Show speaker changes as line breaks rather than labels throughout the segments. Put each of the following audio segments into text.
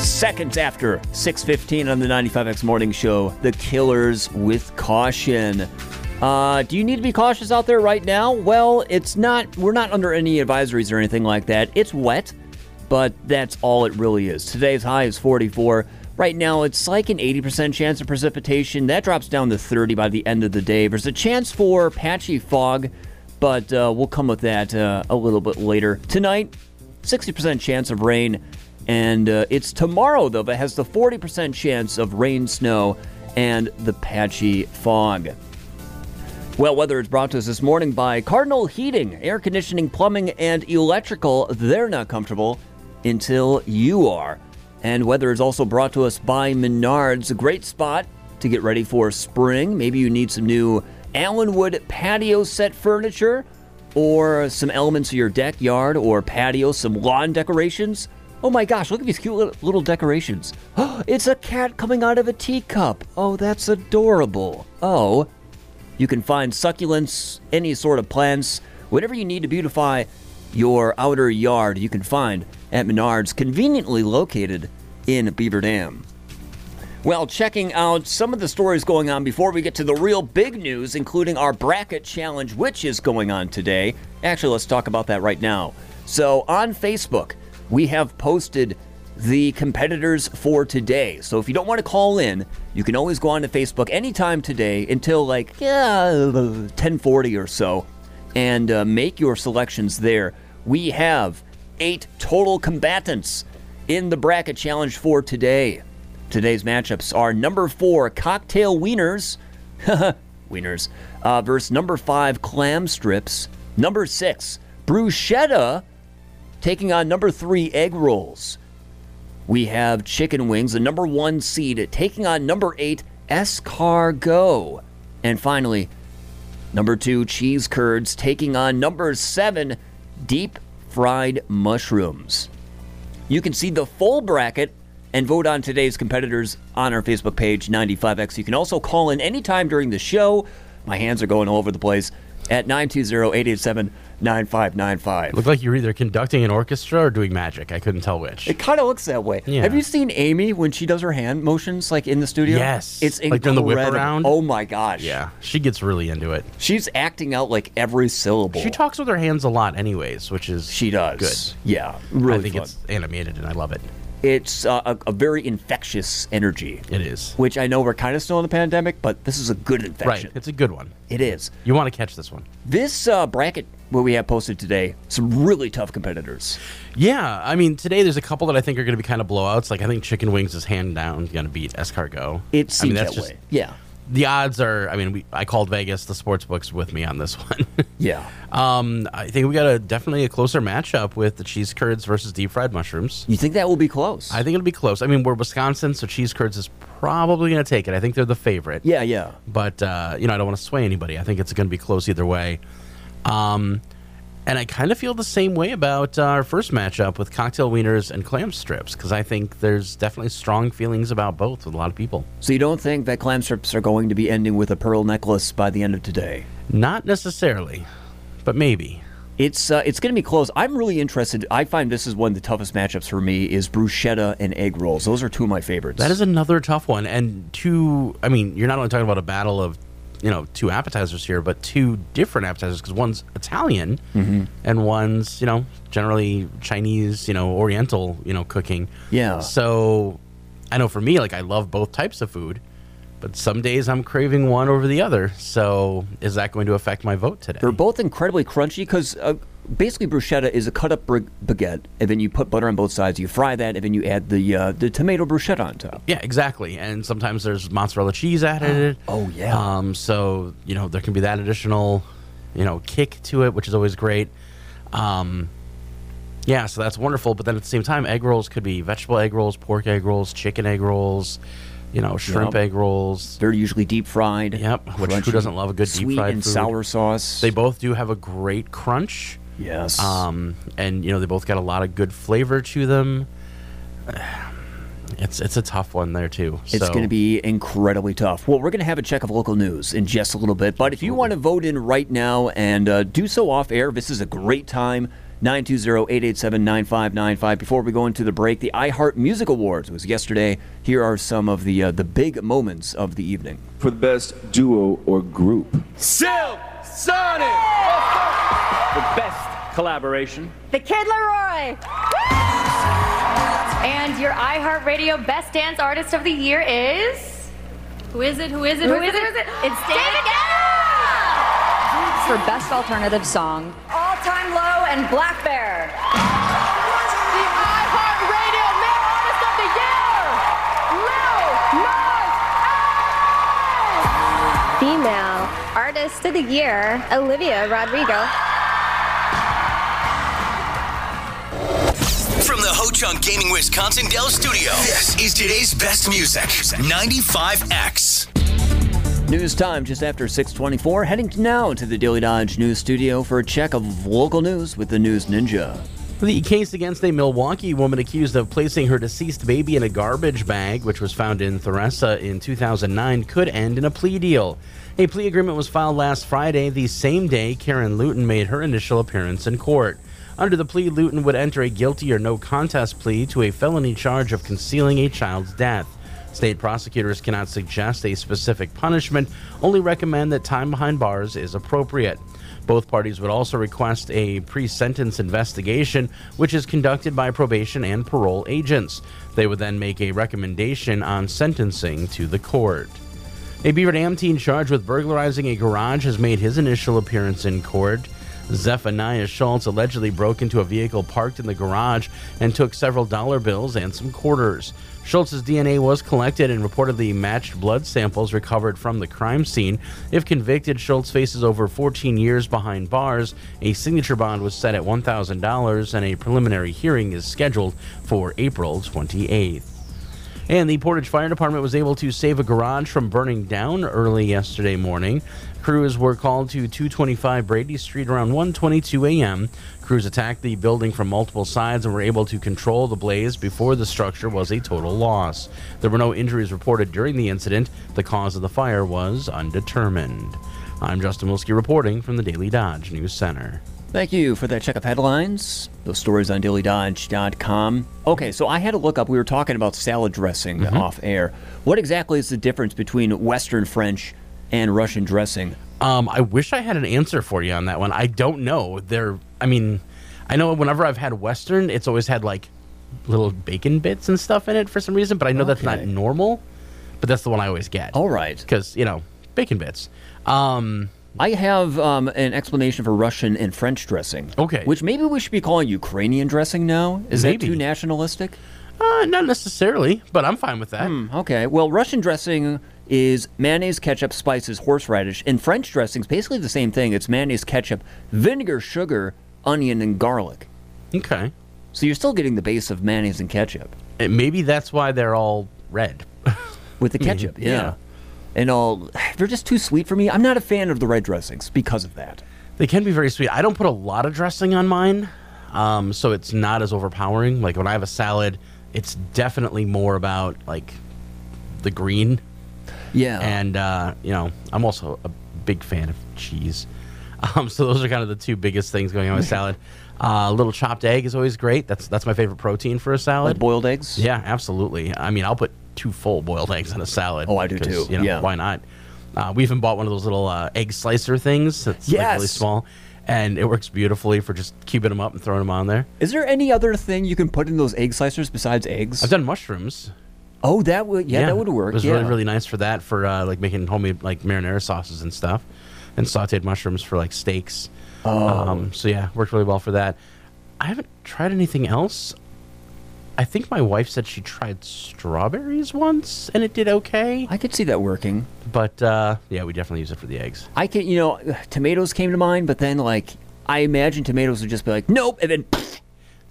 seconds after 6.15 on the 95X Morning Show, The Killers with Caution. Uh, do you need to be cautious out there right now? Well, it's not, we're not under any advisories or anything like that. It's wet, but that's all it really is. Today's high is 44. Right now, it's like an 80% chance of precipitation. That drops down to 30 by the end of the day. There's a chance for patchy fog, but uh, we'll come with that uh, a little bit later. Tonight, 60% chance of rain, and uh, it's tomorrow, though, that has the 40% chance of rain, snow, and the patchy fog. Well, weather is brought to us this morning by Cardinal Heating, Air Conditioning, Plumbing, and Electrical. They're not comfortable until you are. And weather is also brought to us by Menards, a great spot to get ready for spring. Maybe you need some new Allenwood patio set furniture or some elements of your deck, yard, or patio, some lawn decorations. Oh my gosh, look at these cute li- little decorations. it's a cat coming out of a teacup. Oh, that's adorable. Oh, you can find succulents, any sort of plants, whatever you need to beautify your outer yard, you can find at Menards, conveniently located in Beaver Dam. Well, checking out some of the stories going on before we get to the real big news, including our bracket challenge, which is going on today. Actually, let's talk about that right now. So, on Facebook, we have posted the competitors for today. So, if you don't want to call in, you can always go on to Facebook anytime today until like yeah, 1040 or so and uh, make your selections there. We have eight total combatants in the bracket challenge for today. Today's matchups are number four, Cocktail Wieners, Wieners, uh, versus number five, Clam Strips, number six, Bruschetta, taking on number three, Egg Rolls. We have Chicken Wings, the number one seed, taking on number eight, Escargot. And finally, Number two, cheese curds taking on number seven, deep fried mushrooms. You can see the full bracket and vote on today's competitors on our Facebook page, 95X. You can also call in anytime during the show. My hands are going all over the place at 920 887 9595.
Looked like you were either conducting an orchestra or doing magic. I couldn't tell which.
It kind of looks that way.
Yeah.
Have you seen Amy when she does her hand motions like in the studio?
Yes.
It's incredible.
Like during the whip around?
Oh my gosh.
yeah, she gets really into it.
She's acting out like every syllable.
She talks with her hands a lot, anyways, which is
She does.
Good.
Yeah, really
I think
fun.
it's animated, and I love it.
It's uh, a, a very infectious energy,
It is
which I know we're kind of still in the pandemic, but this is a good infection.
right. It's a good one.
It is.
You want to catch this one?
This uh, bracket what we have posted today, some really tough competitors.
Yeah, I mean today there's a couple that I think are going to be kind of blowouts. Like I think Chicken Wings is hand down going to beat Escargot.
It
I mean,
seems
that's
that
just-
way. Yeah,
The odds are. I mean, we, I called Vegas. The sports books with me on this one.
yeah,
Um, I think we got a definitely a closer matchup with the cheese curds versus deep fried mushrooms.
you think that will be close?
I think it'll be close. I mean, we're Wisconsin, so cheese curds is probably going to take it. I think they're the favorite.
yeah, yeah.
But uh, you know, I don't want to sway anybody. I think it's going to be close either way. Um, and I kind of feel the same way about uh, our first matchup with cocktail wieners and clam strips because I think there's definitely strong feelings about both with a lot of people.
So you don't think that clam strips are going to be ending with a pearl necklace by the end of today?
Not necessarily, but maybe.
It's uh, it's going to be close. I'm really interested. I find this is one of the toughest matchups for me is bruschetta and egg rolls. Those are two of my favorites.
That is another tough one. And two, I mean, you're not only talking about a battle of, you know, two appetizers here, but two different appetizers because one's Italian
Mm-hmm.
and one's, you know, generally Chinese, you know, Oriental, you know, cooking.
Yeah.
So I know for me, like, I love both types of food, but some days I'm craving one over the other. So is that going to affect my vote today?
They're both incredibly crunchy because uh, basically bruschetta is a cut up br- baguette, and then you put butter on both sides. You fry that, and then you add the uh, the tomato bruschetta on top.
Yeah, exactly. And sometimes there's mozzarella cheese added.
Oh, yeah.
Um, so you know there can be that additional, you know, kick to it, which is always great. Um, yeah, so that's wonderful. But then at the same time, egg rolls could be vegetable egg rolls, pork egg rolls, chicken egg rolls, you know, shrimp
Yep.
egg rolls.
They're usually deep fried.
Yep, which- who
crunchy,
doesn't love a good deep
sweet
fried
and
food?
sour sauce?
They both do have a great crunch.
yes.
Um, and you know they both got a lot of good flavor to them. It's it's a tough one there too.
It's
so.
going to be incredibly tough. Well, we're going to have a check of local news in just a little bit. But if you want to vote in right now and uh, do so off air, this is a great time. 920-887-9595. Before we go into the break, the iHeart Music Awards was yesterday. Here are some of the uh, the big moments of the evening.
for the best duo or group.
Silk Sonic! The best collaboration.
The Kid Leroy. And your iHeartRadio Best Dance Artist of the Year is. Who is it? Who is it? Who is it? Who is it? It's David Guetta! For Best Alternative Song. All Time Low and Black Bear. The iHeartRadio Male Artist of the Year! Lil Nas X!
Female Artist of the Year, Olivia Rodrigo.
From the Ho Chunk Gaming Wisconsin Dell Studio, this is today's best music 95X.
News time just after 624, heading now to the Daily Dodge News Studio for a check of local news with the News Ninja.
The case against a Milwaukee woman accused of placing her deceased baby in a garbage bag, which was found in Theresa in 2009, could end in a plea deal. A plea agreement was filed last Friday, the same day Karen Luton made her initial appearance in court. Under the plea, Luton would enter a guilty or no contest plea to a felony charge of concealing a child's death. State prosecutors cannot suggest a specific punishment, only recommend that time behind bars is appropriate. Both parties would also request a pre sentence investigation, which is conducted by probation and parole agents. They would then make a recommendation on sentencing to the court. A Beaver Dam teen charged with burglarizing a garage has made his initial appearance in court. Zephaniah Schultz allegedly broke into a vehicle parked in the garage and took several dollar bills and some quarters. Schultz's DNA was collected and reportedly matched blood samples recovered from the crime scene. If convicted, Schultz faces over 14 years behind bars. A signature bond was set at $1,000, and a preliminary hearing is scheduled for April 28th. And the Portage Fire Department was able to save a garage from burning down early yesterday morning. Crews were called to 225 Brady Street around 1:22 a.m. Crews attacked the building from multiple sides and were able to control the blaze before the structure was a total loss. There were no injuries reported during the incident. The cause of the fire was undetermined. I'm Justin Wilski reporting from the Daily Dodge News Center.
Thank you for that check of headlines. Those stories on dailydodge.com. Okay, so I had to look up, we were talking about salad dressing off air. What exactly is the difference between Western French and Russian dressing?
Um, I wish I had an answer for you on that one. I don't know. There, I mean, I know whenever I've had Western, it's always had like little bacon bits and stuff in it for some reason, but I know that's not
Okay.
normal. But that's the one I always get.
All right.
because you know bacon bits. Um,
I have um, an explanation for Russian and French dressing.
Okay.
Which maybe we should be calling Ukrainian dressing now. Is
Maybe.
that too nationalistic? Hmm,
uh, not necessarily, but I'm fine with that.
Okay. Well, Russian dressing is mayonnaise, ketchup, spices, horseradish, and French dressing is basically the same thing. It's mayonnaise, ketchup, vinegar, sugar, onion, and garlic.
Okay,
So you're still getting the base of mayonnaise and ketchup
And maybe that's why they're all red.
with the ketchup. Yeah.
Mm-hmm. yeah.
And all they're just too sweet for me. I'm not a fan of the red dressings because of that.
They can be very sweet. I don't put a lot of dressing on mine, um, so it's not as overpowering. Like when I have a salad, it's definitely more about like the green,
Yeah.
and uh, you know I'm also a big fan of cheese. Um, so those are kind of the two biggest things going on with salad. Uh, a little chopped egg is always great. That's that's my favorite protein for a
like
salad.
boiled eggs.
Yeah, absolutely. I mean, I'll put two full boiled eggs on a salad.
Oh, I do
because,
too.
You know,
Yeah.
Why not? Uh, we even bought one of those little uh, egg slicer things that's like, really
Yes.
small, and it works beautifully for just cubing them up and throwing them on there.
Is there any other thing you can put in those egg slicers besides eggs?
I've done mushrooms.
oh, that would yeah, that would work.
It was
yeah.
really really nice for that for uh, like making homemade like marinara sauces and stuff, and sautéed mushrooms for like steaks. Oh. Um, so yeah, worked really well for that. I haven't tried anything else. I think my wife said she tried strawberries once and it did okay.
I could see that working.
But uh, yeah, we definitely use it for the eggs.
I can, you know, tomatoes came to mind, but then like I imagine tomatoes would just be like, nope, and then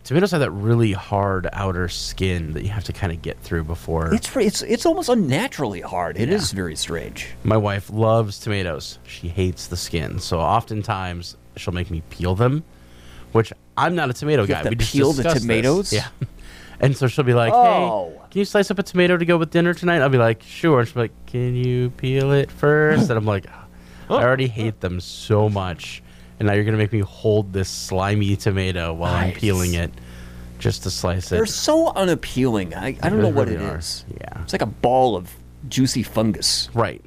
Tomatoes have that really hard outer skin that you have to kind of get through before.
it's fr- it's it's almost unnaturally hard. It is very strange.
My wife loves tomatoes. She hates the skin, so oftentimes she'll make me peel them, which I'm not a tomato guy.
have to
we just
peel the
discussed this.
tomatoes?
Yeah. And so she'll be like, "Hey,
Oh.
can you slice up a tomato to go with dinner tonight?" I'll be like, "Sure." And she'll be
Oh.
like, "Can you peel it first? And I'm like, "I already hate them so much." and now you're gonna make me hold this slimy tomato while I'm
Nice.
peeling it, just to slice it.
They're so unappealing. I, I don't know what it
really
is.
are. Yeah.
It's like a ball of juicy fungus.
right?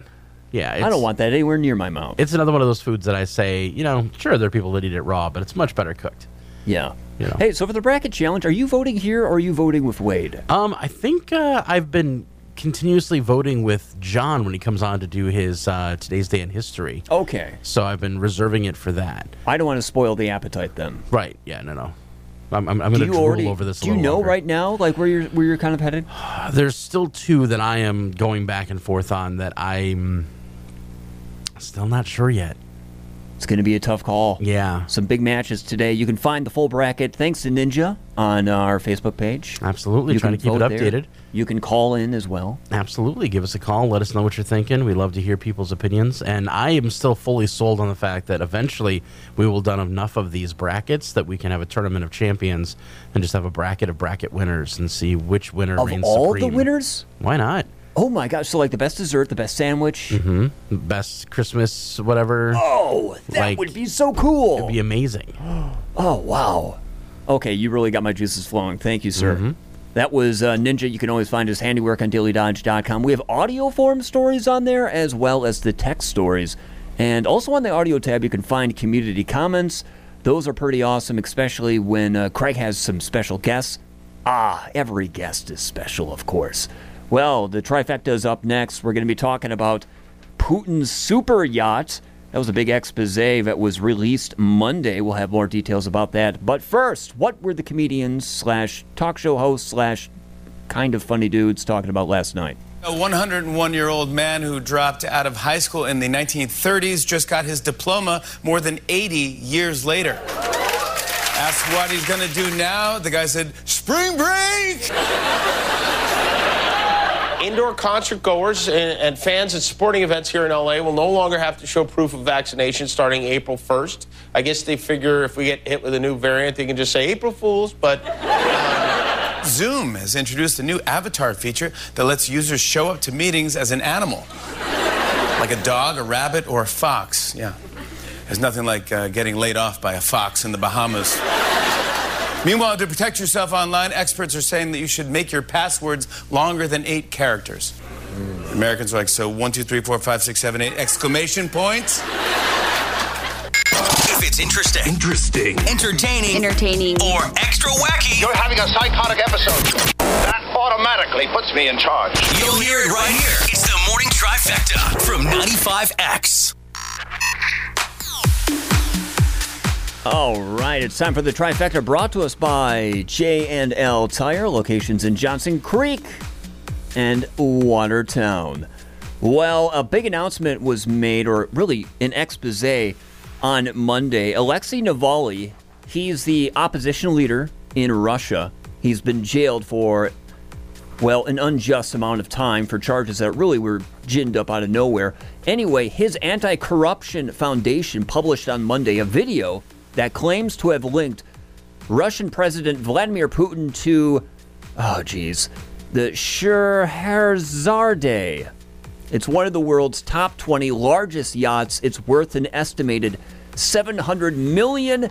Yeah,
I don't
it's-
want that anywhere near my mouth.
It's another one of those foods that I say, you know, sure there are people that eat it raw, but it's much better cooked.
yeah.
You know.
Hey, so for the bracket challenge, are you voting here or are you voting with Wade?
Um, I think uh, I've been continuously voting with John when he comes on to do his uh, today's day in history.
Okay.
So I've been reserving it for that.
Oh. I don't want to spoil the appetite then.
Right? Yeah. No. No. I'm, I'm, I'm
Do
going to
you
drool
already
over this. A
Do you
little
know
longer.
right now like where you're where you're kind of headed?
Uh, There's still two that I am going back and forth on that I'm still not sure yet.
It's going to be a tough call.
Yeah.
Some big matches today. You can find the full bracket thanks to Ninja on our Facebook page.
Absolutely, trying
can
to keep it
vote there.
updated.
You can call in as well.
Absolutely. Give us a call. Let us know what you're thinking. We love to hear people's opinions. And I am still fully sold on the fact that eventually we will done enough of these brackets that we can have a tournament of champions and just have a bracket of bracket winners and see which winner
Of
reigns
all
supreme.
the winners,
Why not?
oh my gosh! So like the best dessert, the best sandwich.
Mm-hmm. Best Christmas, whatever.
Oh, that
Like-
would be so cool.
It'd be amazing.
oh wow. Okay, you really got my juices flowing. Thank you, sir. That was uh, Ninja. You can always find his handiwork on dailydodge.com. We have audio form stories on there as well as the text stories. And also on the audio tab, you can find community comments. Those are pretty awesome, especially when uh, Craig has some special guests. Ah, every guest is special, of course. Well, the trifecta is up next. We're going to be talking about Putin's super yacht. That was a big expose that was released Monday. We'll have more details about that. But first, what were the comedians slash talk show hosts slash kind of funny dudes talking about last night?
A 101 year old man who dropped out of high school in the 1930s just got his diploma more than 80 years later. Asked what he's gonna do now, the guy said, Spring break!
Indoor concert goers and, and fans at sporting events here in LA will no longer have to show proof of vaccination starting April 1st. I guess they figure if we get hit with a new variant, they can just say April Fools, but
Zoom has introduced a new avatar feature that lets users show up to meetings as an animal, like a dog, a rabbit, or a fox. Yeah. There's nothing like uh, getting laid off by a fox in the Bahamas. Meanwhile, to protect yourself online, experts are saying that you should make your passwords longer than eight characters. Americans are like, so one, two, three, four, five, six, seven, eight exclamation points.
If it's interesting, interesting, entertaining,
Entertaining.
or extra wacky,
You're having a psychotic episode. That automatically puts me in charge.
you'll hear it right here. It's the morning trifecta from 95X.
All right, it's time for the trifecta brought to us by J&L Tire, locations in Johnson Creek and Watertown. Well, a big announcement was made, or really an expose, on Monday. Alexei Navalny, he's the opposition leader in Russia. He's been jailed for well, an unjust amount of time for charges that really were ginned up out of nowhere. Anyway, his Anti Corruption Foundation published on Monday a video that claims to have linked Russian President Vladimir Putin to, oh, geez, the Scheherazade. It's one of the world's top 20 largest yachts. It's worth an estimated $700 million.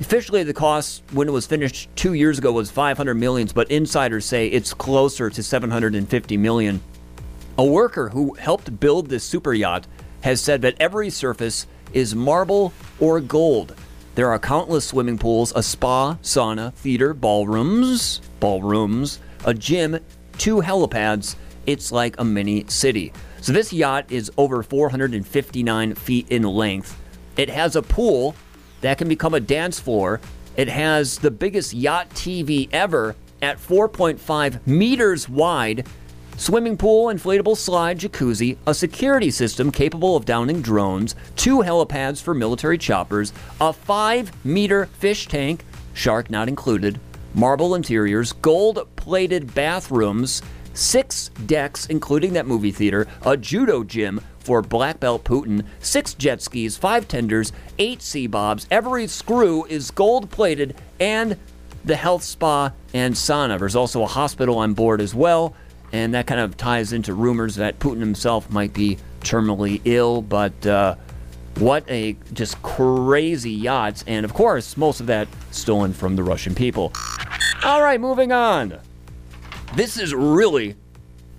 Officially, the cost when it was finished two years ago was 500 millions, but insiders say it's closer to 750 million. A worker who helped build this super yacht has said that every surface is marble or gold. There are countless swimming pools, a spa, sauna, theater, ballrooms, ballrooms, a gym, two helipads. It's like a mini city. So this yacht is over 459 feet in length. It has a pool that can become a dance floor. It has the biggest yacht TV ever at 4.5 meters wide, swimming pool, inflatable slide, jacuzzi, a security system capable of downing drones, two helipads for military choppers, a 5 meter fish tank, shark not included, marble interiors, gold plated bathrooms, six decks, including that movie theater, a judo gym for black belt Putin, six jet skis, five tenders, eight sea bobs. Every screw is gold plated, and the health spa and sauna. There's also a hospital on board as well, and that kind of ties into rumors that Putin himself might be terminally ill, but. Uh, What a just crazy yachts. And of course, most of that stolen from the Russian people. All right, moving on. This is really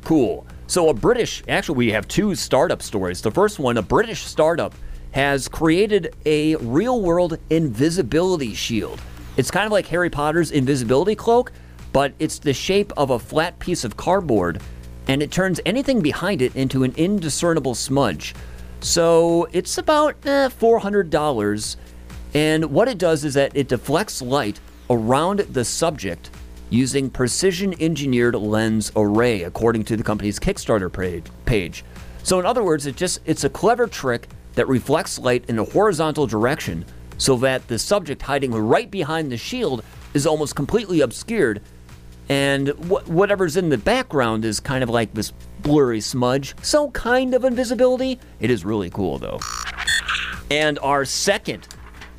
cool. So, a British, actually, we have two startup stories. The first one, a British startup has created a real world invisibility shield. It's kind of like Harry Potter's invisibility cloak, but it's the shape of a flat piece of cardboard, and it turns anything behind it into an indiscernible smudge. So, it's about eh, $400. And what it does is that it deflects light around the subject using precision engineered lens array according to the company's kickstarter pa- page so in other words it just it's a clever trick that reflects light in a horizontal direction so that the subject hiding right behind the shield is almost completely obscured and wh- whatever's in the background is kind of like this blurry smudge so kind of invisibility it is really cool though and our second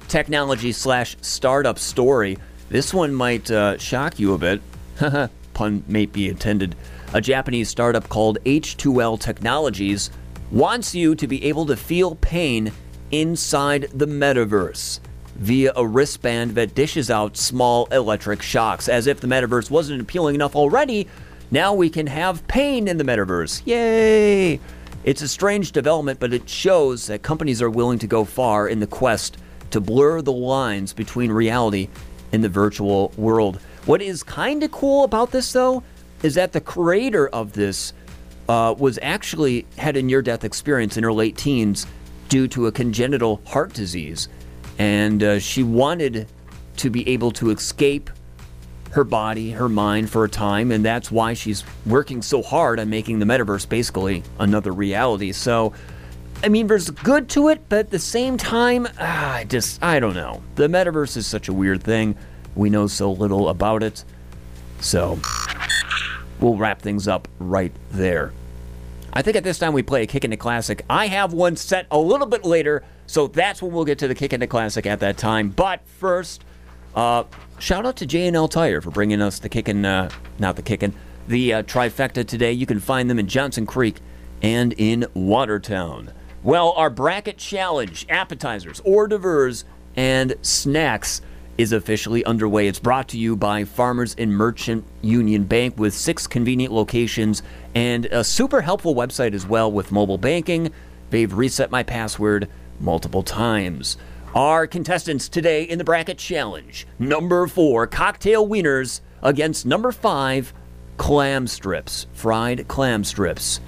technology slash startup story. This one might uh, shock you a bit. Pun may be intended. A Japanese startup called H2L Technologies wants you to be able to feel pain inside the metaverse via a wristband that dishes out small electric shocks. As if the metaverse wasn't appealing enough already, now we can have pain in the metaverse. Yay! It's a strange development, but it shows that companies are willing to go far in the quest to blur the lines between reality and the virtual world. What is kind of cool about this, though, is that the creator of this uh, was actually had a near-death experience in her late teens due to a congenital heart disease, and uh, she wanted to be able to escape her body, her mind for a time, and that's why she's working so hard on making the metaverse basically another reality. So, I mean, there's good to it, but at the same time, ah, I just, I don't know. The metaverse is such a weird thing. We know so little about it. So, we'll wrap things up right there. I think at this time we play a kick in the classic. I have one set a little bit later, so that's when we'll get to the kick in the classic at that time. But first, uh, shout out to J and L Tire for bringing us the kickin' uh, not the kickin' the uh, trifecta today. You can find them in Johnson Creek and in Watertown. Well, our bracket challenge, appetizers, hors d'oeuvres, and snacks is officially underway. It's brought to you by Farmers and Merchant Union Bank with six convenient locations and a super helpful website as well with mobile banking. They've reset my password multiple times. Our contestants today in the bracket challenge number four, cocktail wieners against number five, clam strips, fried clam strips.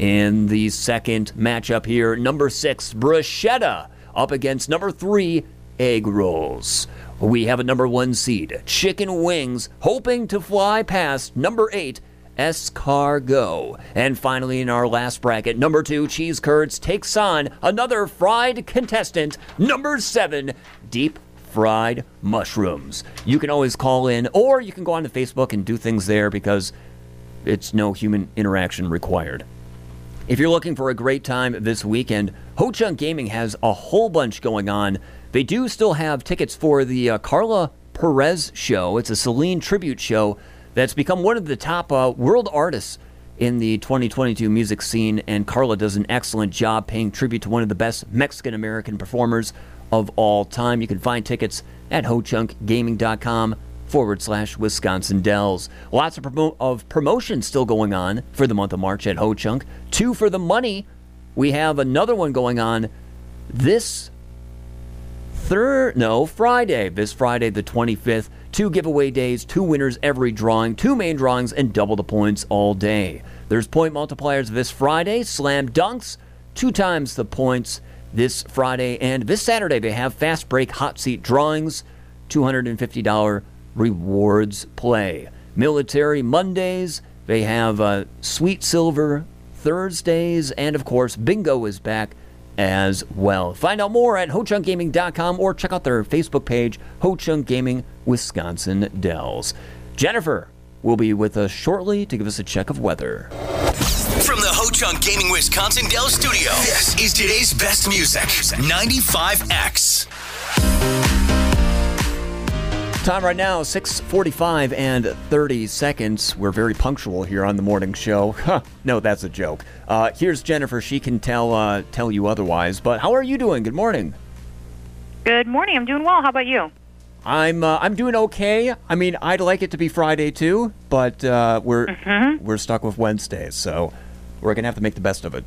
In the second matchup here, number six, bruschetta up against number three, egg rolls. We have a number one seed, chicken wings, hoping to fly past number eight, escargot. And finally, in our last bracket, number two, cheese curds takes on another fried contestant, number seven, deep fried mushrooms. You can always call in, or you can go on to Facebook and do things there because it's no human interaction required. If you're looking for a great time this weekend, Ho Chunk Gaming has a whole bunch going on. They do still have tickets for the uh, Carla Perez show. It's a Celine tribute show that's become one of the top uh, world artists in the 2022 music scene, and Carla does an excellent job paying tribute to one of the best Mexican American performers of all time. You can find tickets at hochunkgaming.com forward slash Wisconsin Dells. Lots of, promo- of promotions still going on for the month of March at Ho Chunk. Two for the money. We have another one going on this third no friday this friday the 25th two giveaway days two winners every drawing two main drawings and double the points all day there's point multipliers this friday slam dunks two times the points this friday and this saturday they have fast break hot seat drawings $250 rewards play military mondays they have uh, sweet silver thursdays and of course bingo is back as well. Find out more at hochunkgaming.com or check out their Facebook page, Ho Chunk Gaming Wisconsin Dells. Jennifer will be with us shortly to give us a check of weather.
From the Ho Chunk Gaming Wisconsin Dell Studio, this is today's best music 95X.
Time right now, 645 and 30 seconds. We're very punctual here on the morning show. Huh, no, that's a joke. Uh, here's Jennifer. She can tell uh, tell you otherwise. But how are you doing? Good morning.
Good morning. I'm doing well. How about you?
I'm uh, I'm doing okay. I mean, I'd like it to be Friday too, but uh, we're
Mm-hmm.
we're stuck with Wednesday, so we're gonna have to make the best of it.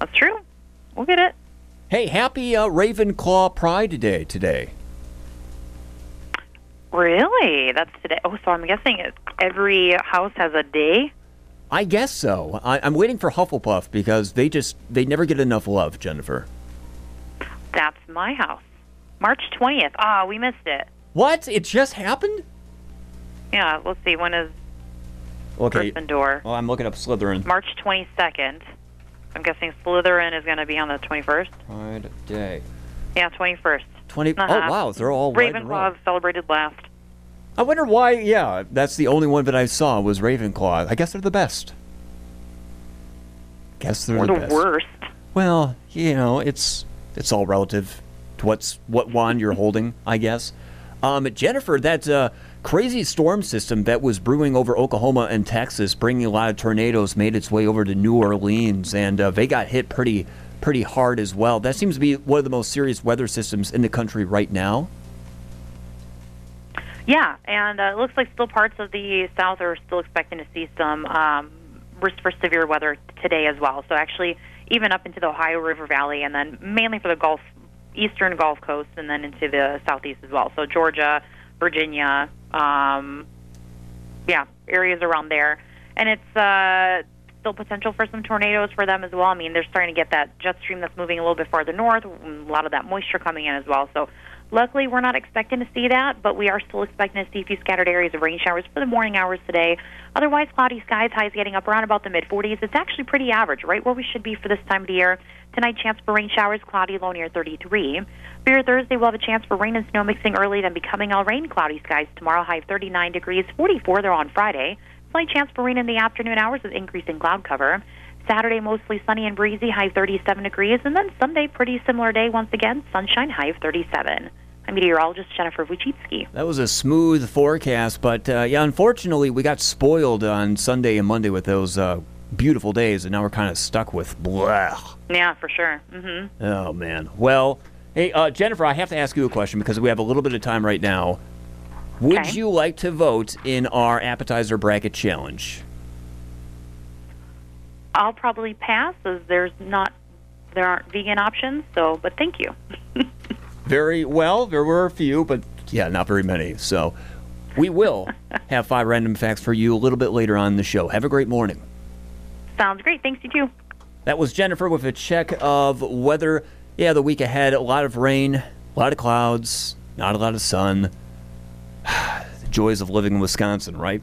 That's true. We'll get it.
Hey, happy uh, Ravenclaw Pride Day today.
Really? That's today. Oh, so I'm guessing it, every house has a day.
I guess so. I, I'm waiting for Hufflepuff because they just they never get enough love, Jennifer.
That's my house. March 20th. Ah, we missed it.
What? It just happened?
Yeah, let's see. When is
Okay.
Gryffindor?
Well, I'm looking up Slytherin.
March 22nd. I'm guessing Slytherin is going to be on the 21st.
Pride Day.
Yeah, 21st.
20
Uh-huh.
Oh wow, they're all white and red.
Ravenclaw celebrated last.
I wonder why. Yeah, that's the only one that I saw was Ravenclaw. I guess they're the best. Guess they're
Or
the,
the
best.
worst.
Well, you know, it's it's all relative to what's what wand you're holding, I guess. Um, Jennifer, that uh, crazy storm system that was brewing over Oklahoma and Texas, bringing a lot of tornadoes, made its way over to New Orleans, and uh, they got hit pretty pretty hard as well. That seems to be one of the most serious weather systems in the country right now.
Yeah, and uh, it looks like still parts of the south are still expecting to see some um, risk for severe weather today as well. So actually, even up into the Ohio River Valley, and then mainly for the Gulf, eastern Gulf Coast, and then into the southeast as well. So Georgia, Virginia, um, yeah, areas around there, and it's uh, still potential for some tornadoes for them as well. I mean, they're starting to get that jet stream that's moving a little bit farther north, and a lot of that moisture coming in as well. So Luckily, we're not expecting to see that, but we are still expecting to see a few scattered areas of rain showers for the morning hours today. Otherwise, cloudy skies, highs getting up around about the mid 40s. It's actually pretty average, right where we should be for this time of the year. Tonight, chance for rain showers, cloudy, low near 33. For your Thursday, we'll have a chance for rain and snow mixing early, then becoming all rain, cloudy skies tomorrow, high of 39 degrees, 44 there on Friday. Slight chance for rain in the afternoon hours with increasing cloud cover. Saturday, mostly sunny and breezy, high 37 degrees. And then Sunday, pretty similar day once again, sunshine, high of 37. I'm meteorologist Jennifer Wojcicki.
That was a smooth forecast, but uh, yeah, unfortunately, we got spoiled on Sunday and Monday with those uh, beautiful days, and now we're kind of stuck with blah.
Yeah, for sure. Mm-hmm.
Oh man. Well, hey uh, Jennifer, I have to ask you a question because we have a little bit of time right now. Would
Okay.
you like to vote in our appetizer bracket challenge?
I'll probably pass as there's not there aren't vegan options. So, but thank you.
Very well. There were a few, but yeah, not very many. So we will have five random facts for you a little bit later on in the show. Have a great morning.
Sounds great. Thanks you too.
That was Jennifer with a check of weather. Yeah, the week ahead, a lot of rain, a lot of clouds, not a lot of sun. the joys of living in Wisconsin, right?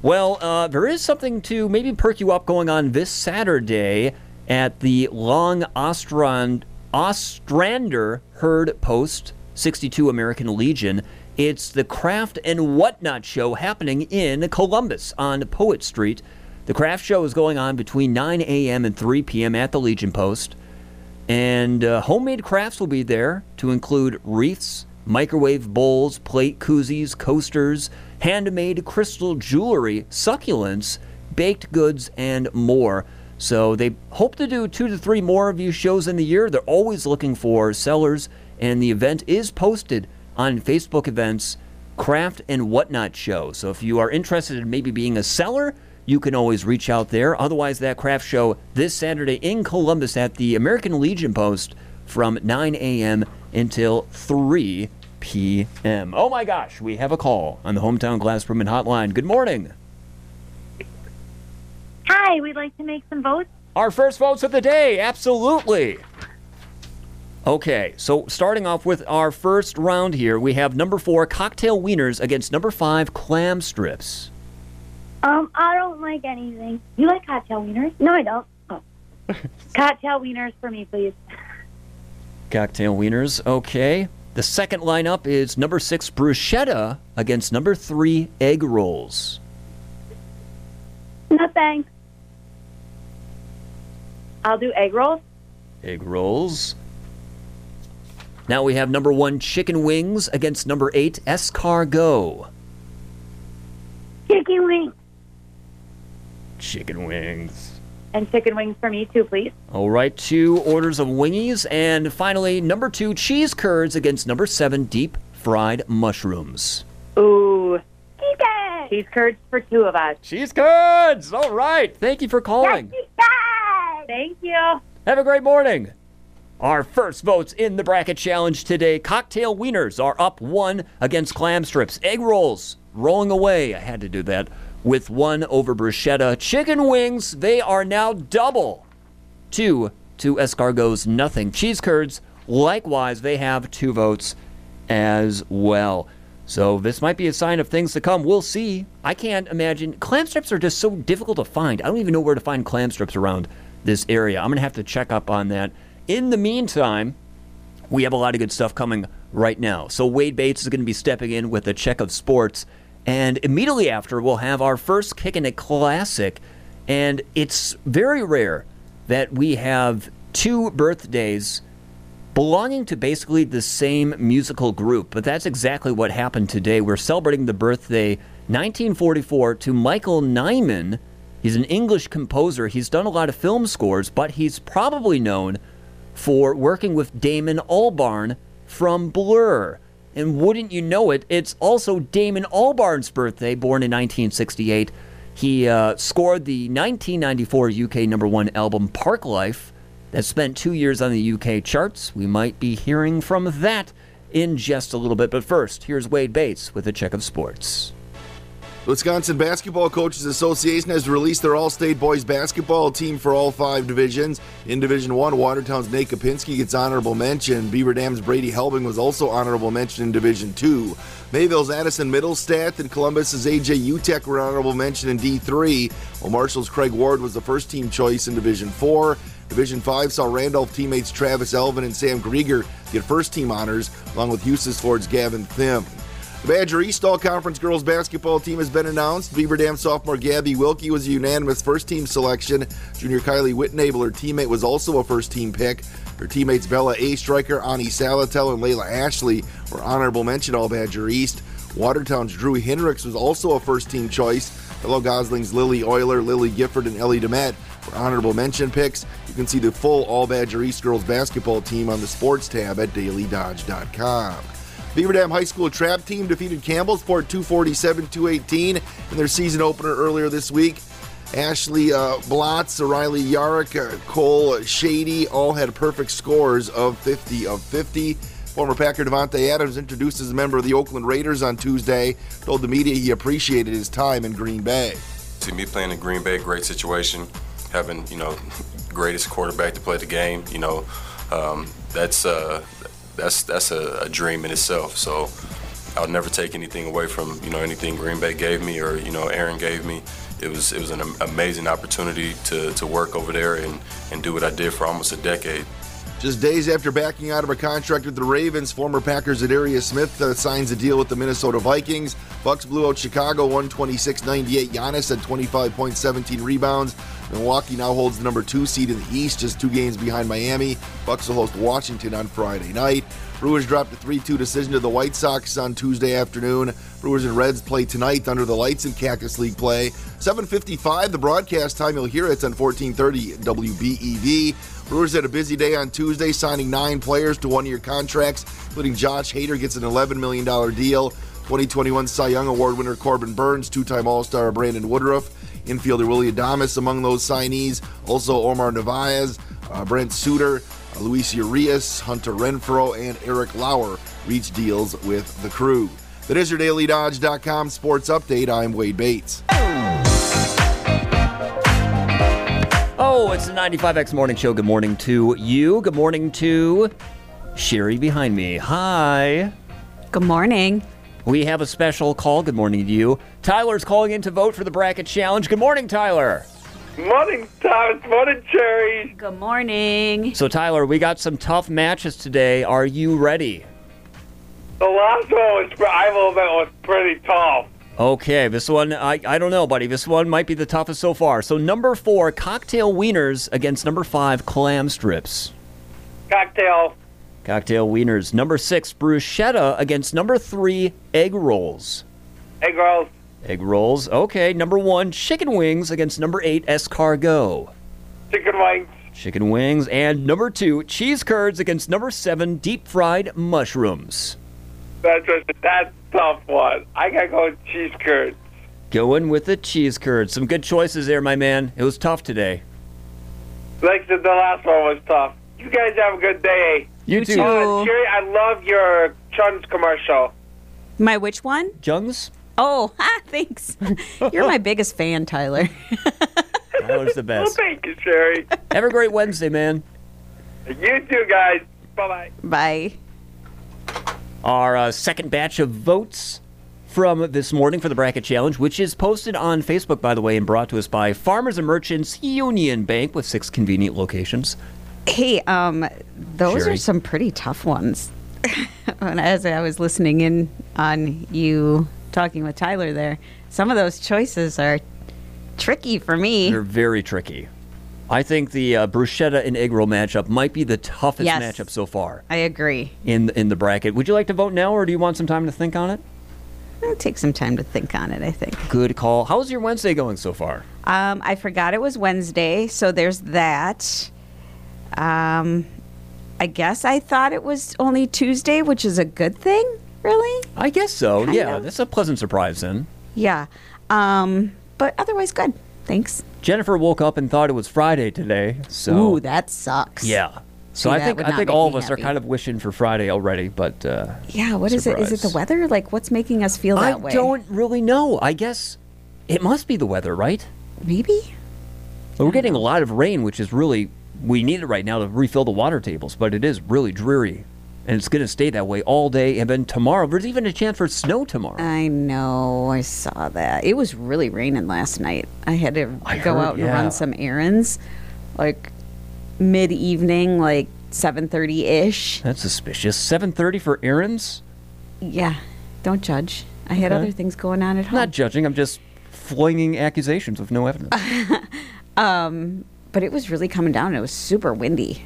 Well, uh, there is something to maybe perk you up going on this Saturday at the Long Ostrand, Ostrander Herd Post 62 American Legion. It's the Craft and Whatnot show happening in Columbus on Poet Street. The craft show is going on between 9 a.m. and 3 p.m. at the Legion Post. And uh, homemade crafts will be there to include wreaths, microwave bowls, plate koozies, coasters, handmade crystal jewelry, succulents, baked goods, and more. So they hope to do two to three more of these shows in the year. They're always looking for sellers, and the event is posted on Facebook events craft and whatnot show. So if you are interested in maybe being a seller, you can always reach out there. Otherwise, that craft show this Saturday in Columbus at the American Legion Post from 9 a.m. until 3 p.m. Oh my gosh, we have a call on the Hometown Glass Brewman Hotline. Good morning.
Hi, we'd like to make some votes.
Our first votes of the day, absolutely. Okay, so starting off with our first round here, we have number four cocktail wieners against number five clam strips.
Um, I don't like anything. You like cocktail wieners? No, I don't. Oh. cocktail wieners for me, please.
Cocktail wieners. Okay. The second lineup is number six bruschetta against number three egg rolls.
No thanks. I'll do egg rolls.
Egg rolls. Now we have number one chicken wings against number eight escargot.
Chicken wings.
Chicken wings.
And chicken wings for me too, please.
All right, two orders of wingies. And finally, number two cheese curds against number seven deep fried mushrooms.
Ooh. Cheese curds. Cheese curds for two of us.
Cheese curds. All right. Thank you for calling.
Thank you.
Have a great morning. Our first votes in the bracket challenge today. Cocktail wieners are up one against clam strips. Egg rolls rolling away. I had to do that with one over bruschetta. Chicken wings, they are now double. Two to escargots, nothing. Cheese curds, likewise, they have two votes as well. So this might be a sign of things to come. We'll see. I can't imagine. Clam strips are just so difficult to find. I don't even know where to find clam strips around this area. I'm going to have to check up on that. In the meantime, we have a lot of good stuff coming right now. So Wade Bates is going to be stepping in with a check of sports, and immediately after we'll have our first kick in a classic, and it's very rare that we have two birthdays belonging to basically the same musical group, but that's exactly what happened today. We're celebrating the birthday 1944 to Michael Nyman. He's an English composer. He's done a lot of film scores, but he's probably known for working with Damon Albarn from Blur. And wouldn't you know it, it's also Damon Albarn's birthday, born in 1968. He uh, scored the 1994 UK number one album Park Life that spent two years on the UK charts. We might be hearing from that in just a little bit. But first, here's Wade Bates with a check of sports.
The Wisconsin Basketball Coaches Association has released their All-State boys basketball team for all five divisions. In Division One, Watertown's Nate Kopinski gets honorable mention. Beaver Dam's Brady Helbing was also honorable mention in Division Two. Mayville's Addison Middlestadt and Columbus's AJ Utech were honorable mention in D3, while Marshall's Craig Ward was the first team choice in Division Four. Division 5 saw Randolph teammates Travis Elvin and Sam Grieger get first team honors, along with Houston Ford's Gavin Thim. The Badger East All Conference girls basketball team has been announced. Beaver Dam sophomore Gabby Wilkie was a unanimous first team selection. Junior Kylie Whitnable, her teammate, was also a first team pick. Her teammates Bella A. Striker, Ani Salatel, and Layla Ashley were honorable mention All Badger East. Watertown's Drew Henricks was also a first team choice. Hello Gosling's Lily Euler, Lily Gifford, and Ellie DeMette were honorable mention picks. You can see the full All Badger East girls basketball team on the sports tab at dailydodge.com. Beaver Dam High School trap team defeated Campbellsport 247 218 in their season opener earlier this week. Ashley uh, Blotz, Riley Yarrick, uh, Cole Shady all had perfect scores of 50 of 50. Former Packer Devontae Adams, introduced as a member of the Oakland Raiders on Tuesday, told the media he appreciated his time in Green Bay.
See me playing in Green Bay, great situation, having you know greatest quarterback to play the game. You know, um, that's uh, that's that's a, a dream in itself. So I'll never take anything away from you know anything Green Bay gave me or you know Aaron gave me. It was it was an am- amazing opportunity to, to work over there and, and do what I did for almost a decade.
Just days after backing out of a contract with the Ravens, former Packers Adarius Smith uh, signs a deal with the Minnesota Vikings. Bucks blew out Chicago 126-98. Giannis had 25 points, 17 rebounds. Milwaukee now holds the number two seed in the East, just two games behind Miami. Bucks will host Washington on Friday night. Brewers dropped a 3-2 decision to the White Sox on Tuesday afternoon. Brewers and Reds play tonight under the lights in Cactus League play. 7:55 the broadcast time. You'll hear it's on 14:30 WBEV. Brewers had a busy day on Tuesday, signing nine players to one-year contracts, including Josh Hader gets an $11 million deal. 2021 Cy Young Award winner Corbin Burns, two-time All-Star Brandon Woodruff, infielder Willie Adamas among those signees. Also Omar Narvaez, uh, Brent Suter, uh, Luis Urias, Hunter Renfro, and Eric Lauer reached deals with the crew. That is your daily dodge.com sports update. I'm Wade Bates.
Oh, it's the 95X Morning Show. Good morning to you. Good morning to Sherry behind me. Hi.
Good morning.
We have a special call. Good morning to you. Tyler's calling in to vote for the bracket challenge. Good morning, Tyler.
Morning, Thomas. Morning, Cherry.
Good morning.
So, Tyler, we got some tough matches today. Are you ready?
The last one was, I will admit, was pretty tough.
Okay, this one, I, I don't know, buddy. This one might be the toughest so far. So, number four, cocktail wieners against number five, clam strips.
Cocktail.
Cocktail wieners. Number six, bruschetta against number three, egg rolls.
Egg rolls.
Egg rolls. Okay. Number one, chicken wings against number eight, escargot.
Chicken wings.
Chicken wings. And number two, cheese curds against number seven, deep fried mushrooms.
That's a, that's a tough one. I gotta go with cheese curds.
Going with the cheese curds. Some good choices there, my man. It was tough today.
Like the, the last one was tough. You guys have a good day.
You You too. too.
Oh, Jerry, I love your Chun's commercial.
My which one?
Jung's.
Oh, ah, thanks. You're my biggest fan, Tyler.
Tyler's the best.
Thank you, Sherry.
Have a great Wednesday, man.
You too, guys. Bye bye.
Bye.
Our uh, second batch of votes from this morning for the bracket challenge, which is posted on Facebook, by the way, and brought to us by Farmers and Merchants Union Bank with six convenient locations.
Hey, um, those
Sherry.
are some pretty tough ones. and as I was listening in on you talking with Tyler there, some of those choices are tricky for me.
They're very tricky. I think the uh, bruschetta and egg roll matchup might be the toughest
Yes.
matchup so far
I agree.
in in the bracket. Would you like to vote now, or do you want some time to think on it?
It'll take some time to think on it, I think.
Good call. How's your Wednesday going so far?
Um, I forgot it was Wednesday, so there's that. Um, I guess I thought it was only Tuesday, which is a good thing, really.
I guess so.
Kind
yeah,
of.
that's a pleasant surprise then.
Yeah. Um, but otherwise, good. Thanks.
Jennifer woke up and thought it was Friday today. So
Ooh, that sucks.
yeah.
See,
So I
that
think
would
I
not
think
make
all of
me
us are
happy.
kind of wishing for Friday already, but uh,
Yeah. What is it? Is it the weather? Like, what's making us feel that
I
way?
don't really know. I guess it must be the weather, right?
Maybe.
But we're getting a lot of rain, which is really we need it right now to refill the water tables. But it is really dreary, and it's going to stay that way all day. And then tomorrow, there's even a chance for snow tomorrow.
I know. I saw that. It was really raining last night. I had to go
heard-
out and
yeah.
run some errands, like mid evening, like seven thirty ish.
That's suspicious. Seven thirty for errands.
Yeah, don't judge. I had
Okay.
other things going on at home.
Not judging. I'm just flinging accusations with no evidence.
um, but it was really coming down. It was super windy.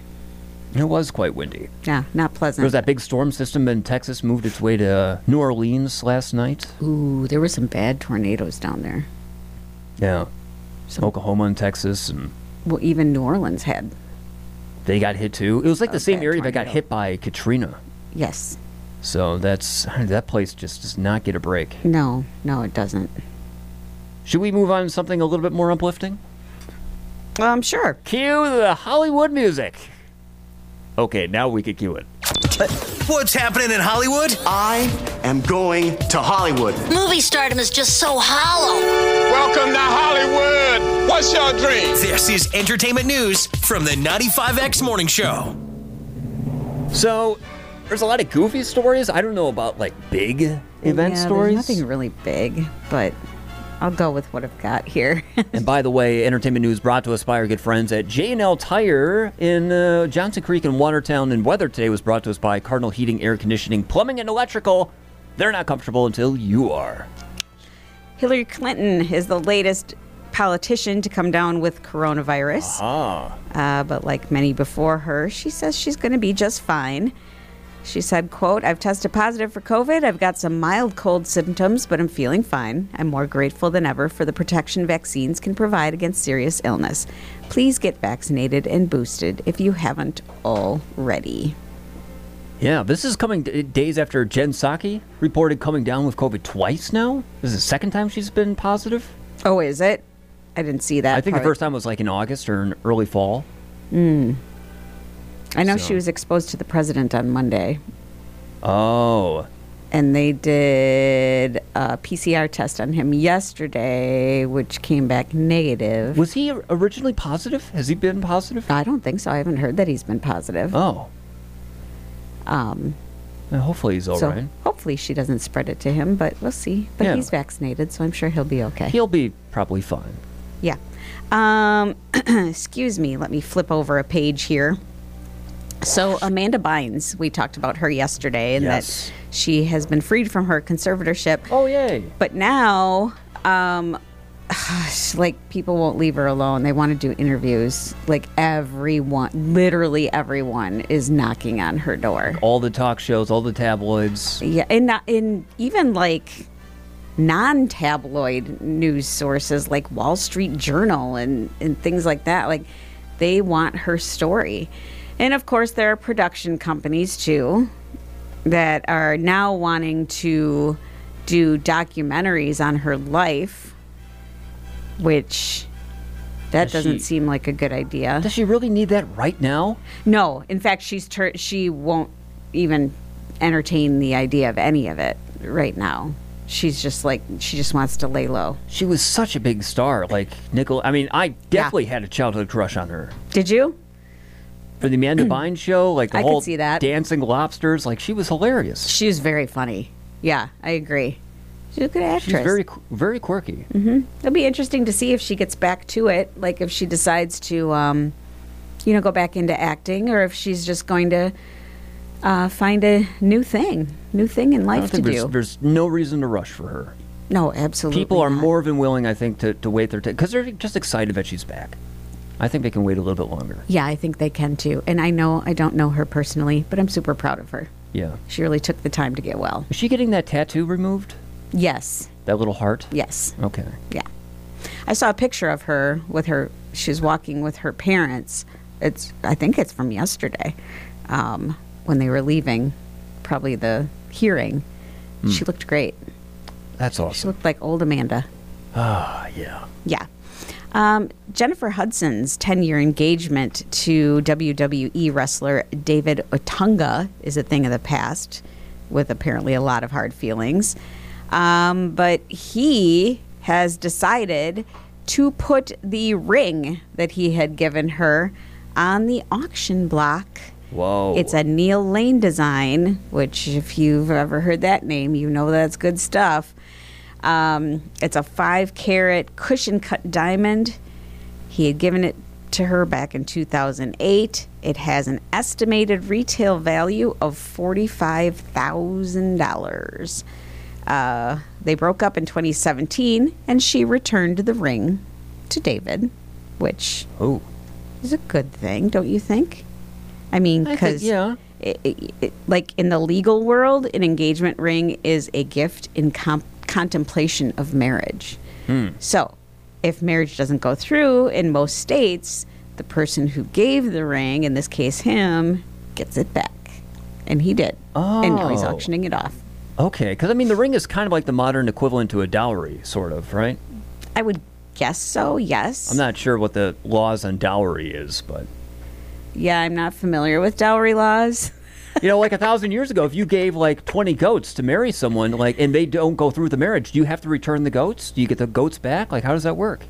it was quite windy.
Yeah, not
There was
pleasant.
that big storm system in Texas moved its way to New Orleans last night.
Ooh, there were some bad tornadoes down there.
Yeah. Oklahoma and Texas, and
Well, even New Orleans had.
they got hit too. It was like
A
the same
bad
area that got
tornado.
hit by Katrina.
Yes.
So that's that place just does not get a break.
No, no, it doesn't.
Should we move on to something a little bit more uplifting?
Um, sure.
Cue the Hollywood music. Okay, now we could cue it.
What's happening in Hollywood? I am going to Hollywood.
Movie stardom is just so hollow.
Welcome to Hollywood. What's your dream?
This is entertainment news from the 95X Morning Show.
So there's a lot of goofy stories. I don't know about like big
yeah,
event stories.
There's nothing really big, but I'll go with what I've got here.
And by the way, entertainment news brought to us by our good friends at J&L Tire in uh, Johnson Creek and Watertown. And weather today was brought to us by Cardinal Heating, Air Conditioning, Plumbing, and Electrical. They're not comfortable until you are.
Hillary Clinton is the latest politician to come down with coronavirus.
Ah.
Uh, but like many before her, she says she's going to be just fine. She said, quote, I've tested positive for COVID. I've got some mild cold symptoms, but I'm feeling fine. I'm more grateful than ever for the protection vaccines can provide against serious illness. Please get vaccinated and boosted if you haven't already.
Yeah, this is coming d- days after Jen Psaki reported coming down with COVID twice now. This is the second time she's been positive.
Oh, is it? I didn't see that.
I think the
part.
first time was like in August or in early fall.
Mm. I know
So-
she was exposed to the president on Monday,
Oh.
and they did a PCR test on him yesterday, which came back negative.
Was he originally positive? Has he been positive?
I don't think so. I haven't heard that he's been positive.
Oh.
Um,
Well, hopefully he's all
so
right.
hopefully she doesn't spread it to him, but we'll see. But
Yeah.
he's vaccinated, so I'm sure he'll be okay.
He'll be probably fine.
Yeah. Um, excuse me. Let me flip over a page here. So Amanda Bynes, we talked about her yesterday, and
Yes.
that she has been freed from her conservatorship.
Oh yay!
But now, um, like people won't leave her alone. They want to do interviews. Like everyone, literally everyone, is knocking on her door.
All the talk shows, all the tabloids.
Yeah, and not in even like non-tabloid news sources like Wall Street Journal and and things like that. Like they want her story, and of course there are production companies too that are now wanting to do documentaries on her life, which that
Does
doesn't
she-
seem like a good idea.
Does she really need that right now?
No. In fact, she's tur she won't even entertain the idea of any of it right now. She's just like she just wants to lay low.
She was such a big star. Like Nickel, I mean, I definitely had a childhood crush on her.
Did you? Hmm.
For the Amanda Bynes show, like the
I could
whole
see that.
dancing lobsters, like she was hilarious.
She was very funny. Yeah, I agree. She's a good
She's
actress.
very, qu- very quirky.
hmm It'll be interesting to see if she gets back to it, like if she decides to, um, you know, go back into acting, or if she's just going to uh, find a new thing, new thing in
I
life
don't
to
think there's,
do.
there's no reason to rush for her.
No, absolutely.
People are more than willing, I think, to, to wait their time because they're just excited that she's back. I think they can wait a little bit longer.
Yeah, I think they can too. And I know I don't know her personally, but I'm super proud of her.
Yeah.
She really took the time to get well.
Is she getting that tattoo removed?
Yes.
That little heart?
Yes.
Okay.
Yeah. I saw a picture of her with her. She's walking with her parents. It's. I think it's from yesterday, um, when they were leaving, probably the hearing.
Hmm.
She looked great.
That's
She
awesome.
looked like old Amanda.
Ah, yeah.
Yeah. Um, Jennifer Hudson's 10 year engagement to WWE wrestler David Otunga is a thing of the past, with apparently a lot of hard feelings. Um, but he has decided to put the ring that he had given her on the auction block.
Whoa.
It's a Neil Lane design, which, if you've ever heard that name, you know that's good stuff. Um, it's a five carat cushion cut diamond. He had given it to her back in 2008. It has an estimated retail value of $45,000. Uh, they broke up in 2017, and she returned the ring to David, which
oh.
is a good thing, don't you think? I mean,
I think-
because
yeah.
it, it- it- like in the legal world, an engagement ring is a gift in comp- contemplation of marriage.
Hmm.
So, if marriage doesn't go through in most states, the person who gave the ring, in this case him, gets it back. And he did. And now he's
Oh.
auctioning it off.
Okay, because I mean, the ring is kind of like the modern equivalent to a dowry, sort of, right?
I would guess so, yes.
Um,
I'm not sure what the laws on dowry is, but
yeah, I'm not familiar with dowry laws.
you know, like a thousand years ago, if you gave like 20 goats to marry someone, like, and they don't go through with the marriage, do you have to return the goats? Do you get the goats back? Like, how does that work?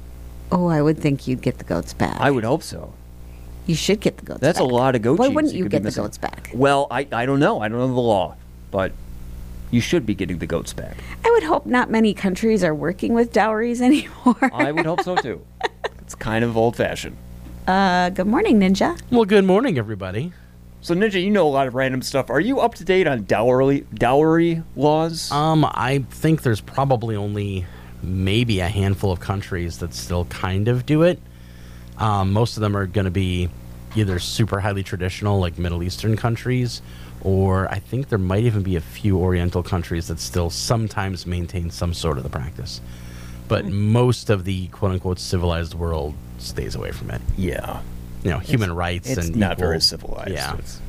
Oh, I would think you'd get the goats back.
I would hope so.
You should get the goats
That's
back.
a lot of goat
Why
cheese
wouldn't you
could be
get the
missing.
goats back?
Well, I, I don't know. I don't know the law, but you should be getting the goats back.
I would hope not many countries are working with dowries anymore.
I would hope so too. It's kind of old fashioned.
Uh, good morning, Ninja.
Well, good morning, everybody.
So, Ninja, you know a lot of random stuff. Are you up to date on dowry dowry laws?
Um, I think there's probably only maybe a handful of countries that still kind of do it. Um, most of them are going to be either super highly traditional, like Middle Eastern countries, or I think there might even be a few Oriental countries that still sometimes maintain some sort of the practice. But
Hmm.
most of the quote unquote civilized world stays away from it.
Yeah.
You know, human
It's-
rights
it's
and
not
equal-
very civilized.
Yeah.
It's-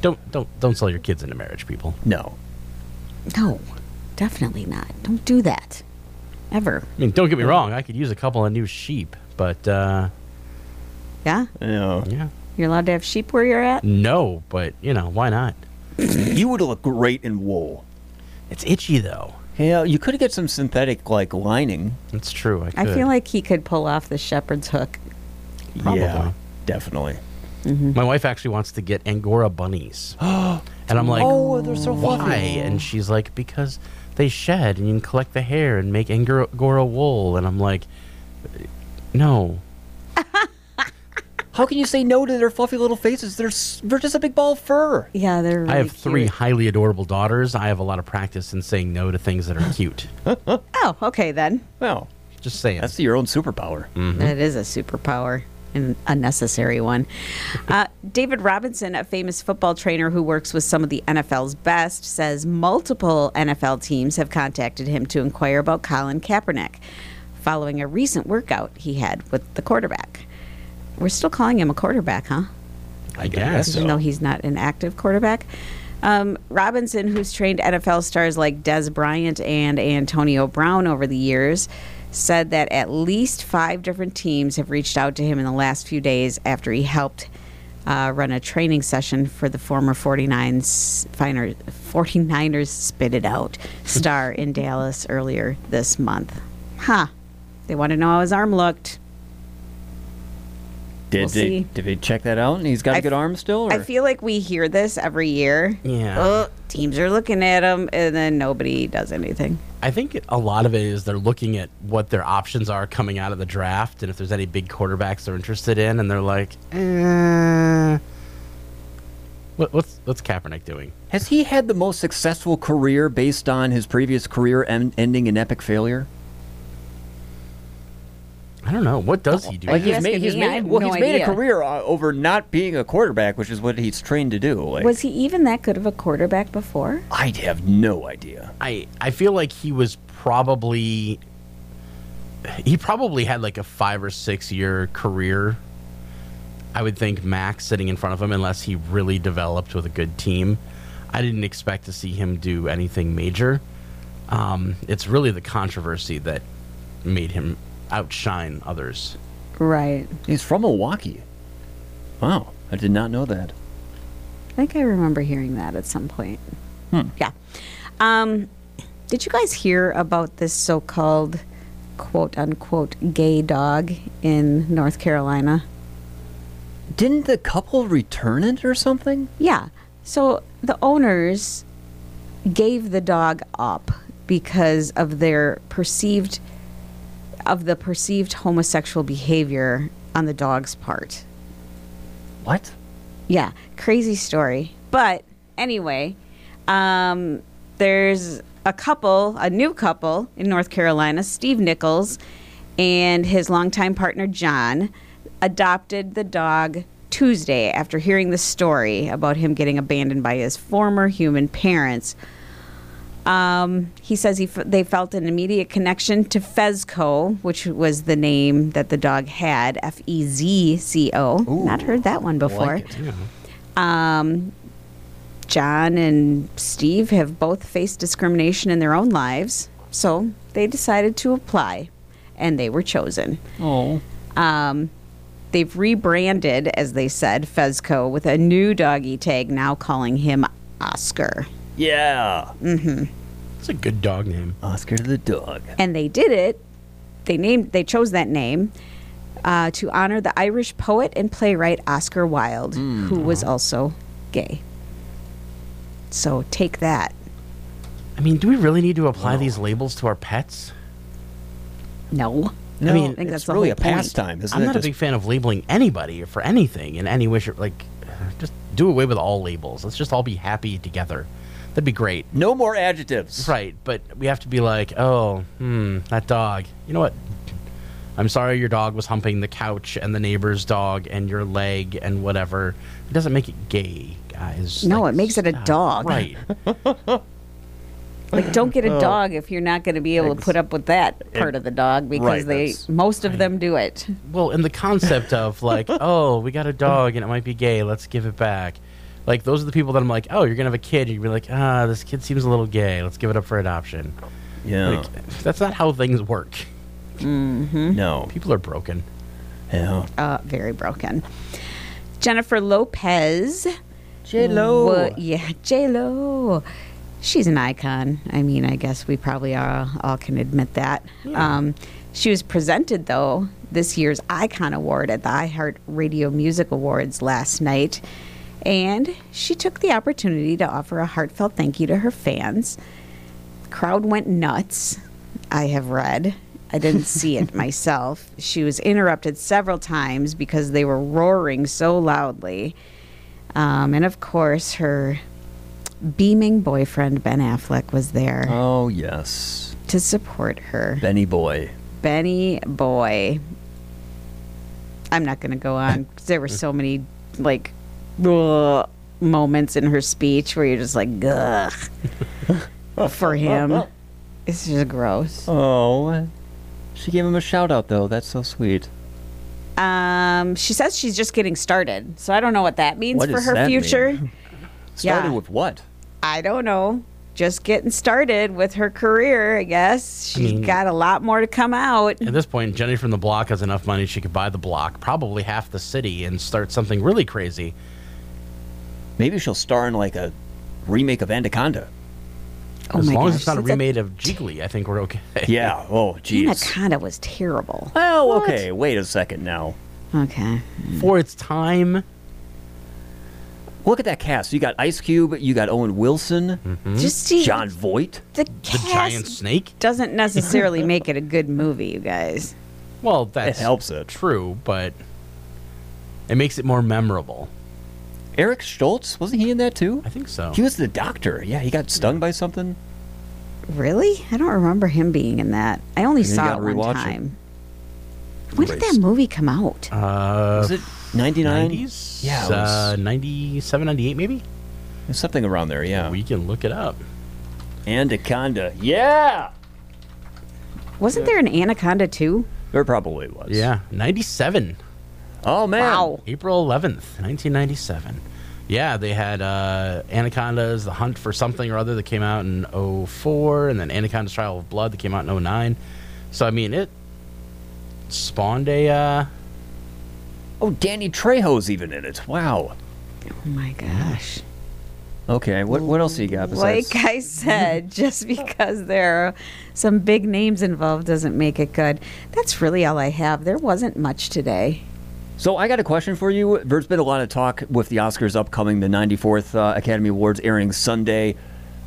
Don't don't don't sell your kids into marriage, people.
No.
No, definitely not. Don't do that. Ever.
I mean, don't get me wrong. I could use a couple of new sheep, but uh,
Yeah?
no,
yeah,
You're allowed to have sheep where you're at?
no. But you know, why not?
you would look great in wool.
It's itchy though.
Yeah, you could get some synthetic like lining.
That's true. I,
I feel like he could pull off the shepherd's hook.
probably.
Yeah, definitely. Mm-hmm.
My wife actually wants to get Angora bunnies, and I'm like,
Oh, they're so
why?
fluffy.
And she's like, because they shed, and you can collect the hair and make Angora Angora wool. And I'm like, no.
How can you say no to their fluffy little faces? They're s- they're just a big ball of fur.
Yeah, they're.
I have three highly adorable daughters. I have a lot of practice in saying no to things that are cute.
Oh, okay then.
Well, Mm-hmm.
Just saying.
That's your own superpower.
Mm-hmm.
That is a superpower and a necessary one. Uh, David Robinson, a famous football trainer who works with some of the NFL's best, says multiple NFL teams have contacted him to inquire about Colin Kaepernick following a recent workout he had with the quarterback. We're still calling him a quarterback, huh?
I guess.
Even though he's not an active quarterback. Um, Robinson, who's trained NFL stars like Des Bryant and Antonio Brown over the years, said that at least five different teams have reached out to him in the last few days after he helped uh, run a training session for the former 49ers, finer- 49ers spit it out star in Dallas earlier this month. Huh. They want to know how his arm looked.
Did
We'll
they
see.
did they check that out? And he's got a
I
good
f-
arm still. Or?
I feel like we hear this every year.
Yeah.
Oh, teams are looking at him, and then nobody does anything.
I think a lot of it is they're looking at what their options are coming out of the draft and if there's any big quarterbacks they're interested in, and they're like, eh. What, what's what's Kaepernick doing?
Has he had the most successful career based on his previous career en- ending in epic failure?
I don't know. What does he do?
Like
now?
he's made, he's
me? I
made,
have
well,
no
he's made a
idea.
career uh, over not being a quarterback, which is what he's trained to do. Like,
Was he even that good of a quarterback before?
I have no idea.
I I feel like he was probably he probably had like a five or six year career. I would think Max sitting in front of him, unless he really developed with a good team. I didn't expect to see him do anything major. Um, it's really the controversy that made him outshine others.
Right.
He's from Milwaukee. Wow, I did not know that.
I think I remember hearing that at some point.
Hmm.
Yeah. Um, did you guys hear about this so called quote unquote gay dog in North Carolina?
Didn't the couple return it or something?
Yeah. So the owners gave the dog up because of their perceived of the perceived homosexual behavior on the dog's part.
What?
Yeah, crazy story. But anyway, um, there's a couple, a new couple in North Carolina, Steve Nichols and his longtime partner John, adopted the dog Tuesday after hearing the story about him getting abandoned by his former human parents. Um, he says he f- they felt an immediate connection to Fezco, which was the name that the dog had, F E Z C O. Not heard that one before. Um, John and Steve have both faced discrimination in their own lives, so they decided to apply, and they were chosen.
Oh.
Um, they've rebranded, as they said, Fezco with a new doggy tag, now calling him Oscar.
Yeah.
Mm-hmm.
It's a good dog name.
Oscar the dog.
And they did it. They named. They chose that name uh, to honor the Irish poet and playwright Oscar Wilde, who was also gay. So take that.
I mean, do we really need to apply these labels to our pets?
No.
I mean,
think that's
it's
the
really
whole
a
point.
pastime, isn't
it?
I'm not
Just-
a big fan of labeling anybody for anything in any wish. Like, just do away with all labels. Let's just all be happy together. That'd be great.
No more adjectives.
Right, but we have to be like, oh, hmm, that dog. You know what? I'm sorry your dog was humping the couch and the neighbor's dog and your leg and whatever. It doesn't make it gay, guys.
No, it makes it a dog.
Right.
Like, don't get a
Oh.
dog if you're not going to be able to put up with that part of the dog because
Right,
they
that's-
most of them do it.
Well, and the concept of like, oh, we got a dog and it might be gay, let's give it back. Like those are the people that I'm like, oh, you're gonna have a kid, you'd be like, ah, this kid seems a little gay, let's give it up for adoption.
Yeah. Hmm?
Like, that's not how things work.
Mm-hmm.
No.
People are broken.
Yeah.
Uh, very broken. Jennifer Lopez.
J-Lo.
Wa- yeah, J Lo. She's an icon. I mean, I guess we probably all, all can admit that. Um, she was presented, though, this year's Icon Award at the iHeart Radio Music Awards last night. And she took the opportunity to offer a heartfelt thank you to her fans. Crowd went nuts, I have read. I didn't see it myself. She was interrupted several times because they were roaring so loudly. Um, and of course, her beaming boyfriend, Ben Affleck, was there
Oh yes.
to support her.
Benny boy.
Benny Boy. I'm not going to go on 'cause there were so many like ugh, moments in her speech where you're just like, ugh, for him. It's just gross.
Uh, Oh, she gave him a shout out though. That's so sweet.
Um, she says she's just getting started, so I don't know what that means
What
for
does
her
that mean?
future.
Started
Yeah.
with what?
I don't know. Just getting started with her career, I guess.
I
She's
mean-
got a lot more to come out.
At this point, Jenny from the block has enough money she could buy the block, probably half the city, and start something really crazy.
Maybe she'll star in like a remake of Anaconda.
Oh
as
my
long
gosh,
as it's not a
that's a-
remade of Jiggly, I think we're okay.
Yeah. Oh, jeez.
Anaconda was terrible.
Well, okay. Wait a second now.
Okay.
For its time.
Look at that cast. You got Ice Cube. You got Owen Wilson.
Just see-
John Voight.
Mm-hmm. The, giant
snake
doesn't necessarily make it a good movie, you guys.
Well, that's
helps it.
True, but it makes it more memorable.
Eric Stoltz wasn't he in that too?
I think so.
He was the doctor. Yeah, he got stung by something.
Really? I don't remember him being in that. I only
You
saw it
gotta
one
rewatch it.
time. When did that movie come out?
Uh,
was it 99?
90s?
Yeah, it
Uh,
was-
97, 98 maybe?
Something around there. Yeah.
We can look it up.
Anaconda. Yeah.
Wasn't there an Anaconda too?
There probably was.
Yeah, 97.
Oh, man.
Wow.
April 11th, 1997. Yeah, they had uh, Anaconda's The Hunt for Something or Other that came out in 04, and then Anaconda's Trial of Blood that came out in 09. So, I mean, it spawned a. Uh,
Oh, Danny Trejo's even in it. Wow.
Oh my gosh.
Okay. What What else you got besides?
Like I said, just because there are some big names involved doesn't make it good. That's really all I have. There wasn't much today.
So I got a question for you. There's been a lot of talk with the Oscars upcoming, the 94th uh, Academy Awards airing Sunday.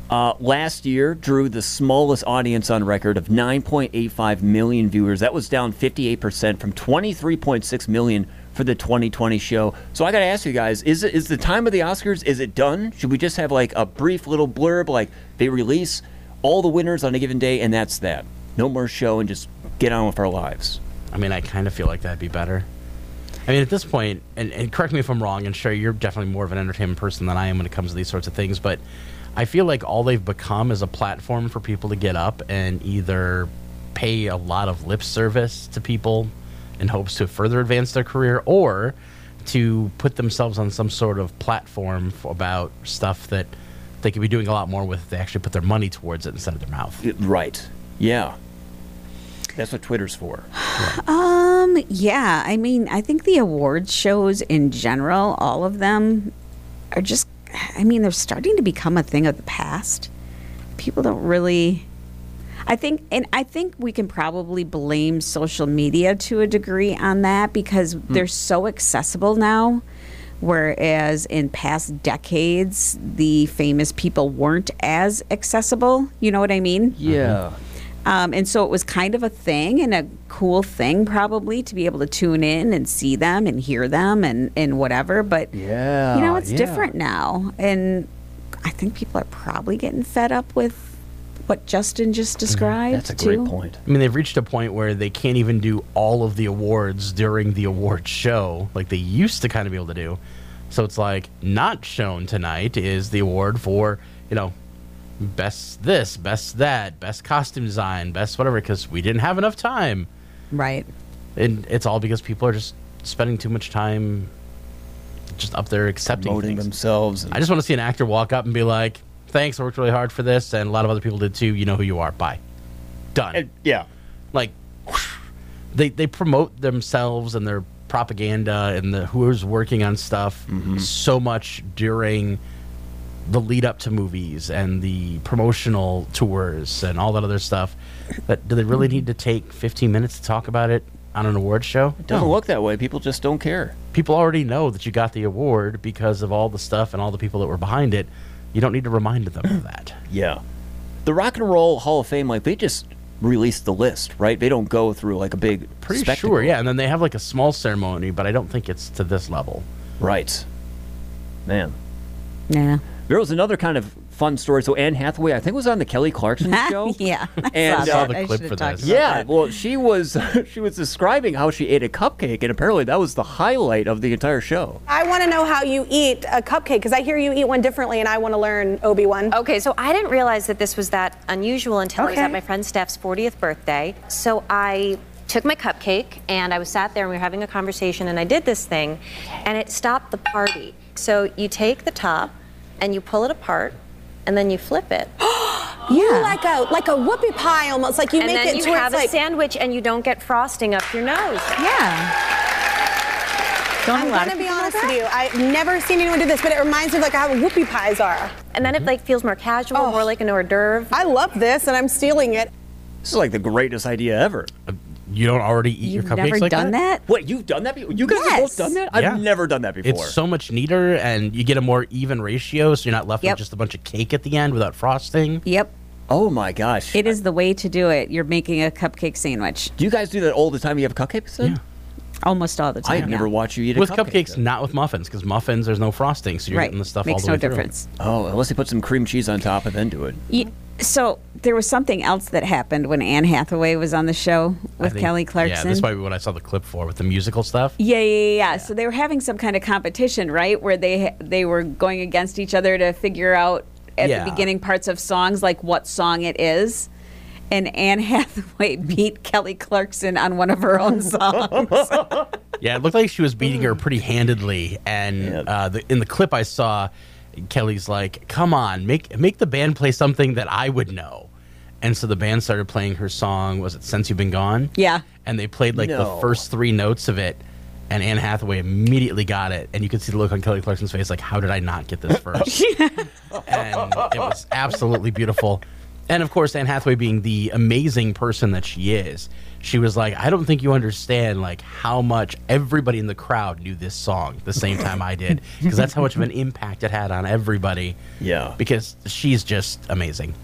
Uh, last year drew the smallest audience on record of 9.85 million viewers. That was down 58% from 23.6 million for the 2020 show. So I got to ask you guys, is it, is the time of the Oscars is it done? Should we just have like a brief little blurb like they release all the winners on a given day and that's that. No more show and just get on with our lives.
I mean, I kind of feel like that'd be better. I mean, at this point, and, and correct me if I'm wrong, and sure, you're definitely more of an entertainment person than I am when it comes to these sorts of things, but I feel like all they've become is a platform for people to get up and either pay a lot of lip service to people in hopes to further advance their career or to put themselves on some sort of platform f about stuff that they could be doing a lot more with if they actually put their money towards it instead of their mouth.
Right. Yeah. That's what Twitter's for.
Um, yeah, I mean, I think the awards shows in general, all of them are just I mean, they're starting to become a thing of the past. People don't really I think and I think we can probably blame social media to a degree on that because
Hmm.
they're so accessible now. Whereas in past decades, the famous people weren't as accessible. You know what I mean?
Yeah.
Um, and so it was kind of a thing and a cool thing, probably, to be able to tune in and see them and hear them and, and whatever. But,
yeah,
you know, it's
Oh, yeah.
different now. And I think people are probably getting fed up with what Justin
Mm,
just described. too.
I mean, they've reached a point where they can't even do all of the awards during the award show like they used to kind of be able to do. So it's like not shown tonight is the award for, you know, best this, best that, best costume design, best whatever because we didn't have enough time.
Right.
And it's all because people are just spending too much time just up there accepting
Promoting
things.
themselves.
I just want to see an actor walk up and be like, "Thanks, I worked really hard for this," and a lot of other people did too. You know who you are. Bye. Done.
yeah.
Like they they promote themselves and their propaganda and the whoever's working on stuff
Mm-hmm.
so much during the lead up to movies and the promotional tours and all that other stuff. That do they really need to take 15 minutes to talk about it on an award show?
It doesn't look that way. People just don't care.
people already know that you got the award because of all the stuff and all the people that were behind it. You don't need to remind them of that.
Yeah. The Rock and Roll Hall of Fame, like, they just release the list, right? They don't go through, like, a big.
Pretty sure, yeah. And then they have like a small ceremony, but I don't think it's to this level.
Right. Man.
Yeah.
There was another kind of fun story. So Anne Hathaway, I think, was on the Kelly Clarkson show.
yeah. I
And
saw
uh,
that. I should've talked about
Yeah,
that.
well, she was she was describing how she ate a cupcake, and apparently that was the highlight of the entire show.
I want to know how you eat a cupcake because I hear you eat one differently, and I want to learn Obi Wan.
Okay, so I didn't realize that this was that unusual until I was
Okay.
at my friend Steph's 40th birthday. So I took my cupcake and I was sat there and we were having a conversation and I did this thing and it stopped the party. So you take the top and you pull it apart and then you flip it.
You like a like a whoopie pie almost, like you
and
make
then
it
you
to where
have
it's
a
like.
sandwich and you don't get frosting up your nose.
Yeah.
I'm gonna be honest with you. I've never seen anyone do this, but it reminds me of like how whoopie pies are. Oh.
And then it like feels more casual, more like an hors d'oeuvre.
I love this, and I'm stealing it.
This is like the greatest idea ever.
You don't already eat your cupcakes like
Wait, you've done that? before? You guys have both done that? I've
Yeah.
never done that before.
It's so much neater, and you get a more even ratio, so you're not left
Yep.
with just a bunch of cake at the end without frosting.
Yep.
Oh my gosh.
It is the way to do it. You're making a cupcake sandwich.
Do you guys do that all the time? You have cupcakes? Yeah.
Almost all the time.
I've never
yeah.
watched you eat a
with
cupcake,
cupcakes, not with muffins, because muffins there's no frosting, so you're
Right.
getting the stuff
Makes
all the
no
way through.
difference.
Oh, unless they put some cream cheese on top and then do it.
You- so there was something else that happened when Anne Hathaway was on the show
I
with
think-
Kelly Clarkson.
Yeah, this might be what I saw the clip for with the musical stuff.
Yeah, yeah, yeah, yeah. So they were having some kind of competition, right? Where they they were going against each other to figure out at
Yeah.
the beginning parts of songs, like what song it is. And Anne Hathaway beat Kelly Clarkson on one of her own songs.
Yeah, it looked like she was beating her pretty handedly, and uh, the, in the clip I saw, Kelly's like, "Come on, make make the band play something that I would know," and so the band started playing her song. Was it "Since You've Been Gone"?
yeah.
and they played like
No.
the first three notes of it, and Anne Hathaway immediately got it, and you could see the look on Kelly Clarkson's face, like, "How did I not get this first? and it was absolutely beautiful. And of course, Anne Hathaway, being the amazing person that she is, she was like, "I don't think you understand like how much everybody in the crowd knew this song the same time I did, because that's how much of an impact it had on everybody."
Yeah,
because she's just amazing.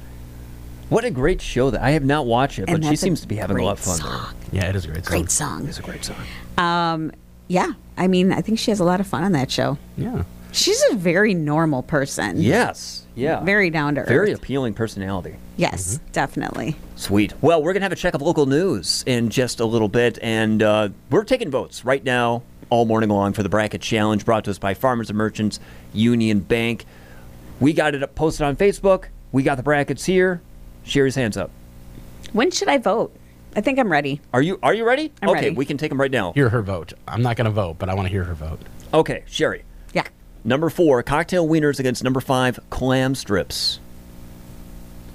What a great show that I have not watched it,
And
but she
that's a
seems to be having a lot of
great
fun
song.
there. Yeah, it is a great song.
Great song.
It's a great song.
Um, yeah. I mean, I think she has a lot of fun on that show.
Yeah.
She's a very normal person.
Yes. Yeah.
Very down to earth.
Very Mm-hmm. appealing personality.
Yes, definitely.
Sweet. Well, we're going to have a check of local news in just a little bit, and uh, we're taking votes right now all morning long for the Bracket Challenge brought to us by Farmers and Merchants Union Bank. We got it up posted on Facebook. We got the brackets here. Sherry's hands up.
When should I vote? I think I'm ready.
Are you Are you ready?
I'm
okay,
ready.
we can take them right now.
Hear her vote. I'm not going to vote, but I want to hear her vote.
Okay, Sherry.
Yeah.
Number four, cocktail wieners against number five, clam strips.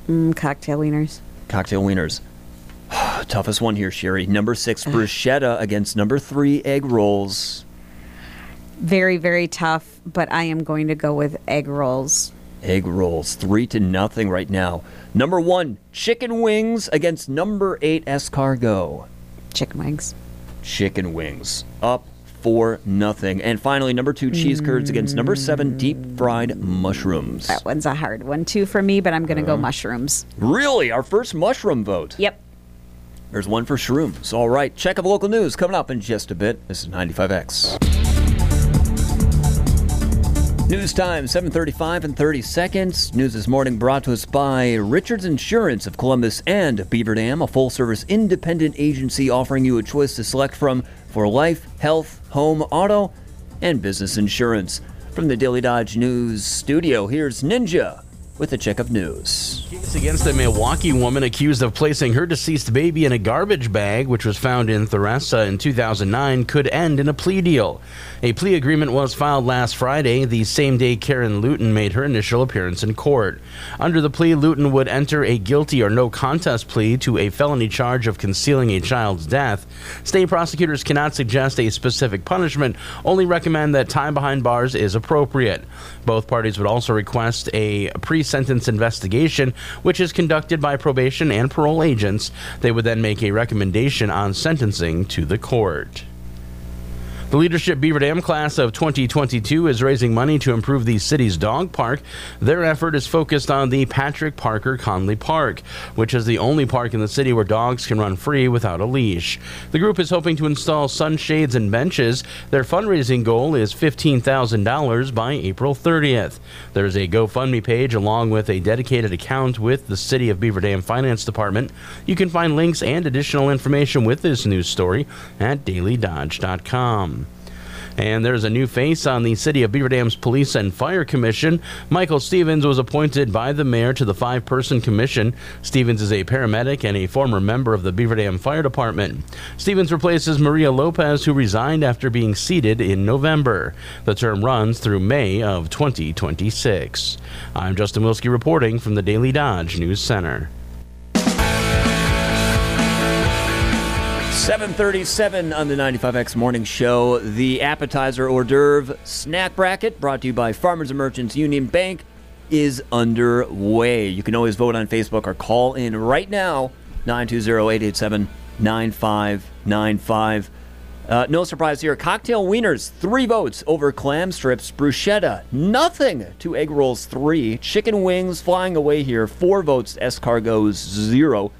Mm, cocktail wieners.
Cocktail wieners. Toughest one here, Sherry. Number six, bruschetta against number three, egg rolls.
Very, very tough, but I am going to go with egg rolls.
Egg rolls, three to nothing right now. Number one, chicken wings against number eight, escargot.
Chicken wings.
Chicken wings up for nothing. And finally, number two, cheese curds against number seven, deep fried mushrooms.
That one's a hard one too for me, but I'm going to go mushrooms.
Really, our first mushroom vote.
Yep.
There's one for shrooms. All right, check of local news coming up in just a bit. This is 95X. News time, 7:35 and 30 seconds. News this morning brought to us by Richards Insurance of Columbus and Beaver Dam, a full-service independent agency offering you a choice to select from for life, health, home, auto, and business insurance. From the Daily Dodge News studio, here's Ninja with a check of news.
Case against a Milwaukee woman accused of placing her deceased baby in a garbage bag, which was found in Theresa in 2009, could end in a plea deal. A plea agreement was filed last Friday, the same day Karen Luton made her initial appearance in court. Under the plea, Luton would enter a guilty or no contest plea to a felony charge of concealing a child's death. State prosecutors cannot suggest a specific punishment, only recommend that time behind bars is appropriate. Both parties would also request a pre sentence investigation, which is conducted by probation and parole agents. They would then make a recommendation on sentencing to the court. The Leadership Beaver Dam class of 2022 is raising money to improve the city's dog park. Their effort is focused on the Patrick Parker Conley Park, which is the only park in the city where dogs can run free without a leash. The group is hoping to install sunshades and benches. Their fundraising goal is $15,000 by April 30th. There's a GoFundMe page along with a dedicated account with the City of Beaver Dam Finance Department. You can find links and additional information with this news story at dailydodge.com. And there's a new face on the City of Beaver Dam's Police and Fire Commission. Michael Stevens was appointed by the mayor to the five person commission. Stevens is a paramedic and a former member of the Beaver Dam Fire Department. Stevens replaces Maria Lopez, who resigned after being seated in November. The term runs through May of 2026. I'm Justin Wilski reporting from the Daily Dodge News Center.
737 on the 95X Morning Show, the appetizer hors d'oeuvre snack bracket brought to you by Farmers and Merchants Union Bank is underway. You can always vote on Facebook or call in right now, 920-887-9595. Uh, no surprise here. Cocktail wieners, three votes over clam strips. Bruschetta, nothing to egg rolls, three. Chicken wings flying away here, four votes. Escargots, zero.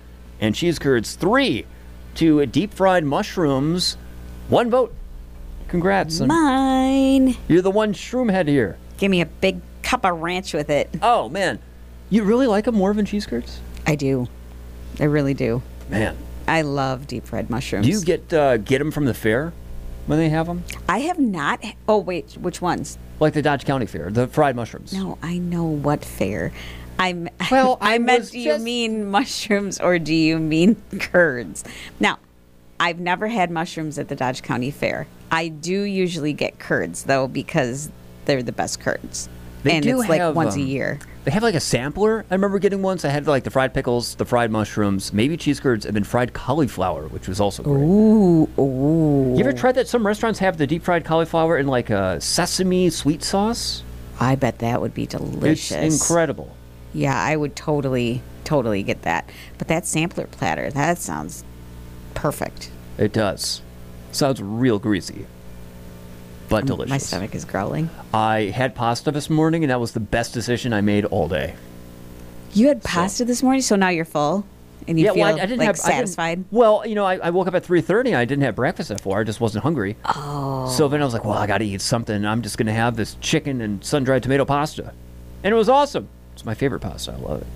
And cheese curds, three to deep fried mushrooms. One vote. Congrats. I'm-
Mine.
You're the one shroom head here.
Give me a big cup of ranch with it.
Oh man, you really like them more than cheese curds?
I do. I really do.
Man.
I love deep fried mushrooms.
Do you get uh, get them from the fair when they have them?
I have not. Oh wait, which ones?
Like the Dodge County Fair, the fried mushrooms.
No, I know what fair. I'm. Well, I, meant. Do you mean mushrooms or do you mean curds? Now, I've never had mushrooms at the Dodge County Fair. I do usually get curds though because they're the best curds,
They
and
do
it's like
have,
once a
um,
year.
They have like a sampler. I remember getting once. I had like the fried pickles, the fried mushrooms, maybe cheese curds, and then fried cauliflower, which was also great.
Ooh, ooh.
You ever tried that? Some restaurants have the deep fried cauliflower in like a sesame sweet sauce.
I bet that would be delicious.
It's incredible.
Yeah, I would totally, totally get that. But that sampler platter, that sounds perfect.
It does. Sounds real greasy, but delicious. My stomach
Um, is growling.
I had pasta this morning, and that was the best decision I made all day.
You had pasta this morning, so now you're full and you
yeah,
feel
well, I, I didn't
like
have I didn't-
satisfied.
well, you know, I, I woke up at three thirty. and I didn't have breakfast at four. I just wasn't hungry.
Oh.
So then I was like, well, I got to eat something. I'm just gonna have this chicken and sun dried tomato pasta, and it was awesome. It's my favorite pasta. I love it.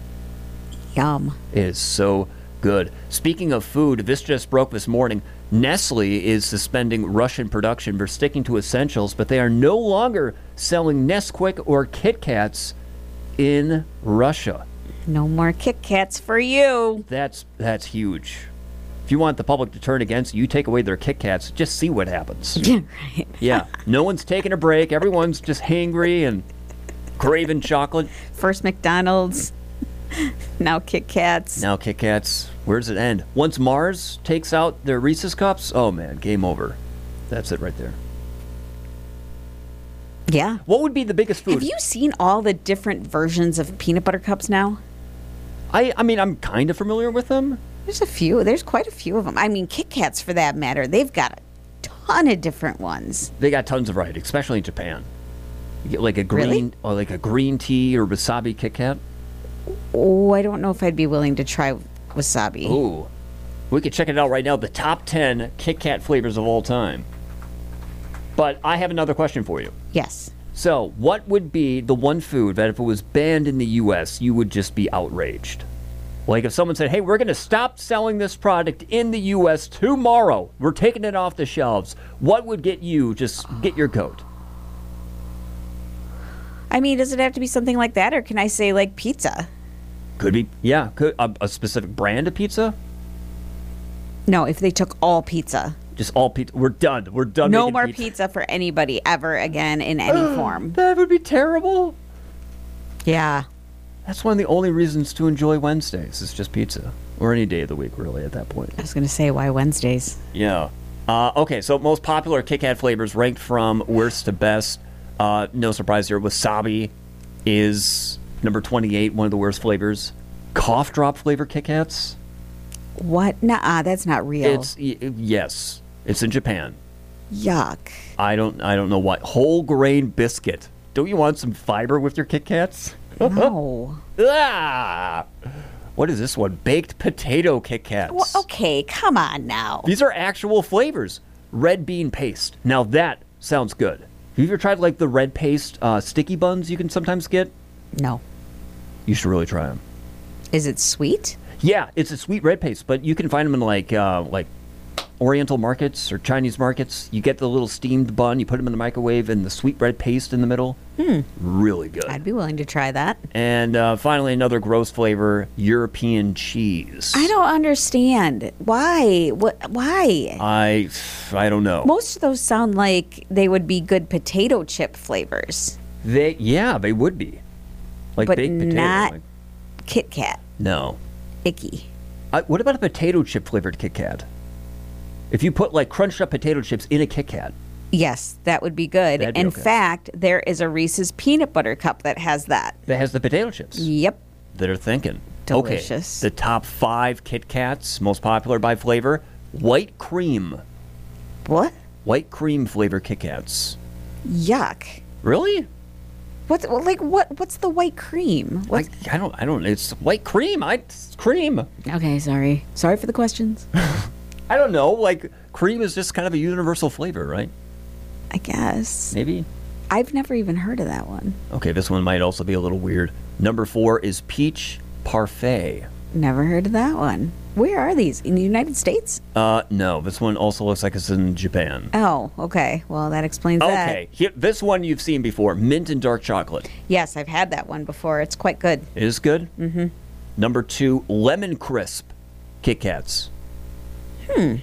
Yum.
It is so good. Speaking of food, this just broke this morning. Nestle is suspending Russian production. They're sticking to essentials, but they are no longer selling Nesquik or Kit Kats in Russia.
No more Kit Kats for you.
That's that's huge. If you want the public to turn against you, take away their Kit Kats. Just see what happens.
Yeah,
Yeah, no one's taking a break. Everyone's just hangry and craving chocolate.
First McDonald's, now Kit Kats.
Now Kit Kats, where does it end? Once Mars takes out their Reese's cups, oh man, game over. That's it right there.
Yeah.
What would be the biggest food?
Have you seen all the different versions of peanut butter cups now?
I, I mean, I'm kind of familiar with them.
There's a few. There's quite a few of them. I mean, Kit Kats, for that matter, they've got a ton of different ones.
They got tons of variety, especially in Japan. You get like a green,
Really?
or like a green tea or wasabi Kit Kat.
Oh, I don't know if I'd be willing to try wasabi.
Ooh, we could check it out right now. The top ten Kit Kat flavors of all time. But I have another question for you.
Yes.
So, what would be the one food that if it was banned in the US, you would just be outraged? Like if someone said, "Hey, we're going to stop selling this product in the US tomorrow. We're taking it off the shelves." What would get you just get your goat?
I mean, does it have to be something like that, or can I say like pizza?
Could be yeah, could a, a specific brand of pizza?
No, if they took all pizza,
Just all pizza. We're done. We're done
no
making
more
pizza.
pizza. for anybody ever again in any form.
That would be terrible.
Yeah.
That's one of the only reasons to enjoy Wednesdays. It's just pizza or any day of the week really at that point.
I was gonna say why Wednesdays.
Yeah. Uh, okay, so most popular Kit Kat flavors ranked from worst to best. Uh, no surprise here. Wasabi is number 28, one of the worst flavors. Cough drop flavor Kit Kats?
What? Nah, that's not real.
It's, y- yes, it's in Japan.
Yuck.
I don't I don't know why. Whole grain biscuit. Don't you want some fiber with your Kit Kats?
No.
ah! What is this one? Baked potato Kit Kats.
Well, okay, come on now.
These are actual flavors. Red bean paste. Now that sounds good. Have you ever tried like the red paste uh, sticky buns you can sometimes get?
No.
You should really try them.
Is it sweet?
Yeah, it's a sweet red paste, but you can find them in like uh, like Oriental markets or Chinese markets. You get the little steamed bun, you put them in the microwave, and the sweet red paste in the middle.
Hmm.
Really good.
I'd be willing to try that.
And uh, finally, another gross flavor: European cheese.
I don't understand why. What? Why?
I I don't know.
Most of those sound like they would be good potato chip flavors,
They yeah, they would be like
but
baked potato.
not
like-
Kit Kat.
no.
Icky.
Uh, what about a potato chip flavored Kit Kat? If you put like crunched up potato chips in a Kit Kat,
Yes, that would be good.
That'd be
In
okay.
fact, there is a Reese's peanut butter cup that has that.
that has the potato chips.
Yep.
that are thinking.
Delicious.
Okay, the top five Kit Kats, most popular by flavor white cream.
What?
White cream flavor Kit Kats.
Yuck.
Really?
What's well, like what? What's the white cream? What?
I, I don't, I don't, it's white cream. I, it's cream.
okay, sorry. Sorry for the questions.
I don't know. Like, cream is just kind of a universal flavor, right?
I guess.
Maybe.
I've never even heard of that one.
Okay, this one might also be a little weird. Number four is peach parfait.
Never heard of that one. Where are these in the United States?
Uh, no, this one also looks like it's in Japan.
Oh, okay. Well, that explains that.
Okay, here, this one you've seen before mint and dark chocolate.
Yes, I've had that one before. It's quite good.
It is good.
Mm-hmm.
Number two, lemon crisp Kit Kats.
Hmm.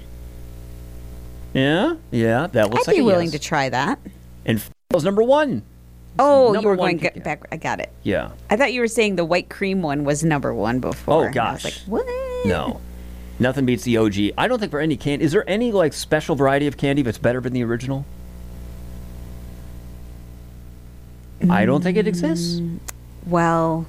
Yeah, yeah, that
I'd
looks like
be
a
willing
yes.
to try that.
And f- that was number one.
Oh,
number
you were
one
going
Kit
get back. I got it.
Yeah.
I thought you were saying the white cream one was number one before.
Oh
and I was
gosh.
like, what?
No, nothing beats the OG. I don't think for any candy. Is there any like special variety of candy that's better than the original? I don't
Mm,
think it exists.
Well,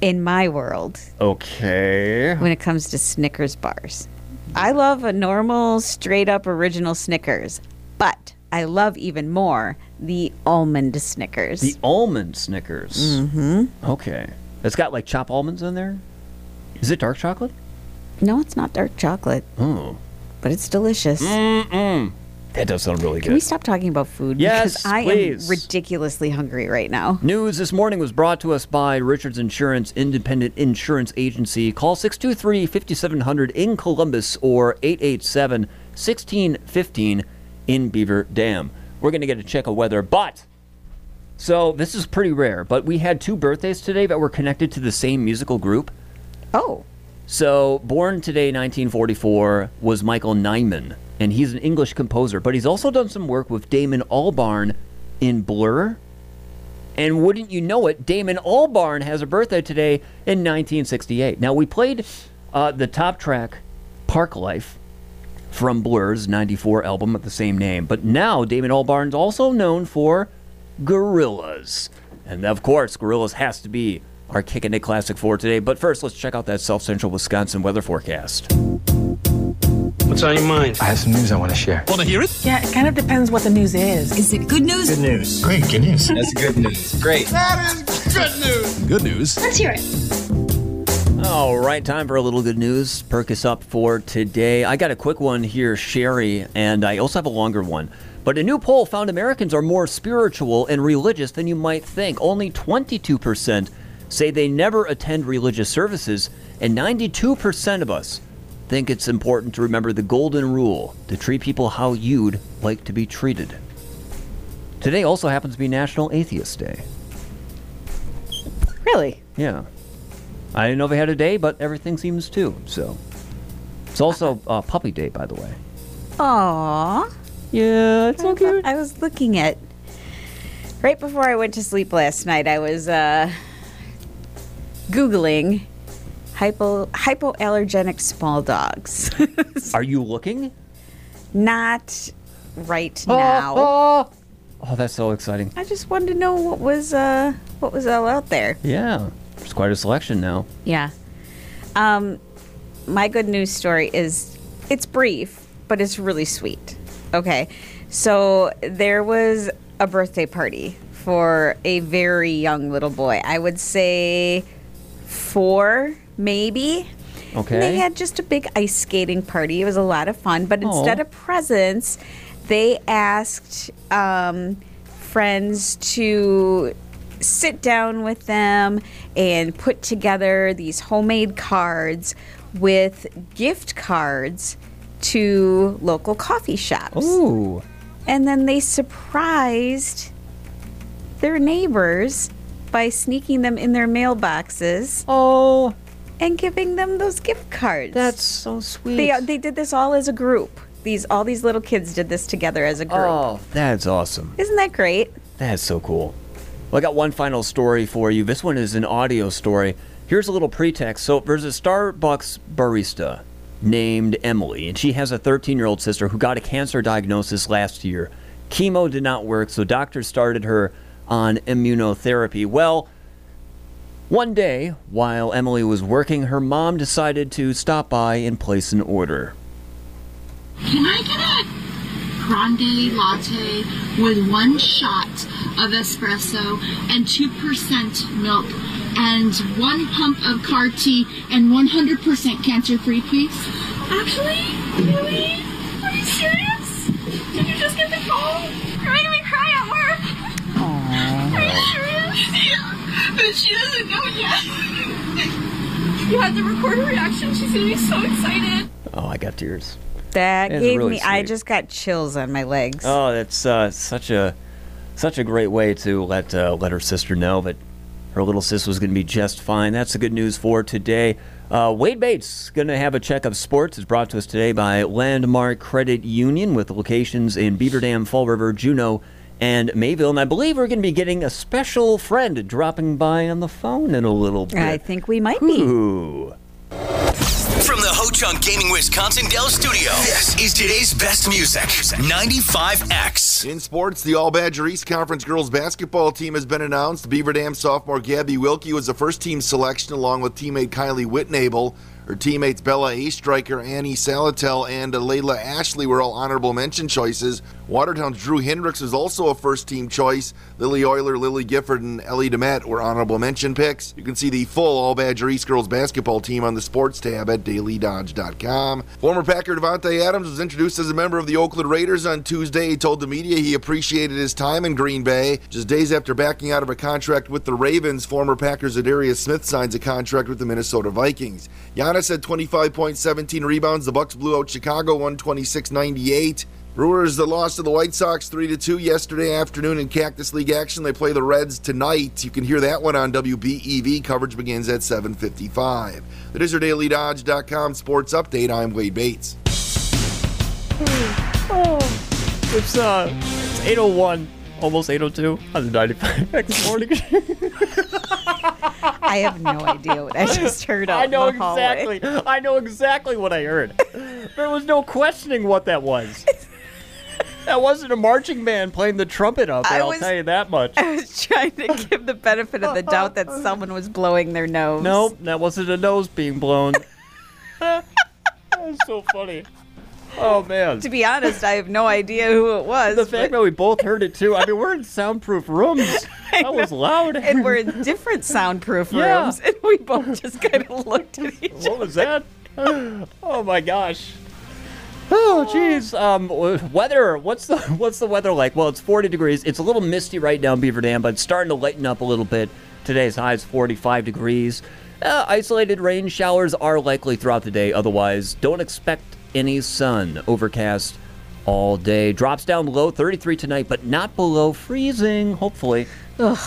in my world,
Okay.
when it comes to Snickers bars, I love a normal, straight up original Snickers, but I love even more the almond Snickers.
The almond Snickers.
Mhm.
Okay. It's got like chopped almonds in there. Is it dark chocolate?
no, it's not dark chocolate.
Oh.
But it's delicious.
Mm-mm. That does sound really
Can
good.
we stop talking about food?
Yes,
because I
please.
am ridiculously hungry right now.
News this morning was brought to us by Richards Insurance Independent Insurance Agency. Call 623 5700 in Columbus or 887 1615 in Beaver Dam. We're going to get a check of weather, but so this is pretty rare. But we had two birthdays today that were connected to the same musical group.
Oh.
So, born today, 1944, was Michael Nyman, and he's an English composer, but he's also done some work with Damon Albarn in Blur. And wouldn't you know it, Damon Albarn has a birthday today in 1968. Now, we played uh, the top track, Park Life, from Blur's 94 album of the same name. But now, Damon Albarn's also known for Gorillas. And of course, Gorillas has to be our kickin' it classic for today. But first, let's check out that South Central Wisconsin weather forecast.
What's on your mind? I have some news I want to share. Want to hear it?
Yeah, it kind of depends what the news is. Is it good news?
news. Great, good news. That's good news. Great.
That is good news.
Good news.
Let's hear it.
All right, time for a little good news. Perk us up for today. I got a quick one here, Sherry, and I also have a longer one. But a new poll found Americans are more spiritual and religious than you might think. Only 22% say they never attend religious services, and 92% of us think it's important to remember the golden rule to treat people how you'd like to be treated. Today also happens to be National Atheist Day.
Really?
Yeah. I didn't know they had a day, but everything seems to. So it's also uh, puppy day, by the way.
Aw.
Yeah, it's so
cute. I was looking at right before I went to sleep last night. I was uh, googling hypo hypoallergenic small dogs.
Are you looking?
Not right
Oh,
now.
oh. Oh, that's so exciting.
I just wanted to know what was uh, what was all out there.
Yeah, there's quite a selection now.
Yeah. Um, my good news story is it's brief, but it's really sweet. Okay. So there was a birthday party for a very young little boy. I would say four, maybe.
Okay.
They had just a big ice skating party. It was a lot of fun. But instead
Aw.
of presents, they asked um, friends to sit down with them and put together these homemade cards with gift cards to local coffee shops.
Ooh.
And then they surprised their neighbors by sneaking them in their mailboxes.
Oh.
And giving them those gift cards. That's
so sweet.
They, they did this all as a group. These all these little kids did this together as a group.
Oh, that's awesome.
Isn't that great?
That is so cool. Well, I got one final story for you. This one is an audio story. Here's a little pretext. So, there's a Starbucks barista named Emily, and she has a 13 year old sister who got a cancer diagnosis last year. Chemo did not work, so doctors started her on immunotherapy. Well, one day, while Emily was working, her mom decided to stop by and place an order.
Can I get a grande latte with one shot of espresso and 2% milk and one pump of car tea and 100% cancer free, please? Actually, really? Are you serious? Did you just get the call? You're making me cry at work. Are you serious? Yeah, but she doesn't know yet. you had to record her reaction. She's gonna be so excited.
Oh, I got tears.
That
That's
gave
really
me. I
sweet.
just got chills on my legs.
Oh, that's uh, such a such a great way to let uh, let her sister know that her little sis was going to be just fine. That's the good news for today. Uh, Wade Bates going to have a check of sports. It's brought to us today by Landmark Credit Union with locations in Beaver Dam, Fall River, Juneau, and Mayville. And I believe we're going to be getting a special friend dropping by on the phone in a little bit.
I think we might be.
Ooh.
From the Ho Chunk Gaming Wisconsin Dell Studio, this is today's best music 95X.
In sports, the All Badger East Conference girls basketball team has been announced. Beaver Dam sophomore Gabby Wilkie was the first team selection, along with teammate Kylie Whitnable. Her teammates Bella A. Striker, Annie Salatel, and Layla Ashley were all honorable mention choices. Watertown's Drew Hendricks was also a first team choice. Lily Euler, Lily Gifford, and Ellie DeMette were honorable mention picks. You can see the full All Badger East girls basketball team on the sports tab at dailydodge.com. Former Packer Devontae Adams was introduced as a member of the Oakland Raiders on Tuesday. He told the media he appreciated his time in Green Bay. Just days after backing out of a contract with the Ravens, former Packers Adarius Smith signs a contract with the Minnesota Vikings. Giannis had 25 points, 17 rebounds. The Bucks blew out Chicago 126-98. Brewers the loss to the White Sox 3 2 yesterday afternoon in Cactus League action. They play the Reds tonight. You can hear that one on WBEV. Coverage begins at 7:55. That is your daily dodge.com sports update. I'm Wade Bates.
Oh, it's uh, it's 801, almost 802 on the 95 X morning.
I have no idea what I just heard. Out
I know
in the hallway.
exactly. I know exactly what I heard. there was no questioning what that was. that wasn't a marching band playing the trumpet out there.
I
I'll
was-
tell you that much.
I was trying to give the benefit of the doubt that someone was blowing their nose.
Nope, that wasn't a nose being blown.
That's
so funny. Oh man.
To be honest, I have no idea who it was. The
fact that we both heard it too. I mean, we're in soundproof rooms. That was loud.
And we're in different soundproof
Yeah.
rooms, and we both just kind of looked at each other.
What was that? Oh my gosh. Oh jeez. Um, w- weather. What's the what's the weather like? Well, it's 40 degrees. It's a little misty right now in Beaver Dam, but it's starting to lighten up a little bit. Today's high is 45 degrees. Uh, isolated rain showers are likely throughout the day. Otherwise, don't expect any sun. Overcast all day. Drops down low 33 tonight, but not below freezing. Hopefully.
Ugh.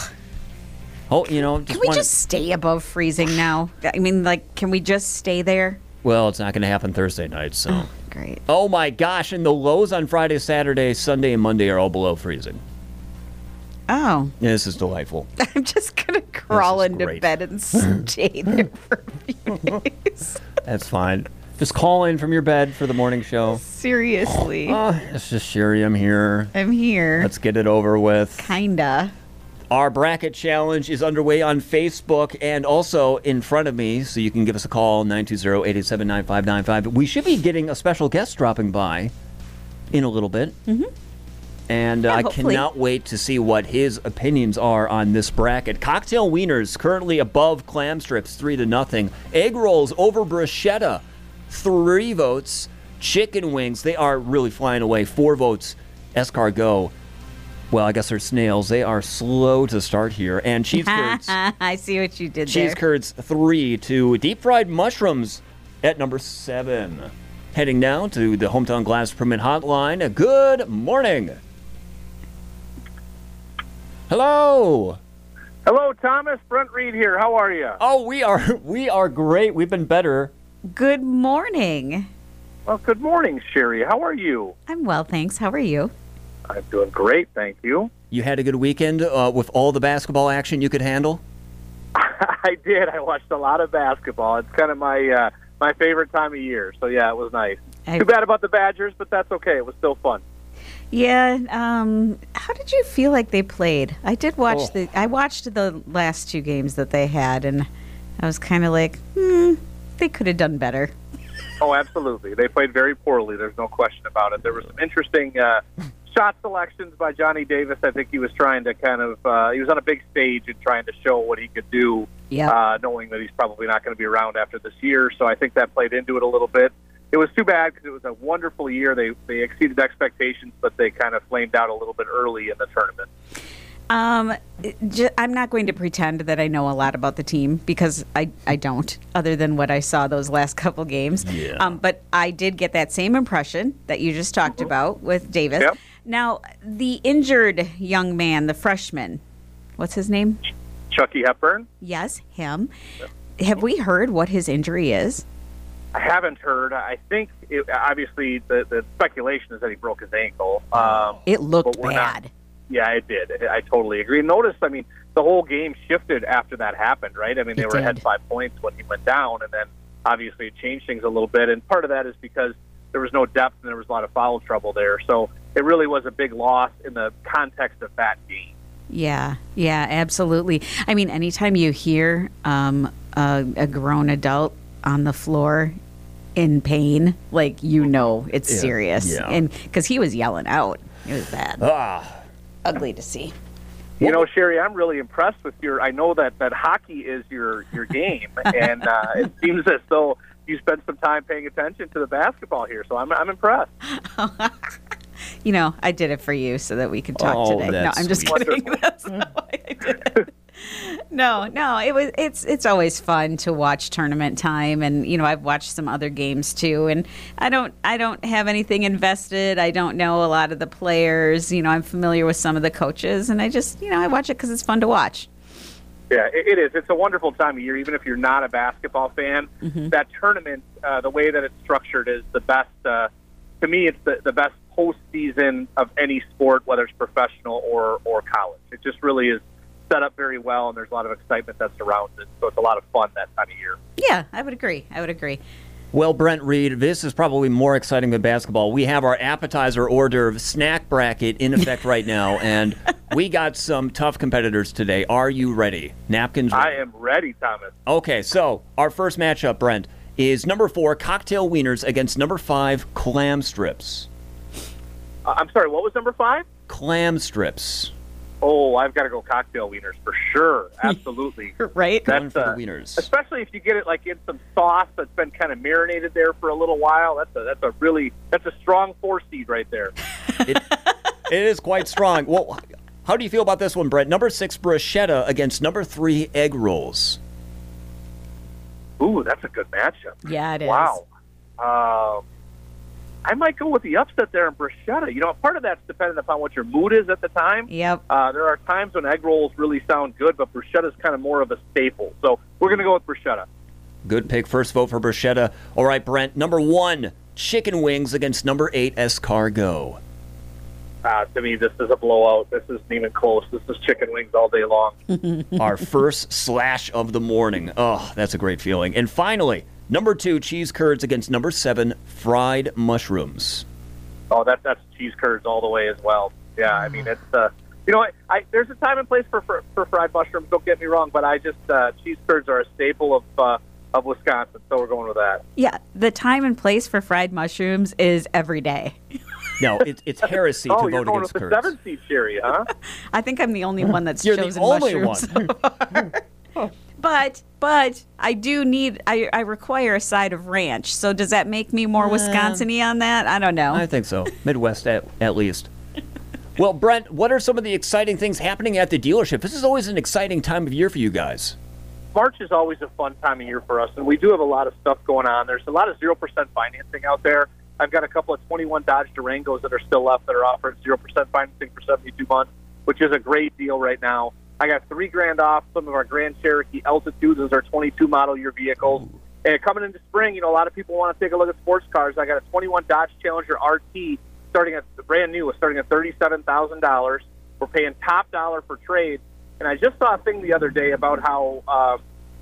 Oh, you know.
Can we
wanna-
just stay above freezing now? I mean, like, can we just stay there?
Well, it's not going to happen Thursday night, so. great. Oh my gosh, and the lows on Friday, Saturday, Sunday, and Monday are all below freezing.
Oh.
Yeah, this is delightful.
I'm just gonna crawl into
great.
bed and stay there for a few days.
That's fine. Just call in from your bed for the morning show. Oh,
Seriously,
It's just Sherry, I'm here.
I'm here.
Let's get it over with.
Kinda.
Our bracket challenge is underway on Facebook and also in front of me, so you can give us a call 920 887 9595. We should be getting a special guest dropping by in a little bit.
Mhm.
And uh,
Yeah,
I
hopefully.
cannot wait to see what his opinions are on this bracket. Cocktail wieners currently above clam strips, three to nothing. Egg rolls over bruschetta, three votes. Chicken wings, they are really flying away, four votes. Escargot, well, I guess they're snails. They are slow to start here. And cheese curds.
I see what you did
Cheese
there.
curds three to deep fried mushrooms at number seven. Heading now to the hometown glass permit hotline. Good morning. Hello.
Hello, Thomas. Brent Reed here. How are you?
Oh, we are we are great. We've been better.
Good morning.
Well, good morning, Sherry. How are you?
I'm well, thanks. How are you?
I'm doing great, thank you.
You had a good weekend uh, with all the basketball action you could handle.
I did. I watched a lot of basketball. It's kind of my uh, my favorite time of year. So yeah, it was nice.
I-
Too bad about the Badgers, but that's okay. It was still fun.
Yeah. Um, how did you feel like they played? I did watch
Oh.
the. I watched the last two games that they had, and I was kind of like, hmm, they could have done better.
Oh, absolutely. They played very poorly. There's no question about it. There were some interesting uh, shot selections by Johnny Davis. I think he was trying to kind of uh, he was on a big stage and trying to show what he could do,
Yep.
uh, knowing that he's probably not going to be around after this year. So I think that played into it a little bit. It was too bad because it was a wonderful year. They they exceeded expectations, but they kind of flamed out a little bit early in the tournament.
Um, it- ju- I'm not going to pretend that I know a lot about the team because I, I don't, other than what I saw those last couple games.
Yeah.
Um, but I did get that same impression that you just talked about with Davis. Now, the injured young man, the freshman, what's his name?
Chucky Hepburn.
Yes, him. Have we heard what his injury is?
I haven't heard. I think it, obviously the, the speculation is that he broke his ankle. Um,
It looked
but we're
bad.
Not, yeah, it did. I totally agree. Notice, I mean, the whole game shifted after that happened, right? I mean, they
It
were ahead
did.
five points when he went down, and then obviously it changed things a little bit. And part of that is because there was no depth and there was a lot of foul trouble there. So it really was a big loss in the context of that game.
Yeah, yeah, absolutely. I mean, anytime you hear um, a, a grown adult on the floor in pain, like you know it's
Yeah,
serious,
yeah.
and because he was yelling out, it was bad,
Ah.
ugly to see.
You know, Sherry, I'm really impressed with your. I know that that hockey is your your game, and uh, it seems as though you spent some time paying attention to the basketball here. So I'm I'm impressed.
You know, I did it for you so that we could talk
Oh,
today. No,
that's
I'm just
sweet.
kidding. That's not why I did it. No, no, it was it's it's always fun to watch tournament time, and you know I've watched some other games too, and I don't I don't have anything invested. I don't know a lot of the players. You know, I'm familiar with some of the coaches, and I just you know I watch it because it's fun to watch.
Yeah, it, it is. It's a wonderful time of year, even if you're not a basketball fan. That tournament, uh, the way that it's structured, is the best. Uh, to me, it's the, the best postseason of any sport, whether it's professional or or college. It just really is set up very well, and there's a lot of excitement that surrounds it. So it's a lot of fun that time of year.
Yeah, I would agree. I would agree.
Well, Brent Reed, this is probably more exciting than basketball. We have our appetizer hors d'oeuvre snack bracket in effect right now, and we got some tough competitors today. Are you ready? Napkins.
I am ready, Thomas.
Okay, so our first matchup, Brent, is number four cocktail wieners against number five clam strips.
Uh, I'm sorry. What was number five?
Clam strips.
Oh, I've got to go cocktail wieners for sure. Absolutely.
right?
Going for
uh,
the wieners.
Especially if you get it like in some sauce that's been kind of marinated there for a little while. That's a that's a really that's a strong four seed right there.
It is quite strong. Well, how do you feel about this one, Brent? Number six bruschetta against number three egg rolls.
Ooh, that's a good matchup.
Yeah, it is.
Wow. Um, I might go with the upset there in bruschetta. You know, part of that's dependent upon what your mood is at the time.
Yep.
Uh, there are times when egg rolls really sound good, but bruschetta is kind of more of a staple. So we're going to go with bruschetta.
Good pick. First vote for bruschetta. All right, Brent. Number one, chicken wings against number eight, escargot.
Uh, to me, this is a blowout. This isn't even close. This is chicken wings all day long.
our first slash of the morning. Oh, that's a great feeling. And finally, number two, cheese curds against number seven, fried mushrooms.
Oh, that that's cheese curds all the way as well. Yeah, I mean it's uh, you know, I, I there's a time and place for, for for fried mushrooms. Don't get me wrong, but I just uh, cheese curds are a staple of uh, of Wisconsin, so we're going with that.
Yeah, the time and place for fried mushrooms is every day.
No, it, it's heresy to
oh, you're
vote
going
against
with the
curds.
seven seed theory, huh?
I think I'm the only one that's
You're the
chosen
only
mushrooms. but but I do need I, I require a side of ranch. So does that make me more Wisconsin-y on that? I don't know.
Um, I think so. Midwest at, at least. Well, Brent, what are some of the exciting things happening at the dealership? This is always an exciting time of year for you guys.
March is always a fun time of year for us, and we do have a lot of stuff going on. There's a lot of 0% financing out there. I've got a couple of 21 Dodge Durangos that are still left that are offering 0% financing for 72 months, which is a great deal right now. I got three grand off some of our Grand Cherokee Altitudes. Those are 22 model year vehicles. And coming into spring, you know, a lot of people want to take a look at sports cars. I got a 21 Dodge Challenger RT starting at brand new, starting at $37,000. We're paying top dollar for trade. And I just saw a thing the other day about how, uh,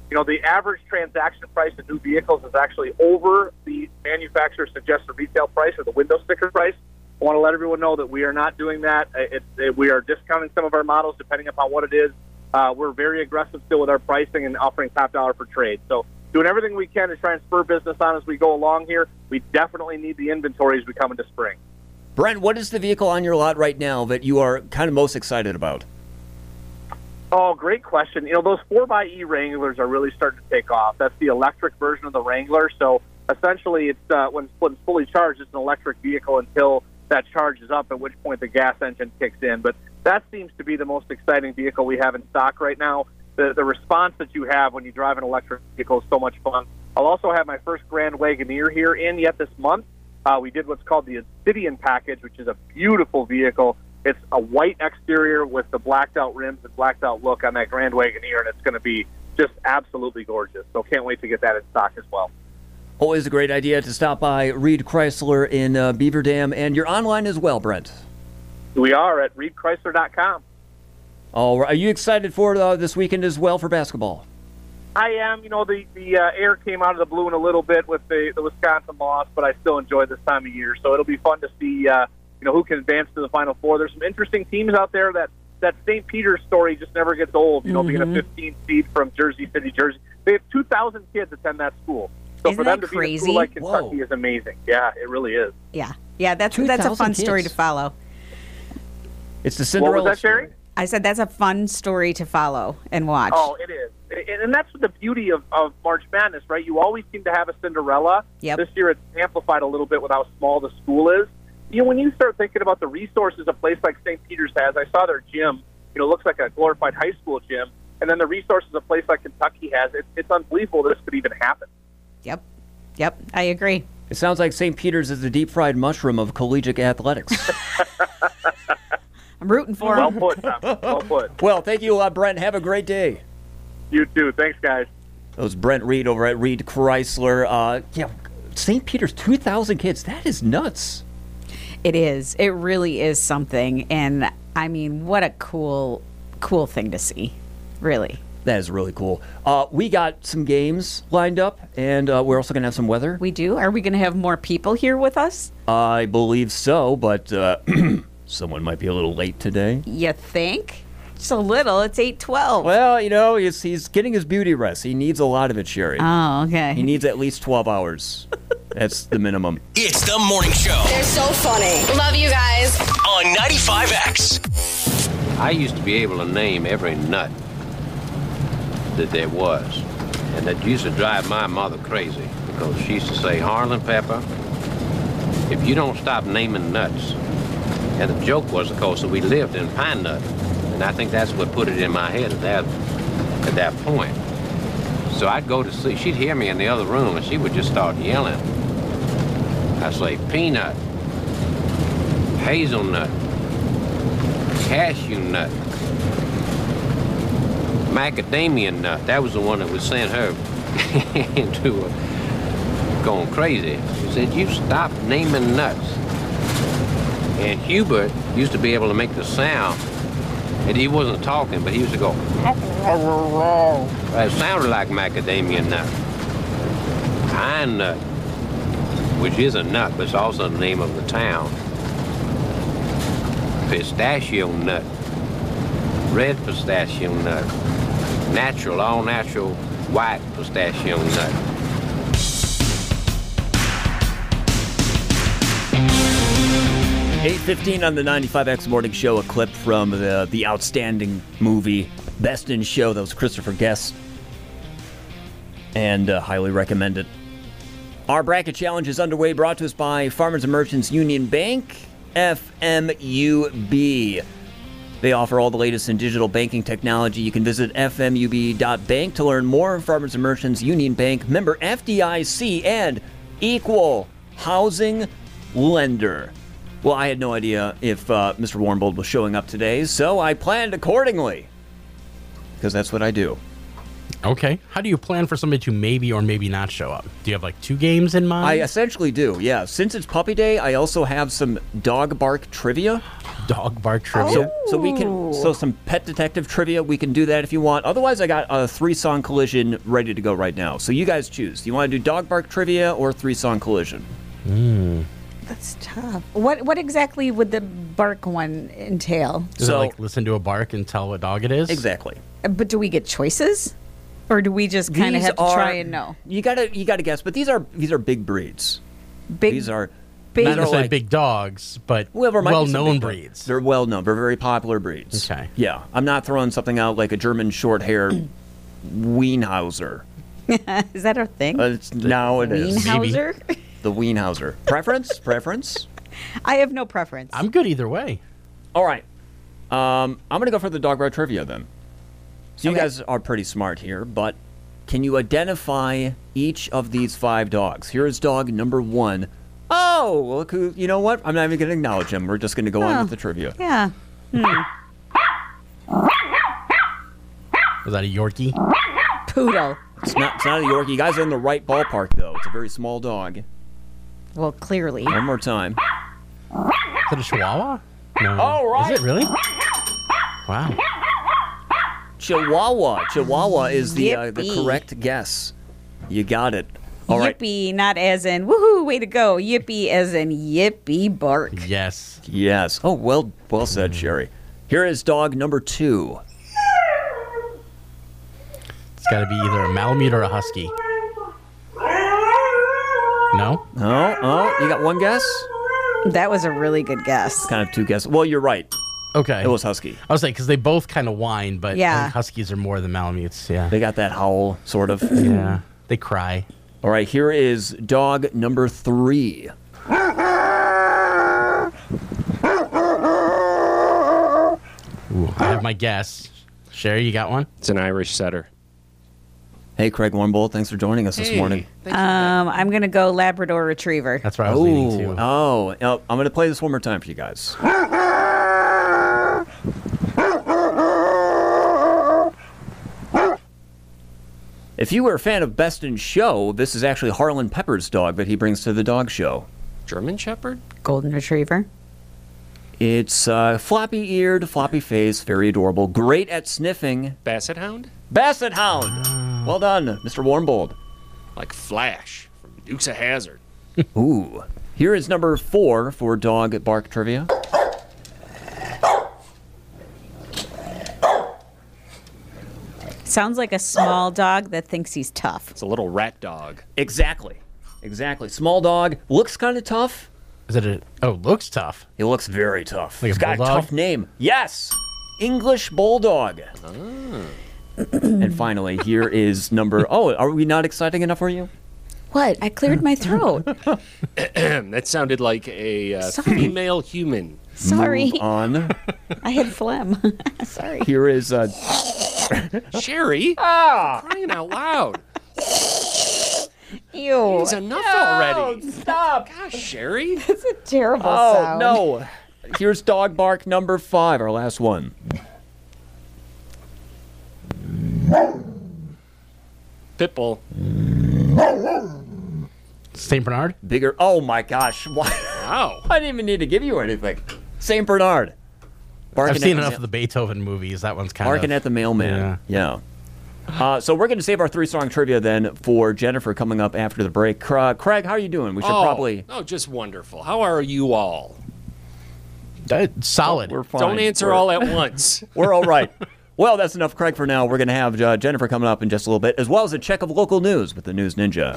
you know, the average transaction price of new vehicles is actually over the manufacturer's suggested retail price or the window sticker price. I want to let everyone know that we are not doing that. Uh, It, it, we are discounting some of our models depending upon what it is. Uh, we're very aggressive still with our pricing and offering top dollar for trade. So doing everything we can to try and spur business on as we go along here. We definitely need the inventory as we come into spring.
Brent, what is the vehicle on your lot right now that you are kind of most excited about?
Oh, great question. You know, those 4xE Wranglers are really starting to take off. That's the electric version of the Wrangler. So essentially, it's uh, when, it's- when it's fully charged, it's an electric vehicle until that charge is up, at which point the gas engine kicks in. But that seems to be the most exciting vehicle we have in stock right now. The, the response that you have when you drive an electric vehicle is so much fun. I'll also have my first Grand Wagoneer here in yet this month. Uh, we did what's called the Obsidian package, which is a beautiful vehicle. It's a white exterior with the blacked out rims and blacked out look on that Grand Wagoneer, and it's going to be just absolutely gorgeous. So can't wait to get that in stock as well.
Always a great idea to stop by Reed Chrysler in uh, Beaver Dam, and you're online as well, Brent.
We are at ReedChrysler.com.
All right. Are you excited for uh, this weekend as well for basketball?
I am. You know, the the uh, air came out of the blue in a little bit with the, the Wisconsin loss, but I still enjoy this time of year. So it'll be fun to see, uh, you know, who can advance to the Final Four. There's some interesting teams out there that that St. Peter's story just never gets old. You know, being
Mm-hmm.
Mhm.
a 15 seed from Jersey City, Jersey, they have 2,000 kids attend that school. So
Isn't
for them
that
to be in a
crazy?
school like
Whoa.
Kentucky is amazing. Yeah, it really is.
Yeah. Yeah, that's that's a 2,000 fun story to
kids.
follow.
It's the Cinderella story.
I said that's a fun story to follow and watch.
Oh, it is. And- And that's the beauty of, of March Madness, right? You always seem to have a Cinderella.
Yep.
This year it's amplified a little bit with how small the school is. You know, when you start thinking about the resources a place like St. Peter's has, I saw their gym, you know, looks like a glorified high school gym. And then the resources a place like Kentucky has, it, it's unbelievable this could even happen.
Yep. Yep. I agree.
It sounds like St. Peter's is the deep fried mushroom of collegiate athletics.
I'm rooting for
well
him.
put, Tom. Well put.
well, thank you a lot, Brent. Have a great day.
You too. Thanks, guys.
That was Brent Reed over at Reed Chrysler. Uh, yeah, St. Peter's, 2,000 kids. That is nuts.
It is. It really is something. And I mean, what a cool, cool thing to see. Really.
That is really cool. Uh, we got some games lined up, and uh, we're also going to have some weather.
We do. Are we going to have more people here with us?
I believe so, but uh, someone might be a little late today.
You think? Just a little. It's 812.
Well, you know, he's, he's getting his beauty rest. He needs a lot of it, Sherry.
Oh, okay.
He needs at least 12 hours. That's the minimum.
It's the morning show
They're so funny. Love you guys.
on 95X.
I used to be able to name every nut that there was. And that used to drive my mother crazy because she used to say, Harlan Pepper, if you don't stop naming nuts. And the joke was, of course, that we lived in Pine Nut. And I think that's what put it in my head at that, at that point. So I'd go to sleep. She'd hear me in the other room and she would just start yelling. I'd say, Peanut, Hazelnut, cashew nut, macadamia nut. That was the one that was sent her into a, going crazy. She said, "You stop naming nuts." And Hubert used to be able to make the sound, and he wasn't talking, but he used to go. It sounded like macadamia nut, pine nut, which is a nut, but it's also the name of the town pistachio nut, red pistachio nut, natural, all natural, white pistachio nut.
815 on the 95X Morning Show, a clip from the, the outstanding movie Best in Show. That was Christopher Guest. And uh, highly recommend it. Our bracket challenge is underway, brought to us by Farmers and Merchants Union Bank, FMUB. They offer all the latest in digital banking technology. You can visit fmub.bank to learn more. Farmers and Merchants Union Bank, member FDIC, and equal housing lender. Well, I had no idea if uh, Mr. Warmbold was showing up today, so I planned accordingly. Because that's what I do.
Okay. How do you plan for somebody to maybe or maybe not show up? Do you have like two games in mind?
I essentially do, yeah. Since it's puppy day, I also have some dog bark trivia.
Dog bark trivia.
So, so we can so some pet detective trivia. We can do that if you want. Otherwise, I got a three song collision ready to go right now. So you guys choose. Do you want to do dog bark trivia or three song collision?
Mm.
That's tough. What what exactly would the bark one entail?
Does it like listen to a bark and tell what dog it is?
Exactly.
Uh, But do we get choices, or do we just kind of
These
have to
are-
try and know?
You gotta you gotta guess, but these are these are big breeds.
Big-
These are
big-
Not
these are
necessarily
like-
big dogs, but
Well, there might be
well
some
known
big-
breeds.
They're well known. They're very popular breeds. Okay. Yeah, I'm not throwing something out like a German Shorthair Wienhauser.
Is that a thing?
Uh, it's, now it is
Wienhauser?
The Wienhauser. Preference? Preference?
I have no preference.
I'm good either way.
All right. Um, I'm going to go for the dog bar trivia then. So you guys are pretty smart here, but can you identify each of these five dogs? Here is dog number one. Oh, look who, you know what? I'm not even going to acknowledge him. We're just going to go on
Oh.
with the trivia.
Yeah. Hmm.
Was that a Yorkie?
Poodle.
It's not, it's not a Yorkie. You guys are in the right ballpark, though. It's a very small dog.
Well, clearly.
One more time.
Is that a Chihuahua? No.
All right.
Is it really? Wow.
Chihuahua. Chihuahua is the uh, the
Yippee.
correct guess. You got it. All right.
yippee, not as in woohoo, way to go. Yippee as in yippee bark.
Yes. Hmm.
Yes. Oh, well, well said, Sherry. Here is dog number two.
It's got to be either a Malamute or a Husky. No.
No. Oh, you got one guess.
That was a really good guess.
Kind of two guesses. Well, you're right.
Okay.
It was husky.
I was like, because they both kind of whine, but
Yeah.
I think Huskies are more than Malamutes. Yeah.
They got that howl, sort of.
yeah. They cry.
All right. Here is dog number three.
Ooh, I have my guess. Sherry, you got one?
It's an Irish setter.
Hey, Craig Warmbold. Thanks for joining us this morning.
Um, I'm gonna go Labrador Retriever.
That's
oh, Oh, oh, I'm going to play this one more time for you guys. If you were a fan of Best in Show, this is actually Harlan Pepper's dog that he brings to the dog show.
German Shepherd?
Golden Retriever.
It's uh, floppy eared, floppy faced, very adorable, great at sniffing.
Basset Hound?
Basset Hound! Well done, Mr. Warmbold.
Like Flash from Dukes of Hazard.
Ooh. Here is number four for dog bark trivia.
Sounds like a small dog that thinks he's tough. It's
a little rat dog.
Exactly. Exactly. Small dog. Looks kind of tough.
Is it a. Oh, looks tough.
It looks very tough.
Like a
it's got a
bulldog?
tough name. Yes! English Bulldog. and finally, here is number. Oh, are we not exciting enough for you?
What? I cleared my throat.
that sounded like a uh, female human.
Sorry.
Move on.
I had phlegm. Sorry.
Here is uh,
Sherry?
Ah!
Crying out loud.
Ew.
It's enough already.
Stop.
Gosh, Sherry.
That's a terrible
Oh
sound.
no! Here's dog bark number five, our last one.
Pitbull.
St. Bernard?
Bigger. Oh my gosh! Why?
Wow!
I didn't even need to give you anything. Saint Bernard. Barking
I've seen
at
enough
the,
of the Beethoven movies. That one's kind
barking
of.
at the mailman. Yeah. Uh, so we're going to save our three song trivia then for Jennifer coming up after the break. Cra- Craig, how are you doing? We should
oh,
probably.
Oh, just wonderful. How are you all?
solid.
We're fine.
Don't answer
We're-
all at once.
We're all right. Well, that's enough, Craig, for now. We're going to have uh, Jennifer coming up in just a little bit, as well as a check of local news with the News Ninja.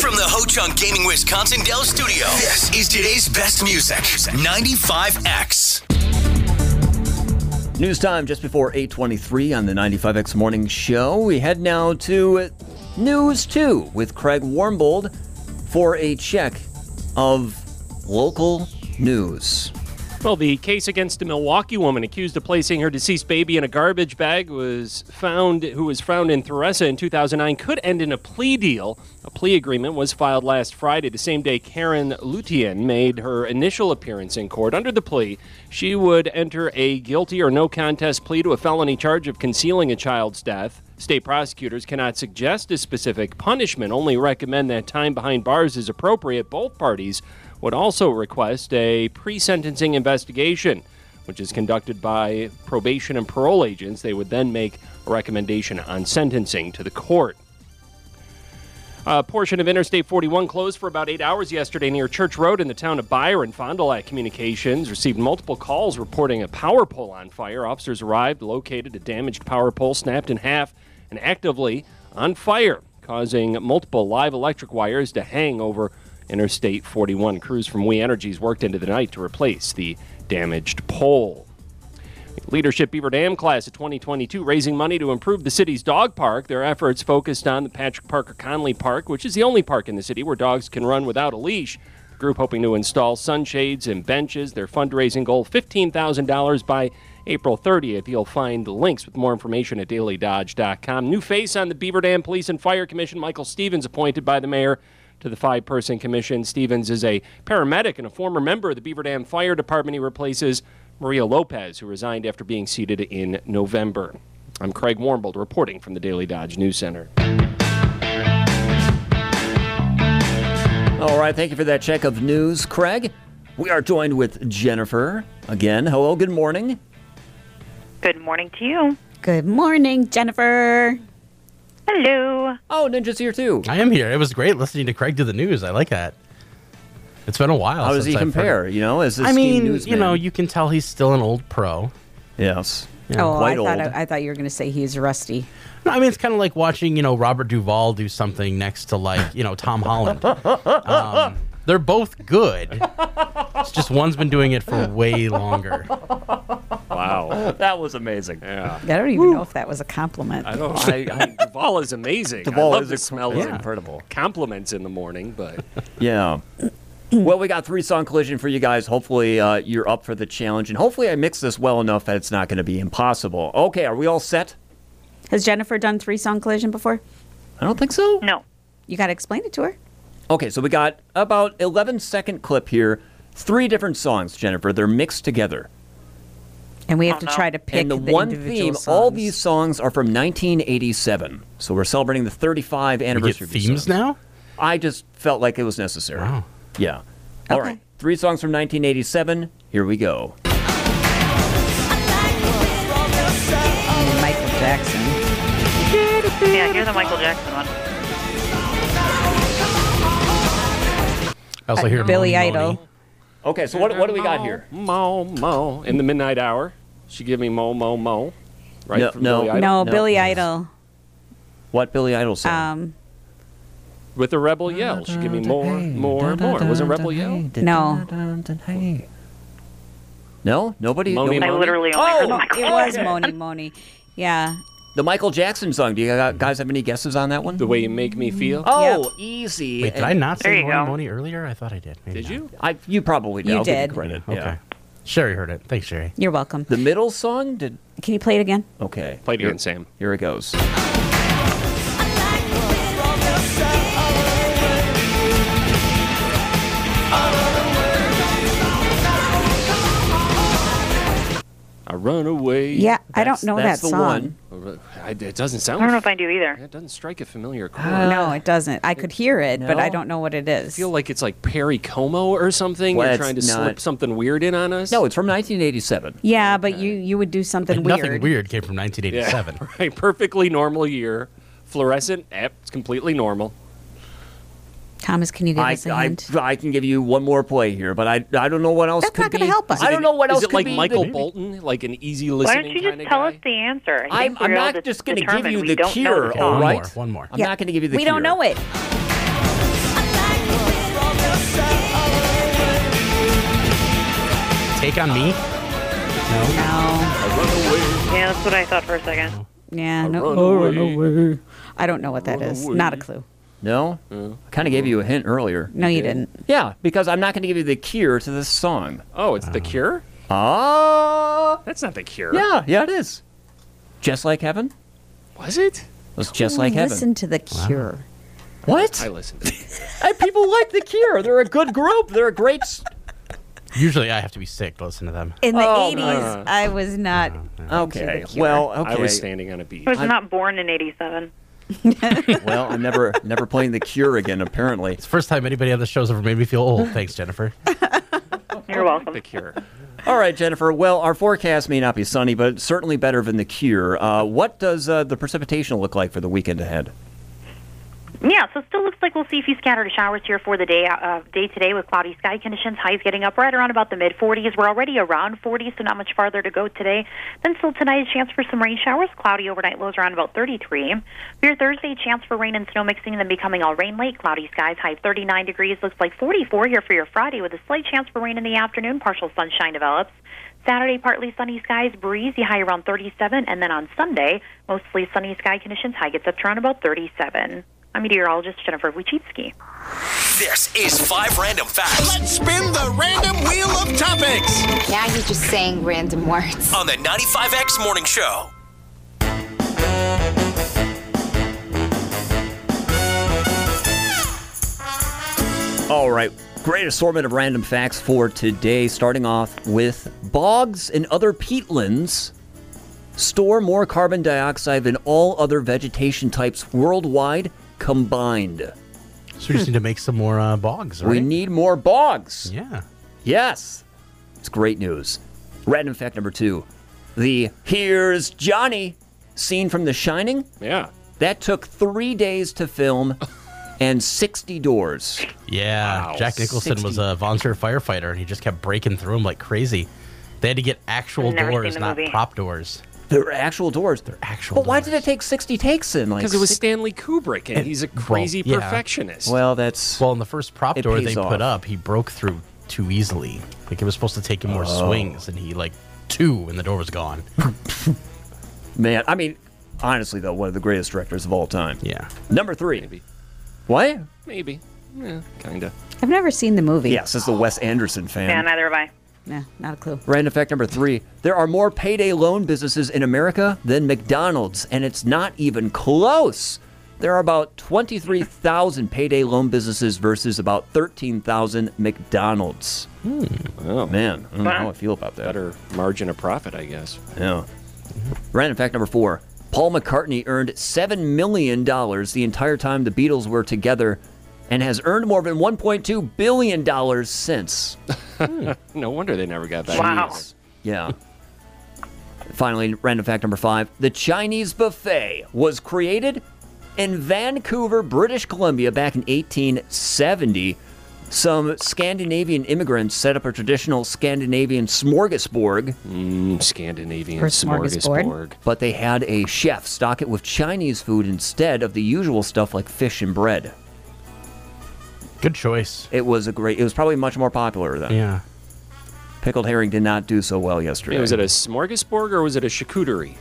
From the Ho Chunk Gaming Wisconsin Dell Studio, this is today's best music 95X.
News time just before 8:23 on the 95X Morning Show. We head now to News 2 with Craig Warmbold for a check of local news.
Well, the case against a Milwaukee woman accused of placing her deceased baby in a garbage bag was found who was found in Theresa in 2009 could end in a plea deal. A plea agreement was filed last Friday, the same day Karen Lutien made her initial appearance in court. Under the plea, she would enter a guilty or no contest plea to a felony charge of concealing a child's death. State prosecutors cannot suggest a specific punishment, only recommend that time behind bars is appropriate. Both parties would also request a pre sentencing investigation, which is conducted by probation and parole agents. They would then make a recommendation on sentencing to the court. A portion of Interstate 41 closed for about eight hours yesterday near Church Road in the town of Byron. Fond du Lac Communications received multiple calls reporting a power pole on fire. Officers arrived, located a damaged power pole, snapped in half, and actively on fire, causing multiple live electric wires to hang over Interstate 41. Crews from We Energies worked into the night to replace the damaged pole. Leadership Beaver Dam class of 2022 raising money to improve the city's dog park. Their efforts focused on the Patrick Parker Conley Park, which is the only park in the city where dogs can run without a leash. The group hoping to install sunshades and benches. Their fundraising goal $15,000 by April 30th. You'll find links with more information at dailydodge.com. New face on the Beaver Dam Police and Fire Commission, Michael Stevens, appointed by the mayor to the five person commission. Stevens is a paramedic and a former member of the Beaver Dam Fire Department. He replaces Maria Lopez, who resigned after being seated in November. I'm Craig Warmbold reporting from the Daily Dodge News Center.
All right, thank you for that check of news, Craig. We are joined with Jennifer again. Hello, good morning.
Good morning to you.
Good morning, Jennifer.
Hello.
Oh, Ninja's here too.
I am here. It was great listening to Craig do the news. I like that. It's been a while.
How does
since
he
I've heard
compare?
it.
You know, as this
I mean,
keen newsman.
you know, you can tell he's still an old pro.
Yes.
oh, I thought I, thought you were going to say he's rusty.
No, I mean, it's kind of like watching, you know, Robert Duvall do something next to, like, you know, Tom Holland. Um, they're both good. It's just one's been doing it for way longer.
Wow.
that was amazing.
Yeah.
I don't even know if that was a compliment.
I don't. I, I mean, Duval is amazing.
Duval
I love
is
the
inc-
smell
is
of
incredible.
Compliments in the morning, but
Yeah. well, we got three song collision for you guys. Hopefully, uh, you're up for the challenge, and hopefully, I mix this well enough that it's not going to be impossible. Okay, are we all set?
Has Jennifer done three song collision before?
I don't think so.
No.
You got to explain it to her.
Okay, so we got about 11 second clip here. Three different songs, Jennifer. They're mixed together.
And we have to try to pick
and the,
the
one
individual
theme.
songs.
All these songs are from 1987, so we're celebrating the 35 anniversary.
themes now.
I just felt like it was necessary. Wow. Yeah. All right. Three songs from 1987. Here we go.
Michael Jackson.
Yeah, here's the Michael Jackson one.
I also hear
Billy
Moni Moni.
Idol.
Okay, so what, what do we got here?
Mo mo in the midnight hour. She give me mo mo mo. Right
No,
from
no.
Billy Idol.
No, Billy Idol.
What Billy Idol song?
Um,
With the rebel yell, she give me more, more, more. Was it rebel yell?
no.
No, nobody.
Moni
nobody?
Moni? I literally
oh,
only heard Michael
it was
Jackson.
Moni Moni. Yeah.
The Michael Jackson song. Do you guys have any guesses on that one? The
way you make me feel.
Oh, easy.
Wait, did I not say Moni Moni earlier? I thought I did. Maybe
Did
not.
you? I, you probably did.
You
I'll give
did.
credit.
Okay.
Yeah.
Sherry heard it. Thanks, Sherry.
You're welcome.
The middle song did.
Can you play it again?
Okay.
Play it again, Sam.
Here it goes.
I run away.
Yeah, I don't know
that's
that
the
song.
one. I, it doesn't sound.
I don't know if I do either.
It doesn't strike a familiar
Oh,
chord.
no, it doesn't. I could hear it, but I
No.
don't know what it
I
is.
feel like it's like Perry Como or something.
Well,
They're
it's
trying to
not-
slip something weird in on us.
No, it's from 1987.
Yeah, but you you would do something
Like
weird.
nothing
Weird came from 1987.
Yeah, right. Perfectly normal year. Fluorescent. Yep, it's completely normal.
Thomas, can you give
I,
us a
I,
hint?
I can give you one more play here, but I, I don't know what else could be. I don't know what
is
else
it like
could be
Michael
the-
Bolton, like an easy
Why
listening
don't you
kind
just
of
tell
guy?
us the answer? I
I'm,
think
I'm
we're all
not
de-
just going to give
determined
you
we
the
don't know
cure,
the
all
One
right?
more, one more.
I'm not going to give you the
we
cure.
don't know it.
Take on Me? No.
Yeah, that's what I thought for a second.
Yeah, no.
run away.
I don't know what that is.
away.
Not a clue.
No? I kind of gave you a hint earlier.
No, you didn't.
Yeah, because I'm not going to give you the cure to this song.
Oh, it's The Cure?
Ah.
That's not The Cure.
Yeah, yeah, it is. Just like heaven?
Was it?
It was just like heaven.
Listen to the Cure.
What?
I listened.
And people like The Cure. They're a good group. They're a great. s-
Usually I have to be sick to listen to them.
In the
Oh,
80s,
no.
I was not.
Okay.
Cure.
Well, okay.
I was standing on a beach.
I was
I'm-
not born in 87.
well, I'm never never playing The Cure again, apparently. It's
the first time anybody on the show's ever made me feel old. Thanks, Jennifer.
Oh, You're welcome.
The Cure.
All right, Jennifer. Well, our forecast may not be sunny, but certainly better than The Cure. Uh, what does uh, the precipitation look like for the weekend ahead?
Yeah, so it still looks like we'll see a few scattered showers here for the day uh, day today with cloudy sky conditions. Highs getting up right around about the mid 40s. We're already around 40, so not much farther to go today. Then still tonight, a chance for some rain showers. Cloudy overnight lows around about 33. For your Thursday, chance for rain and snow mixing, then becoming all rain late. Cloudy skies, high 39 degrees. Looks like 44 here for your Friday with a slight chance for rain in the afternoon. Partial sunshine develops. Saturday, partly sunny skies, breezy, high around 37. And then on Sunday, mostly sunny sky conditions, high gets up to around about 37. I'm meteorologist Jennifer Wojcicki.
This is five random facts
Let's spin the random wheel of topics. Now you're just saying random words.
on the 95X Morning Show.
All right. Great assortment of random facts for today, starting off with bogs and other peatlands store more carbon dioxide than all other vegetation types worldwide combined.
So we just need to make some more uh, bogs, right?
We need more bogs.
Yeah.
Yes. It's great news. Random fact number two the Here's Johnny scene from The Shining.
Yeah.
That took three days to film and 60 doors.
Yeah,
Wow.
Jack Nicholson was
60.
a volunteer firefighter, and he just kept breaking through them like crazy. They had to get actual
I've never seen
doors,
the
not
movie.
prop doors.
They're actual doors. They're
actual.
But why did it take 60 takes in? Like
Because it was
six-
Stanley Kubrick, and he's a crazy
yeah.
perfectionist.
Well, that's
well. In the first prop
it
door they
pays
put
off.
up, he broke through too easily. Like it was supposed to take him more
Oh.
swings, and he like two, and the door was gone.
Man, I mean, honestly, though, one of the greatest directors of all time.
Yeah.
Number three. Maybe. What?
Maybe. Yeah. Kinda.
I've never seen the movie.
Yes, as the Wes Anderson fan.
Yeah, neither have I.
Yeah, not a clue.
Random fact number three there are more payday loan businesses in America than McDonald's, and it's not even close. There are about 23,000 payday loan businesses versus about 13,000 McDonald's.
Hmm.
Oh, man. I don't know how I feel about that.
Better margin of profit, I guess.
Yeah. Random fact number four Paul McCartney earned $7 million the entire time the Beatles were together and has earned more than $1.2 billion since.
Hmm. no wonder they never got back.
Wow.
together.
Yeah. Finally, random fact number five the Chinese buffet was created in Vancouver, British Columbia back in 1870. Some Scandinavian immigrants set up a traditional Scandinavian smorgasbord.
Mm, Scandinavian
Or
smorgasbord.
smorgasbord. But they had a chef stock it with Chinese food instead of the usual stuff like fish and bread.
Good choice.
It was a great, it was probably much more popular then.
Yeah.
Pickled herring did not do so well yesterday.
Yeah, was it a smorgasbord or was it a charcuterie?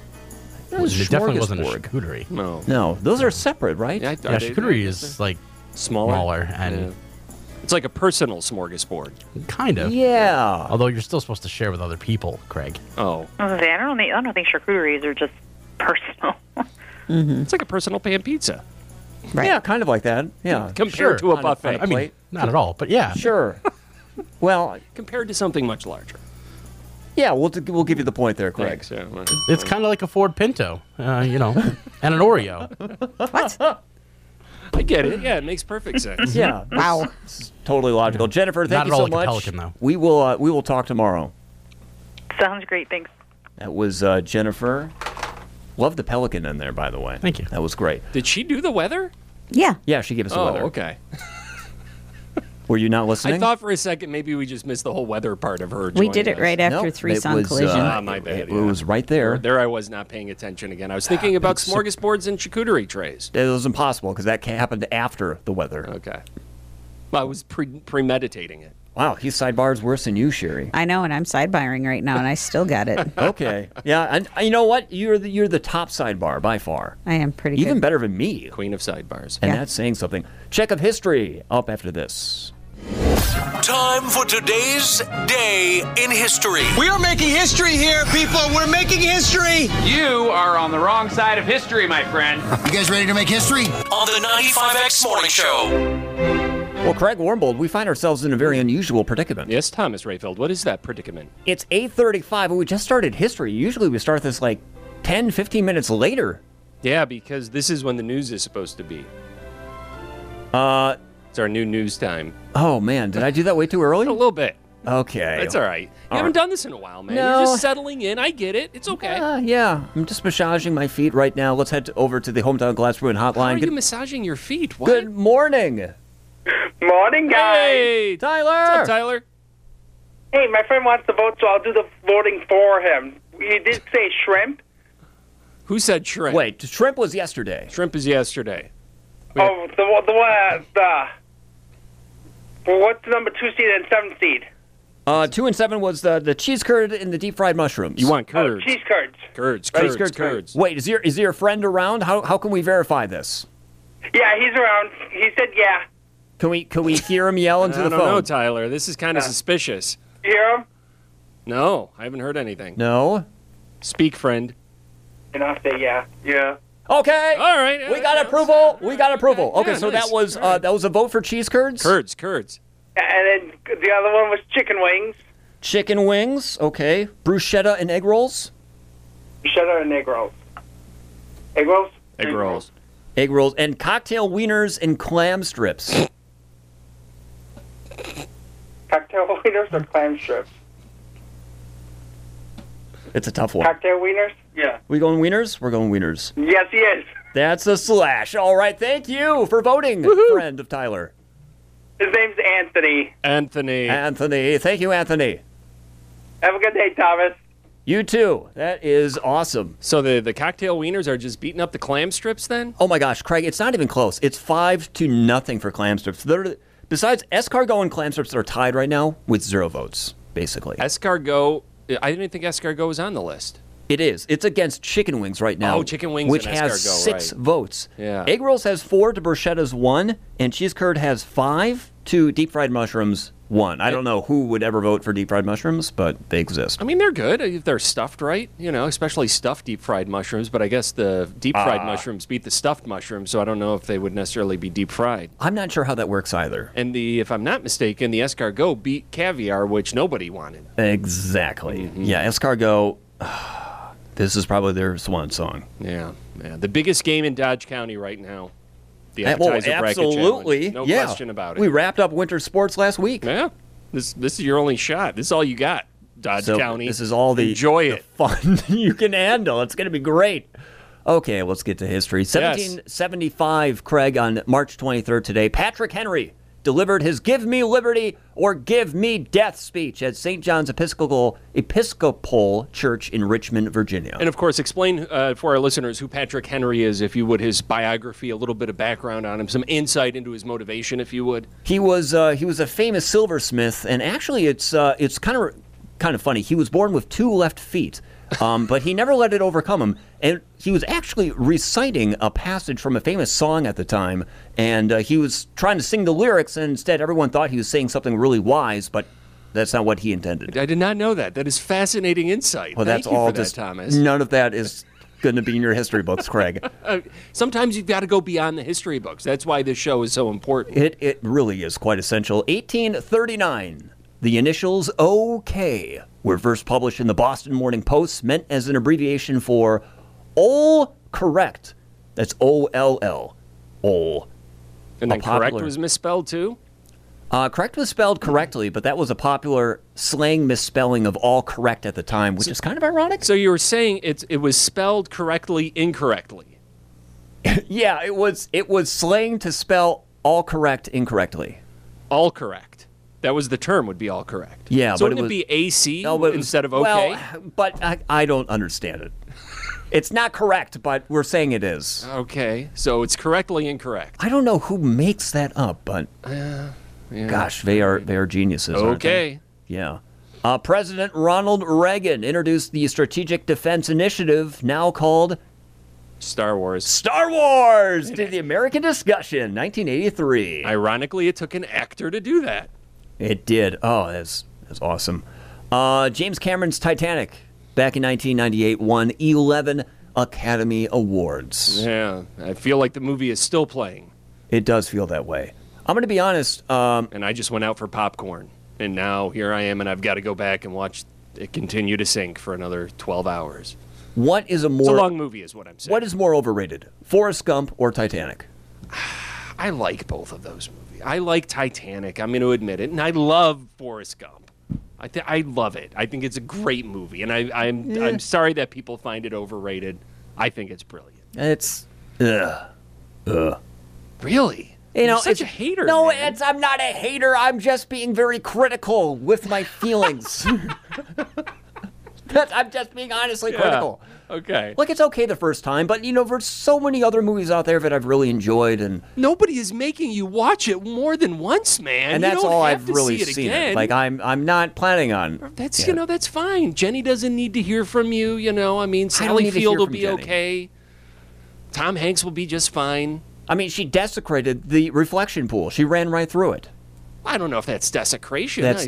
It was
It definitely wasn't a
smorgasbord.
charcuterie.
No.
No, those are separate, right?
Yeah, I-
Yeah,
are they-
charcuterie is like
smaller,
and
It's like a personal smorgasbord.
kind of.
Yeah.
Although you're still supposed to share with other people, Craig.
Oh.
I, was gonna say, I don't think I don't think charcuteries are just personal.
Mm-hmm.
It's like a personal pan pizza.
Right.
Yeah, kind of like that. Yeah.
Compared to a
On on
buffet.
I mean,
plate.
not at all, but yeah.
Sure. well,
Compared to something much larger.
yeah, we'll, we'll give you the point there, Craig.
Thanks, yeah, well.
It's kind of like a Ford Pinto, uh, you know, and an Oreo.
I get it. Yeah, it makes perfect sense.
Yeah. Wow. Totally logical. Jennifer,
Not
thank
at
you
all
so
like a
much.
pelican, though.
We will uh, we will talk tomorrow.
Sounds great. Thanks.
That was uh, Jennifer. Love the pelican in there, by the way. Thank you. That was great.
Did she do the weather?
Yeah.
Yeah, she gave us the
oh,
weather.
okay.
Were you not listening?
I thought for a second maybe we just missed the whole weather part of her.
We
joining
did it
us.
right after
Nope,
Three
it
Song
was,
Collision.
uh,
Ah, my bad.
it was right there.
There I was not paying attention again.
Ah,
I was thinking about smorgasbords and charcuterie trays.
It was impossible because that ca- happened after the weather.
Okay. Well, I was pre- premeditating it.
Wow, he sidebars worse than you, Sherry.
I know, and I'm sidebarring right now, and I still got it.
okay. Yeah, and and you know what? You're the, you're the top sidebar by far.
I am pretty
Even
good.
better than me.
Queen of sidebars.
And
Yeah.
that's saying something. Check of history up after this.
Time for today's day in history.
We are making history here, people. We're making history.
You are on the wrong side of history, my friend.
You guys ready to make history?
On the 95X Morning Show.
Well, Craig Warmbold, we find ourselves in a very unusual predicament.
Yes, Thomas Rayfield. What is that predicament?
It's 8:35 and we just started history. Usually we start this like 10 15 minutes later.
Yeah, because this is when the news is supposed to be.
Uh,
it's our new news time.
Oh man, did I do that way too early? A
little bit.
Okay.
That's all right. You
All
haven't
right.
done this in a while, man.
No.
You're just settling in. I get it. It's okay.
Uh, yeah, I'm just massaging my feet right now. Let's head to, over to the hometown glass brewing
How
hotline.
are
Good,
you massaging your feet? What?
good morning.
Morning, guys.
Hey,
Tyler.
What's up, Tyler?
Hey, my friend wants to vote, so I'll do the voting for him. You did say shrimp.
Who said shrimp?
Wait, shrimp was yesterday.
Shrimp is yesterday.
Oh, the one- the one uh, the. Well, what's the number two seed and seven seed?
Uh, two and seven was the, the cheese curd and the deep fried mushrooms. You
want
Oh, cheese curds.
Curds,
Cheese curd, Wait, is your is your friend around? How how can we verify this?
Yeah, he's around. He said, "Yeah,
Can we can we hear him yell into
I
the
don't
phone?
know, Tyler. This is
Ah.
kind of suspicious.
you hear him?"
No, I haven't heard anything.
No.
Speak, friend.
And I say, "Yeah, yeah."
Okay.
All right.
We got approval. We got approval. Okay,
Yeah,
so
nice.
that was uh, that was a vote for cheese curds.
Curds, curds.
And then the other one was chicken wings.
Chicken wings. Okay. Bruschetta and egg rolls.
Shut up, egg rolls. Egg rolls.
Egg rolls.
Egg rolls and cocktail wieners and clam strips.
Cocktail wieners or clam strips?
it's a tough one.
Cocktail wieners. Yeah.
We going wieners? We're going wieners.
Yes, he is.
That's a slash. All right. Thank you for voting, friend of Tyler.
His name's Anthony.
Anthony.
Anthony. Thank you, Anthony.
Have a good day, Thomas.
You too. That is awesome.
So the, the cocktail wieners are just beating up the clam strips then?
Oh my gosh, Craig, it's not even close. It's five to nothing for clam strips. They're, besides escargot and clam strips are tied right now with zero votes, basically.
Escargot. I didn't think escargot was on the list.
It is. It's against chicken wings right now.
Oh, chicken wings
which
and
has
escargot,
six
right.
votes.
Yeah.
Egg rolls has four to bruschetta's one, and cheese curd has five to deep fried mushrooms one. I don't know who would ever vote for deep fried mushrooms, but they exist.
I mean, they're good if they're stuffed right, you know, especially stuffed deep fried mushrooms. But I guess the deep fried
Ah.
mushrooms beat the stuffed mushrooms, so I don't know if they would necessarily be deep fried.
I'm not sure how that works either.
And the, if I'm not mistaken, the escargot beat caviar, which nobody wanted.
Exactly.
mm-hmm.
Yeah, escargot. This is probably their swan song.
Yeah, yeah. The biggest game in Dodge County right now. The
Uh, well,
appetizer bracket challenge.
absolutely.
no
yeah.
question about it.
We wrapped up winter sports last week.
yeah, this this is your only shot. This is all you got, Dodge
So
County.
this is all the
enjoy it.
fun you can handle. It's going to be great. Okay, let's get to history.
Yes.
1775, Craig, on March 23rd today, Patrick Henry delivered his Give Me Liberty or Give Me Death speech at St. John's Episcopal, Episcopal Church in Richmond, Virginia.
And of course, explain uh, for our listeners who Patrick Henry is, if you would, his biography, a little bit of background on him, some insight into his motivation, if you would.
He was uh, he was a famous silversmith, and actually, it's uh, it's kind of kind of funny. He was born with two left feet, um, but he never let it overcome him. And he was actually reciting a passage from a famous song at the time, and uh, he was trying to sing the lyrics, and instead, everyone thought he was saying something really wise, but that's not what he intended.
I did not know that. That is fascinating insight.
Well,
Thank
that's
you
all
for that,
just
Thomas.
none of that is going to be in your history books, Craig.
Uh, sometimes you've got to go beyond the history books. That's why this show is so important.
It it really is quite essential. 1839. The initials OK were first published in the Boston Morning Post, meant as an abbreviation for all correct. That's O L L. All.
And
A
then correct
popular-
was misspelled too.
Uh, correct was spelled correctly, but that was a popular slang misspelling of all correct at the time, which is kind of ironic.
So you were saying it's it was spelled correctly incorrectly.
yeah, it was it was slang to spell all correct incorrectly.
All correct. That was the term would be all correct.
Yeah,
So
but it
wouldn't it, be
was-
AC
but it was-
instead of OK?
Well, but I, I don't understand it. It's not correct, but we're saying it is.
okay. So it's correctly incorrect.
I don't know who makes that up, but
Uh, Yeah.
Gosh, they are they are geniuses. aren't they?
Okay.
Yeah. Uh, President Ronald Reagan introduced the Strategic Defense Initiative, now called
Star Wars.
Star Wars, to the American discussion, 1983.
Ironically, it took an actor to do that.
It did. Oh, that's that's awesome. Uh, James Cameron's Titanic, back in 1998, won 11 Academy Awards.
Yeah, I feel like the movie is still playing.
It does feel that way. I'm going to be honest. Um,
and I just went out for popcorn, and now here I am, and I've got to go back and watch it continue to sink for another 12 hours.
What is a more
it's a long movie, is what I'm saying.
What is more overrated, Forrest Gump or Titanic?
I like both of those movies. I like Titanic. I'm going to admit it, and I love Forrest Gump. I th- I love it. I think it's a great movie, and I, I'm
Yeah.
I'm sorry that people find it overrated. I think it's brilliant.
It's ugh, ugh.
Really?
You know,
You're such
it's,
a hater,
No,
man.
it's I'm not a hater. I'm just being very critical with my feelings. That's, I'm just being honestly
Yeah.
critical.
Okay.
Like it's okay the first time, but you know, there's so many other movies out there that I've really enjoyed, and
Nobody is making you watch it more than once, man.
and
You
that's
don't
all
have
I've
to
really
see it
seen.
Again.
Like I'm I'm not planning on.
That's
Yeah.
you know that's fine. Jenny doesn't need to hear from you. You know, I mean,
don't
Sally
need to
Field
hear
will
from
be
Jenny.
okay. Tom Hanks will be just fine.
I mean, she desecrated the reflection pool. She ran right through it.
I don't know if that's desecration.
That's
I-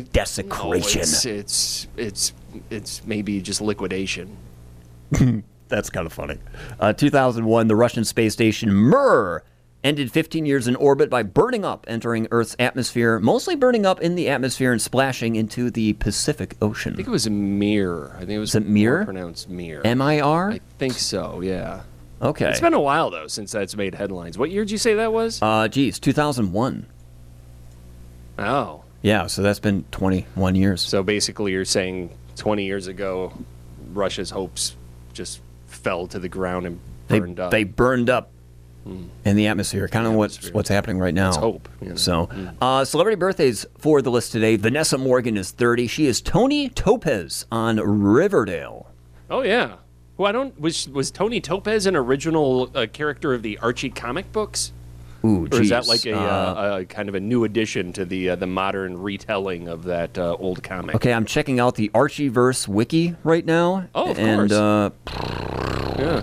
No,
desecration.
it's, it's it's it's maybe just liquidation.
That's kind of funny. Uh, 2001, the Russian space station Mir ended 15 years in orbit by burning up, entering Earth's atmosphere, mostly burning up in the atmosphere and splashing into the Pacific Ocean. I think
it was a mirror. I think it was
a mirror.
Pronounced mirror.
M I R. I
think so. Yeah.
Okay.
It's been a while though since that's made headlines. What year did you say that was?
uh, geez, 2001.
Oh,
Yeah, so that's been 21 years.
so basically you're saying 20 years ago, Russia's hopes just fell to the ground and
they
burned up.
they burned up in the atmosphere, kind of what's what's happening right now.
Let's hope, you know. Hmm.
So, uh, celebrity birthdays for the list today. Vanessa Morgan is 30. She is Tony Topaz on Riverdale.
Oh yeah. Who I don't was was Tony Topaz an original uh, character of the Archie comic books?
Ooh,
or is that
geez.
like a, uh,
Uh,
a kind of a new addition to the uh, the modern retelling of that uh, old comic?
Okay, I'm checking out the Archieverse wiki right now.
Oh, of
and,
course.
uh,
Yeah.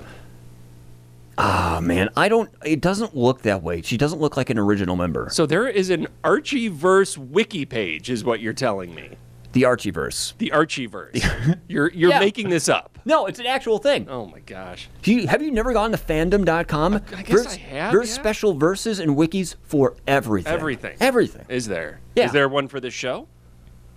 ah, man, I don't. It doesn't look that way. She doesn't look like an original member.
So there is an Archieverse wiki page, is what you're telling me.
The Archieverse.
The Archieverse. you're you're
Yeah.
making this up.
No, it's an actual thing.
Oh my gosh.
Do you, have you never gone to fandom.com? I,
guess
there's,
I have,
There's
yeah.
special verses and wikis for everything.
Everything.
Everything.
Is there? Is
Yeah.
there one for this show?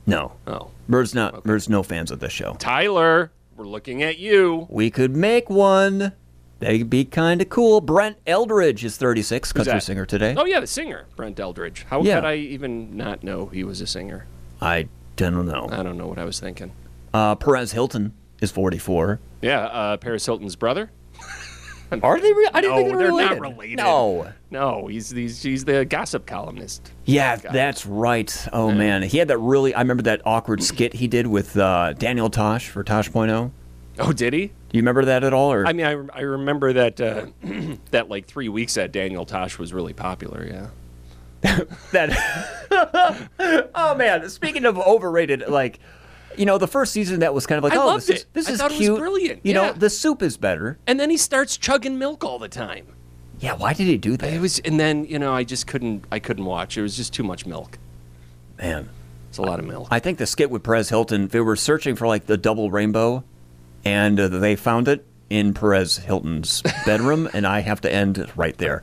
No.
Oh.
Bird's not. Bird's no fans of this show.
Tyler, we're looking at you.
We could make one. That'd be kind of cool. Brent Eldridge is 36, country
that?
singer today.
Oh yeah, the singer, Brent Eldridge. How
Yeah.
could I even not know he was a singer?
I don't know.
I don't know what I was thinking.
Uh, Perez Hilton is 44.
Yeah, uh, Paris Hilton's brother.
Are they? Re- I didn't
no,
think they were
are
related.
not related.
No.
no, he's he's he's the gossip columnist.
Yeah, that's right. Oh man, he had that really. I remember that awkward skit he did with uh, Daniel Tosh for Tosh.0. Do
Oh, did he?
you remember that at all? Or
I mean, I, I remember that uh, that like three weeks that Daniel Tosh was really popular. Yeah.
that. oh man, speaking of overrated, like you know, the first season that was kind of like,
I
oh,
loved
this is
it.
this
I
is
thought it was
cute,
brilliant,
You
yeah.
know, the soup is better.
And then he starts chugging milk all the time.
Yeah, why did he do that?
It was, and then you know, I just couldn't, I couldn't watch. It was just too much milk.
Man,
it's a lot of milk.
I think the skit with Perez Hilton, they were searching for like the double rainbow, and uh, they found it in Perez Hilton's bedroom, and I have to end right there.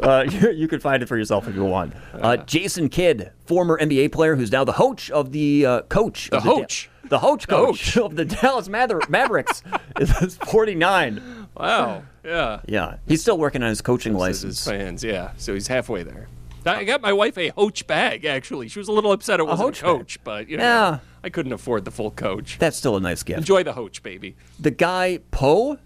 Uh, you, you can find it for yourself if you want. Uh, Jason Kidd, former NBA player, who's now the coach of the uh, coach,
The
of the Da-
hoach.
the coach coach of the Dallas Mather- Mavericks, is 49.
Wow. Yeah.
Yeah, he's still working on his coaching license.
Fans. Yeah. So he's halfway there. I got my wife a Hoach bag. Actually, she was a little upset it wasn't a coach, but you know,
Yeah.
I couldn't afford the full coach.
That's still a nice gift.
Enjoy the Hoach, baby.
the guy Poe,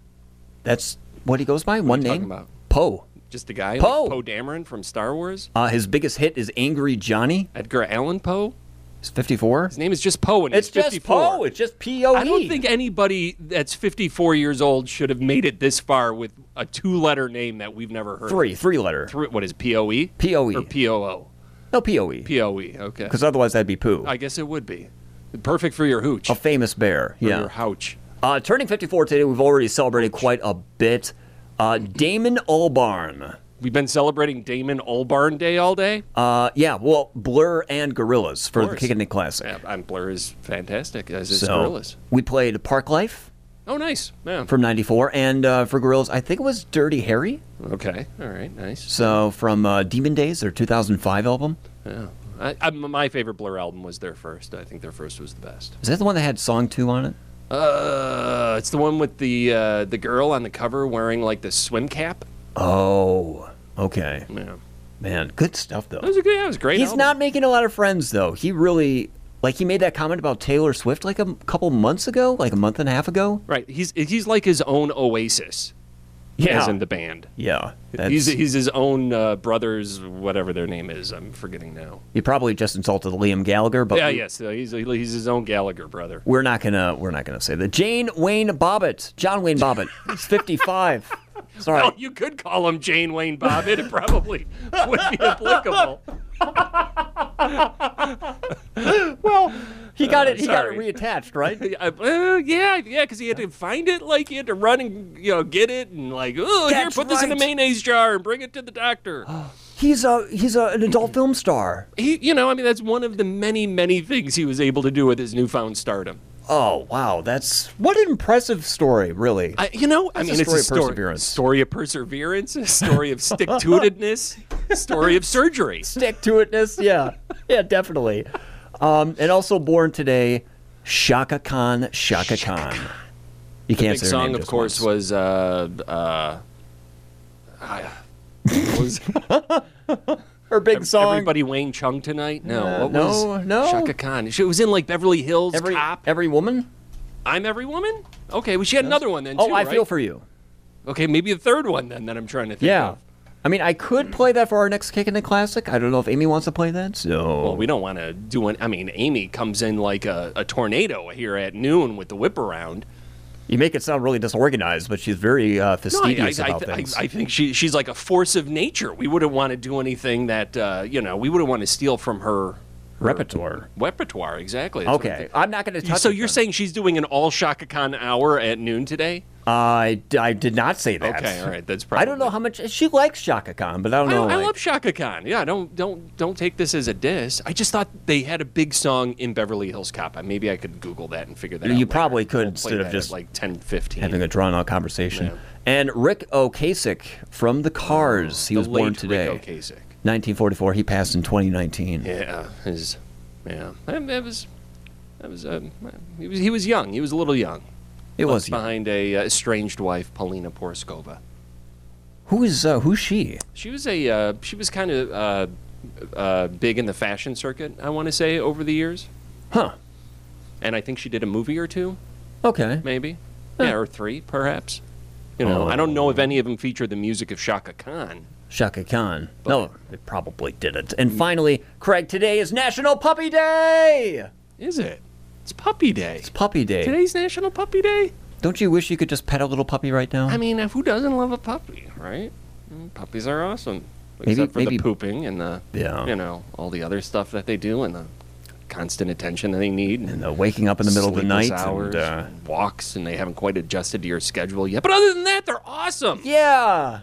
that's what he goes by. One
talking
name.
about?
Poe.
Just the guy
Poe.
like Poe Dameron from Star Wars.
Uh, his biggest hit is Angry Johnny.
Edgar Allan Poe.
He's 54.
His name is just Poe, and
It's
he's
just
54.
Poe. It's just P O E.
I don't think anybody that's 54 years old should have made it this far with a two-letter name that we've never heard.
Three,
of.
three letter.
Three- What is P O E?
P O E.
or P O O?
No, POE.
POE, okay.
Because otherwise that'd be poo.
I guess it would be. Perfect for your hooch.
A famous bear.
Or
yeah.
your houch.
Uh, turning 54 today, we've already celebrated quite a bit. Uh, Damon Albarn.
We've been celebrating Damon Albarn Day all day.
Uh, yeah, well, Blur and Gorillas for the
course.
Kickin' It Classic.
Yeah, and Blur is fantastic, as is
so
Gorillas.
we played Park Life
Oh, nice. Yeah.
from '94, and uh, for Gorillas, I think it was Dirty Harry.
Okay. All right. Nice.
So from uh, Demon Days, their 2005 album.
Yeah. I, I, my favorite Blur album was their first. I think their first was the best.
Is that the one that had song two on it?
Uh, it's the one with the uh, the girl on the cover wearing like the swim cap.
Oh, okay.
Yeah.
Man, good stuff though.
That was a good. That was a great.
He's
album.
not making a lot of friends though. He really like he made that comment about Taylor Swift like a m- couple months ago, like a month and a half ago.
right. He's he's like his own Oasis.
Yeah.
As in the band.
Yeah, that's,
He's he's his own uh, brothers, whatever their name is. I'm forgetting now.
he probably just insulted Liam Gallagher, but
yeah.
we-
Yes. uh, He's he's his own Gallagher brother.
we're not gonna we're not gonna say that. Jane Wayne Bobbitt, John Wayne Bobbitt, he's fifty five. Sorry,
Well, you could call him Jane Wayne Bobbitt. It probably would be applicable.
well, he got it. He
sorry.
got it reattached, right?
I- uh, yeah, yeah, because he had to find it, like he had to run and you know get it, and like, oh, here,
That's
put this in a
right.
mayonnaise jar and bring it to the doctor.
He's a he's a, an adult film star.
he, you know, I mean, that's one of the many, many things he was able to do with his newfound stardom.
Oh wow, that's what an impressive story, really.
I, you know, I
Oh, That's
mean, it's a
of
story,
perseverance.
story of perseverance, a story of stick-to-itedness, story of surgery.
stick to itness. Yeah, yeah, definitely. Um, and also born today, Shaka Khan. Shaka, Khan. You
The
can't
big
say her
song,
name
of
just
course,
once.
was uh, uh, I- what was
her big song.
Everybody Wayne Chung tonight? No,
Uh,
what
no,
was
no.
Shaka Khan? She was in like Beverly Hills
every
Cop.
every woman.
I'm every woman. Okay, well she had another one then.
Oh,
too,
I
right?
feel for you.
Okay, maybe the third one then that I'm trying to think
Yeah.
of.
I mean, I could play that for our next Kick in the Classic. I don't know if Amy wants to play that. So
Well, we don't want to do an. I mean, Amy comes in like a, a tornado here at noon with the whip around.
you make it sound really disorganized, but she's very uh,
No, I, I,
fastidious
I,
about
I,
things.
I think she she's like a force of nature. We wouldn't want to do anything that uh, you know. We wouldn't want to steal from her
Repertoire.
repertoire. Exactly. That's what I'm
Okay,
thinking.
I'm not going to touch.
so
it
you're
then.
saying she's doing an all Shaka Khan hour at noon today?
I, I did not say that.
Okay, all right, that's
I don't know how much she likes Shaka Khan, but I don't
I,
know.
I
like-
love Shaka Khan. Yeah, don't don't don't take this as a diss. I just thought they had a big song in Beverly Hills Cop. I- Maybe I could Google that and figure that out.
You
later.
probably could
We'll play
instead of
that at,
just
like 10, 15.
having a drawn out conversation. And Rick Ocasek from the Cars. He
Oh, The
was born
late Rick
today. Mm-hmm.
Ocasek.
1944. He passed in 2019.
Yeah, his yeah. That, that was that was um, he was he was young. He was a little young.
It was young.
behind a uh, estranged wife, Paulina Poroskova.
Who is uh, who's she?
She was a uh, she was kind of uh, uh, big in the fashion circuit. I want to say over the years,
Huh.
and I think she did a movie or two.
Okay.
maybe. Yeah, or three, perhaps. You know, I don't know
Oh.
if any of them feature the music of Shaka Khan.
Shaka Khan.
Oh.
no, Oh, they probably didn't. And finally, Craig, today is National Puppy Day.
Is it? It's Puppy Day.
It's Puppy Day.
Today's National Puppy Day.
Don't you wish you could just pet a little puppy right now?
I mean, who doesn't love a puppy, right? Mm, Puppies are awesome,
Maybe-
except for
maybe-
the pooping and the
Yeah.
you know all the other stuff that they do and the constant attention that they need and
the waking up in the middle of the night and,
hours
uh,
and walks and they haven't quite adjusted to your schedule yet. But other than that, they're awesome.
yeah.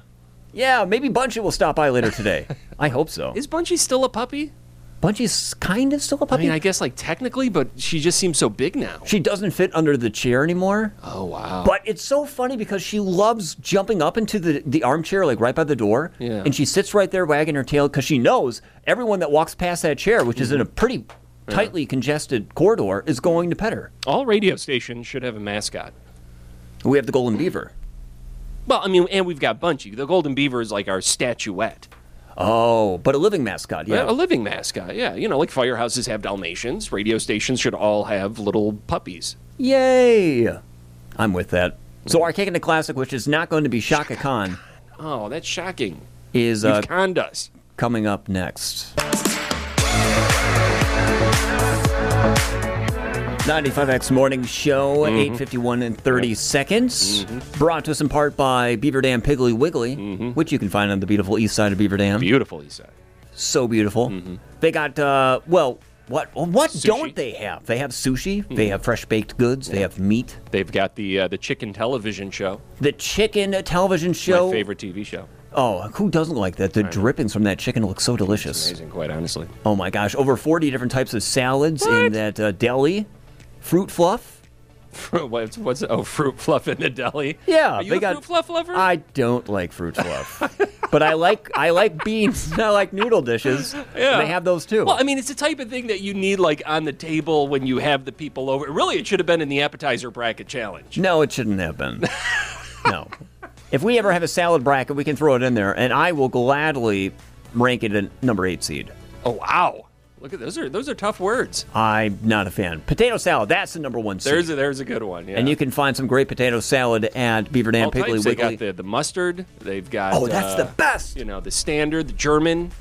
Yeah, maybe Bunchy will stop by later today. I hope so.
Is Bunchy still a puppy?
Bunchy's kind of still a
I
puppy.
mean, I guess like technically, but she just seems so big now.
She doesn't fit under the chair anymore.
Oh wow!
But it's so funny because she loves jumping up into the, the armchair, like right by the door.
Yeah.
And she sits right there wagging her tail because she knows everyone that walks past that chair, which is in a
Mm-hmm.
pretty tightly congested corridor, is going to pet her.
all radio stations should have a mascot.
We have the Golden Beaver.
Well, I mean, and we've got Bunchy. The Golden Beaver is like our statuette,
Oh, but a living mascot, yeah.
a living mascot. Yeah, you know, like firehouses have Dalmatians. Radio stations should all have little puppies.
Yay! I'm with that. So, our Cake in the Classic, which is not going to be Shaka Khan,
Oh, that's shocking.
is
You've
uh,
conned us.
coming up next. 95X Morning Show, 8.51 and 30 seconds. Brought to us in part by Beaver Dam Piggly Wiggly, which you can find on the beautiful east side of Beaver Dam.
Beautiful, he said.
so beautiful. They got uh, well, what what don't they have? They have sushi. They have fresh baked goods. They have meat.
Hmm. They've got the uh, the chicken television show.
the chicken television show.
My favorite TV show.
Oh, who doesn't like that? The drippings from that chicken look so delicious.
amazing, quite honestly.
Oh my gosh, over 40 different types of salads in that uh, deli. Fruit fluff.
what's, what's oh fruit fluff in the deli?
Yeah,
Are you
they
a
got
fruit fluff lover.
I don't like fruit fluff, but I like I like beans. and I like noodle dishes. and
Yeah.
they have those too.
Well, I mean, it's the type of thing that you need like on the table when you have the people over. Really, it should have been in the appetizer bracket challenge.
no, it shouldn't have been. no, if we ever have a salad bracket, we can throw it in there, and I will gladly rank it at number eight seed.
Oh wow, look at those are those are tough words.
I'm not a fan. Potato salad. That's the number one seed.
There's a, there's a good one. Yeah.
And you can find some great potato salad at Beaver Dam
All types.
Piggly
They
Wiggly.
got the, the mustard. They've got uh,
Oh, that's the best.
You know the standard, the German.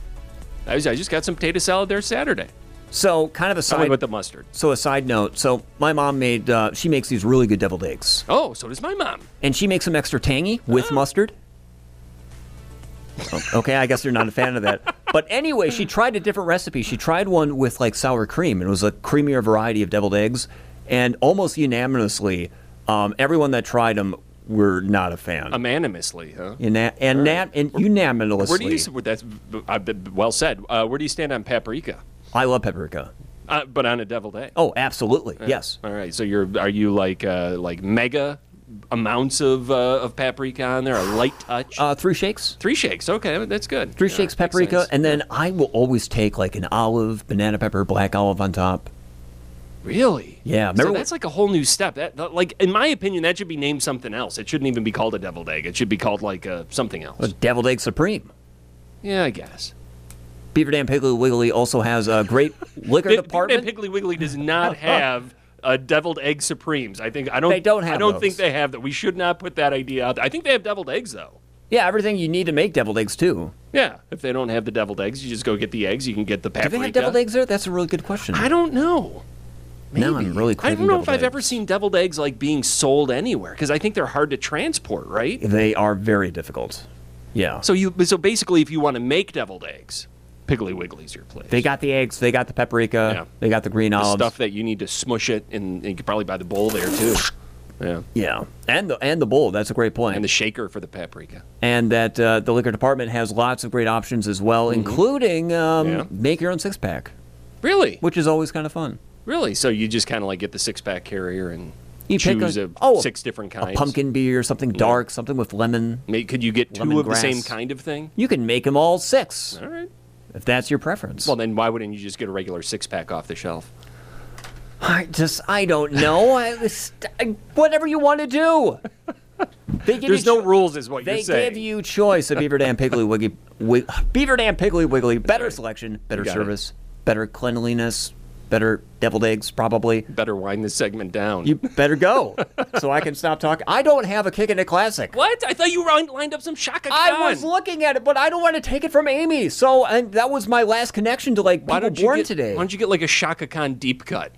I, was, I just got some potato salad there Saturday.
So kind of a
Tell me
side.
about the mustard.
So a side note. So my mom made. Uh, she makes these really good deviled eggs,
Oh, so does my mom.
and she makes them extra tangy
Ah.
with mustard. Oh, okay, I guess you're not a fan of that. But anyway, she tried a different recipe. She tried one with like sour cream. It was a creamier variety of deviled eggs, and almost unanimously, um, everyone that tried them were not a fan.
Unanimously, huh?
Una- and na- and unanimously.
Um, Where do you? s- well, That's uh, b- b- well said. Uh, where do you stand on paprika?
I love paprika.
Uh, but on a deviled egg.
Oh, absolutely.
Yeah.
Yes.
All right. So you're are you like uh, like mega amounts of uh, of paprika on there? A light touch.
Uh, three shakes.
Three shakes. Okay, that's good.
Three
Yeah,
shakes
makes
paprika,
sense.
and then I will always take like an olive, banana pepper, black olive on top.
Really?
Yeah, uh, remember
so
when-
that's like a whole new step. That, that- like in my opinion, that should be named something else. It shouldn't even be called a deviled egg. It should be called like uh, something else.
A deviled egg supreme.
Yeah, I guess.
Beaver Dam Piggly Wiggly also has a great liquor
Big- Big
department.
Bad Piggly Wiggly does not have uh, deviled egg supremes. I think I don't.
They don't have
I don't
those.
think they have that. We should not put that idea out. there. I think they have deviled eggs though.
Yeah, everything you need to make deviled eggs too.
Yeah, if they don't have the deviled eggs, you just go get the eggs. You can get the
Do
paprika.
they have deviled eggs there? That's a really good question.
I don't know.
Now I'm really
I
craving
don't know if
deviled
I've ever seen deviled eggs like being sold anywhere because I think they're hard to transport, right?
egg. They are very difficult. Yeah.
So you so basically, if you want to make deviled eggs, Piggly Wiggly's your place.
They got the eggs. They got the paprika.
Yeah.
They got the green
The
olives.
stuff that you need to smush it, and, and you could probably buy the bowl there too, Yeah.
Yeah. And the and the bowl. That's a great point.
and the shaker for the paprika.
and that uh, the liquor department has lots of great options as well, including um,
Mm-hmm. Yeah.
make your own six pack,
Really,
which is always kind of fun.
really. So you just kind of like get the six pack carrier and
You pick
choose
a-
a,
oh,
six different
A
kinds.
pumpkin beer, something dark, something with lemon.
May- Could you get two
Lemongrass.
of the same kind of thing?
You can make them all six
All right.
if that's your preference.
Well, then why wouldn't you just get a regular six pack off the shelf?
I just I don't know. I, just- I- whatever you want to do. They give
There's
you
no rules, is what
They
you're saying.
give you choice of Beaver Dam Piggly Wiggly, Wig, Beaver Dam Piggly Wiggly. Better selection, better
got it.
service, better cleanliness, better deviled eggs, probably.
Better wind this segment down.
You better go, so I can stop talking. I don't have a kick in a classic.
what? I thought you rin- lined up some Shaka Khan.
I was looking at it, but I don't want to take it from Amy. So and that was my last connection to like
Why
people
don't you
born
get,
today.
Why don't you get like a Shaka Khan deep cut?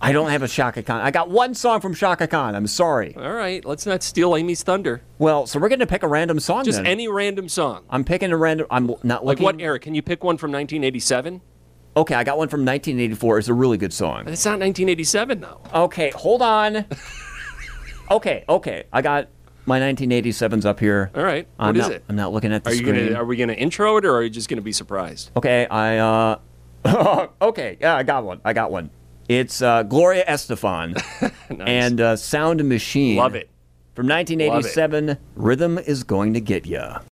I don't have a Shaka Khan. I got one song from Shaka Khan. I'm sorry.
All right, let's not steal Amy's thunder.
Well, so we're gonna pick a random song.
Just
then.
any random song.
I'm picking a random. I'm not
Like
looking.
what era? Can you pick one from 1987?
Okay, I got one from 1984. It's a really good song.
It's not 1987 though.
Okay, hold on. okay, okay, I got my 1987s up here.
All right,
I'm
what is
not,
it?
I'm not looking at the
Are you
screen.
gonna? Are we gonna intro it, or are you just gonna be surprised?
Okay, I uh okay, yeah, I got one. I got one. It's uh, Gloria Estefan and uh, Sound Machine.
Love it.
From 1987, Rhythm is going to get ya.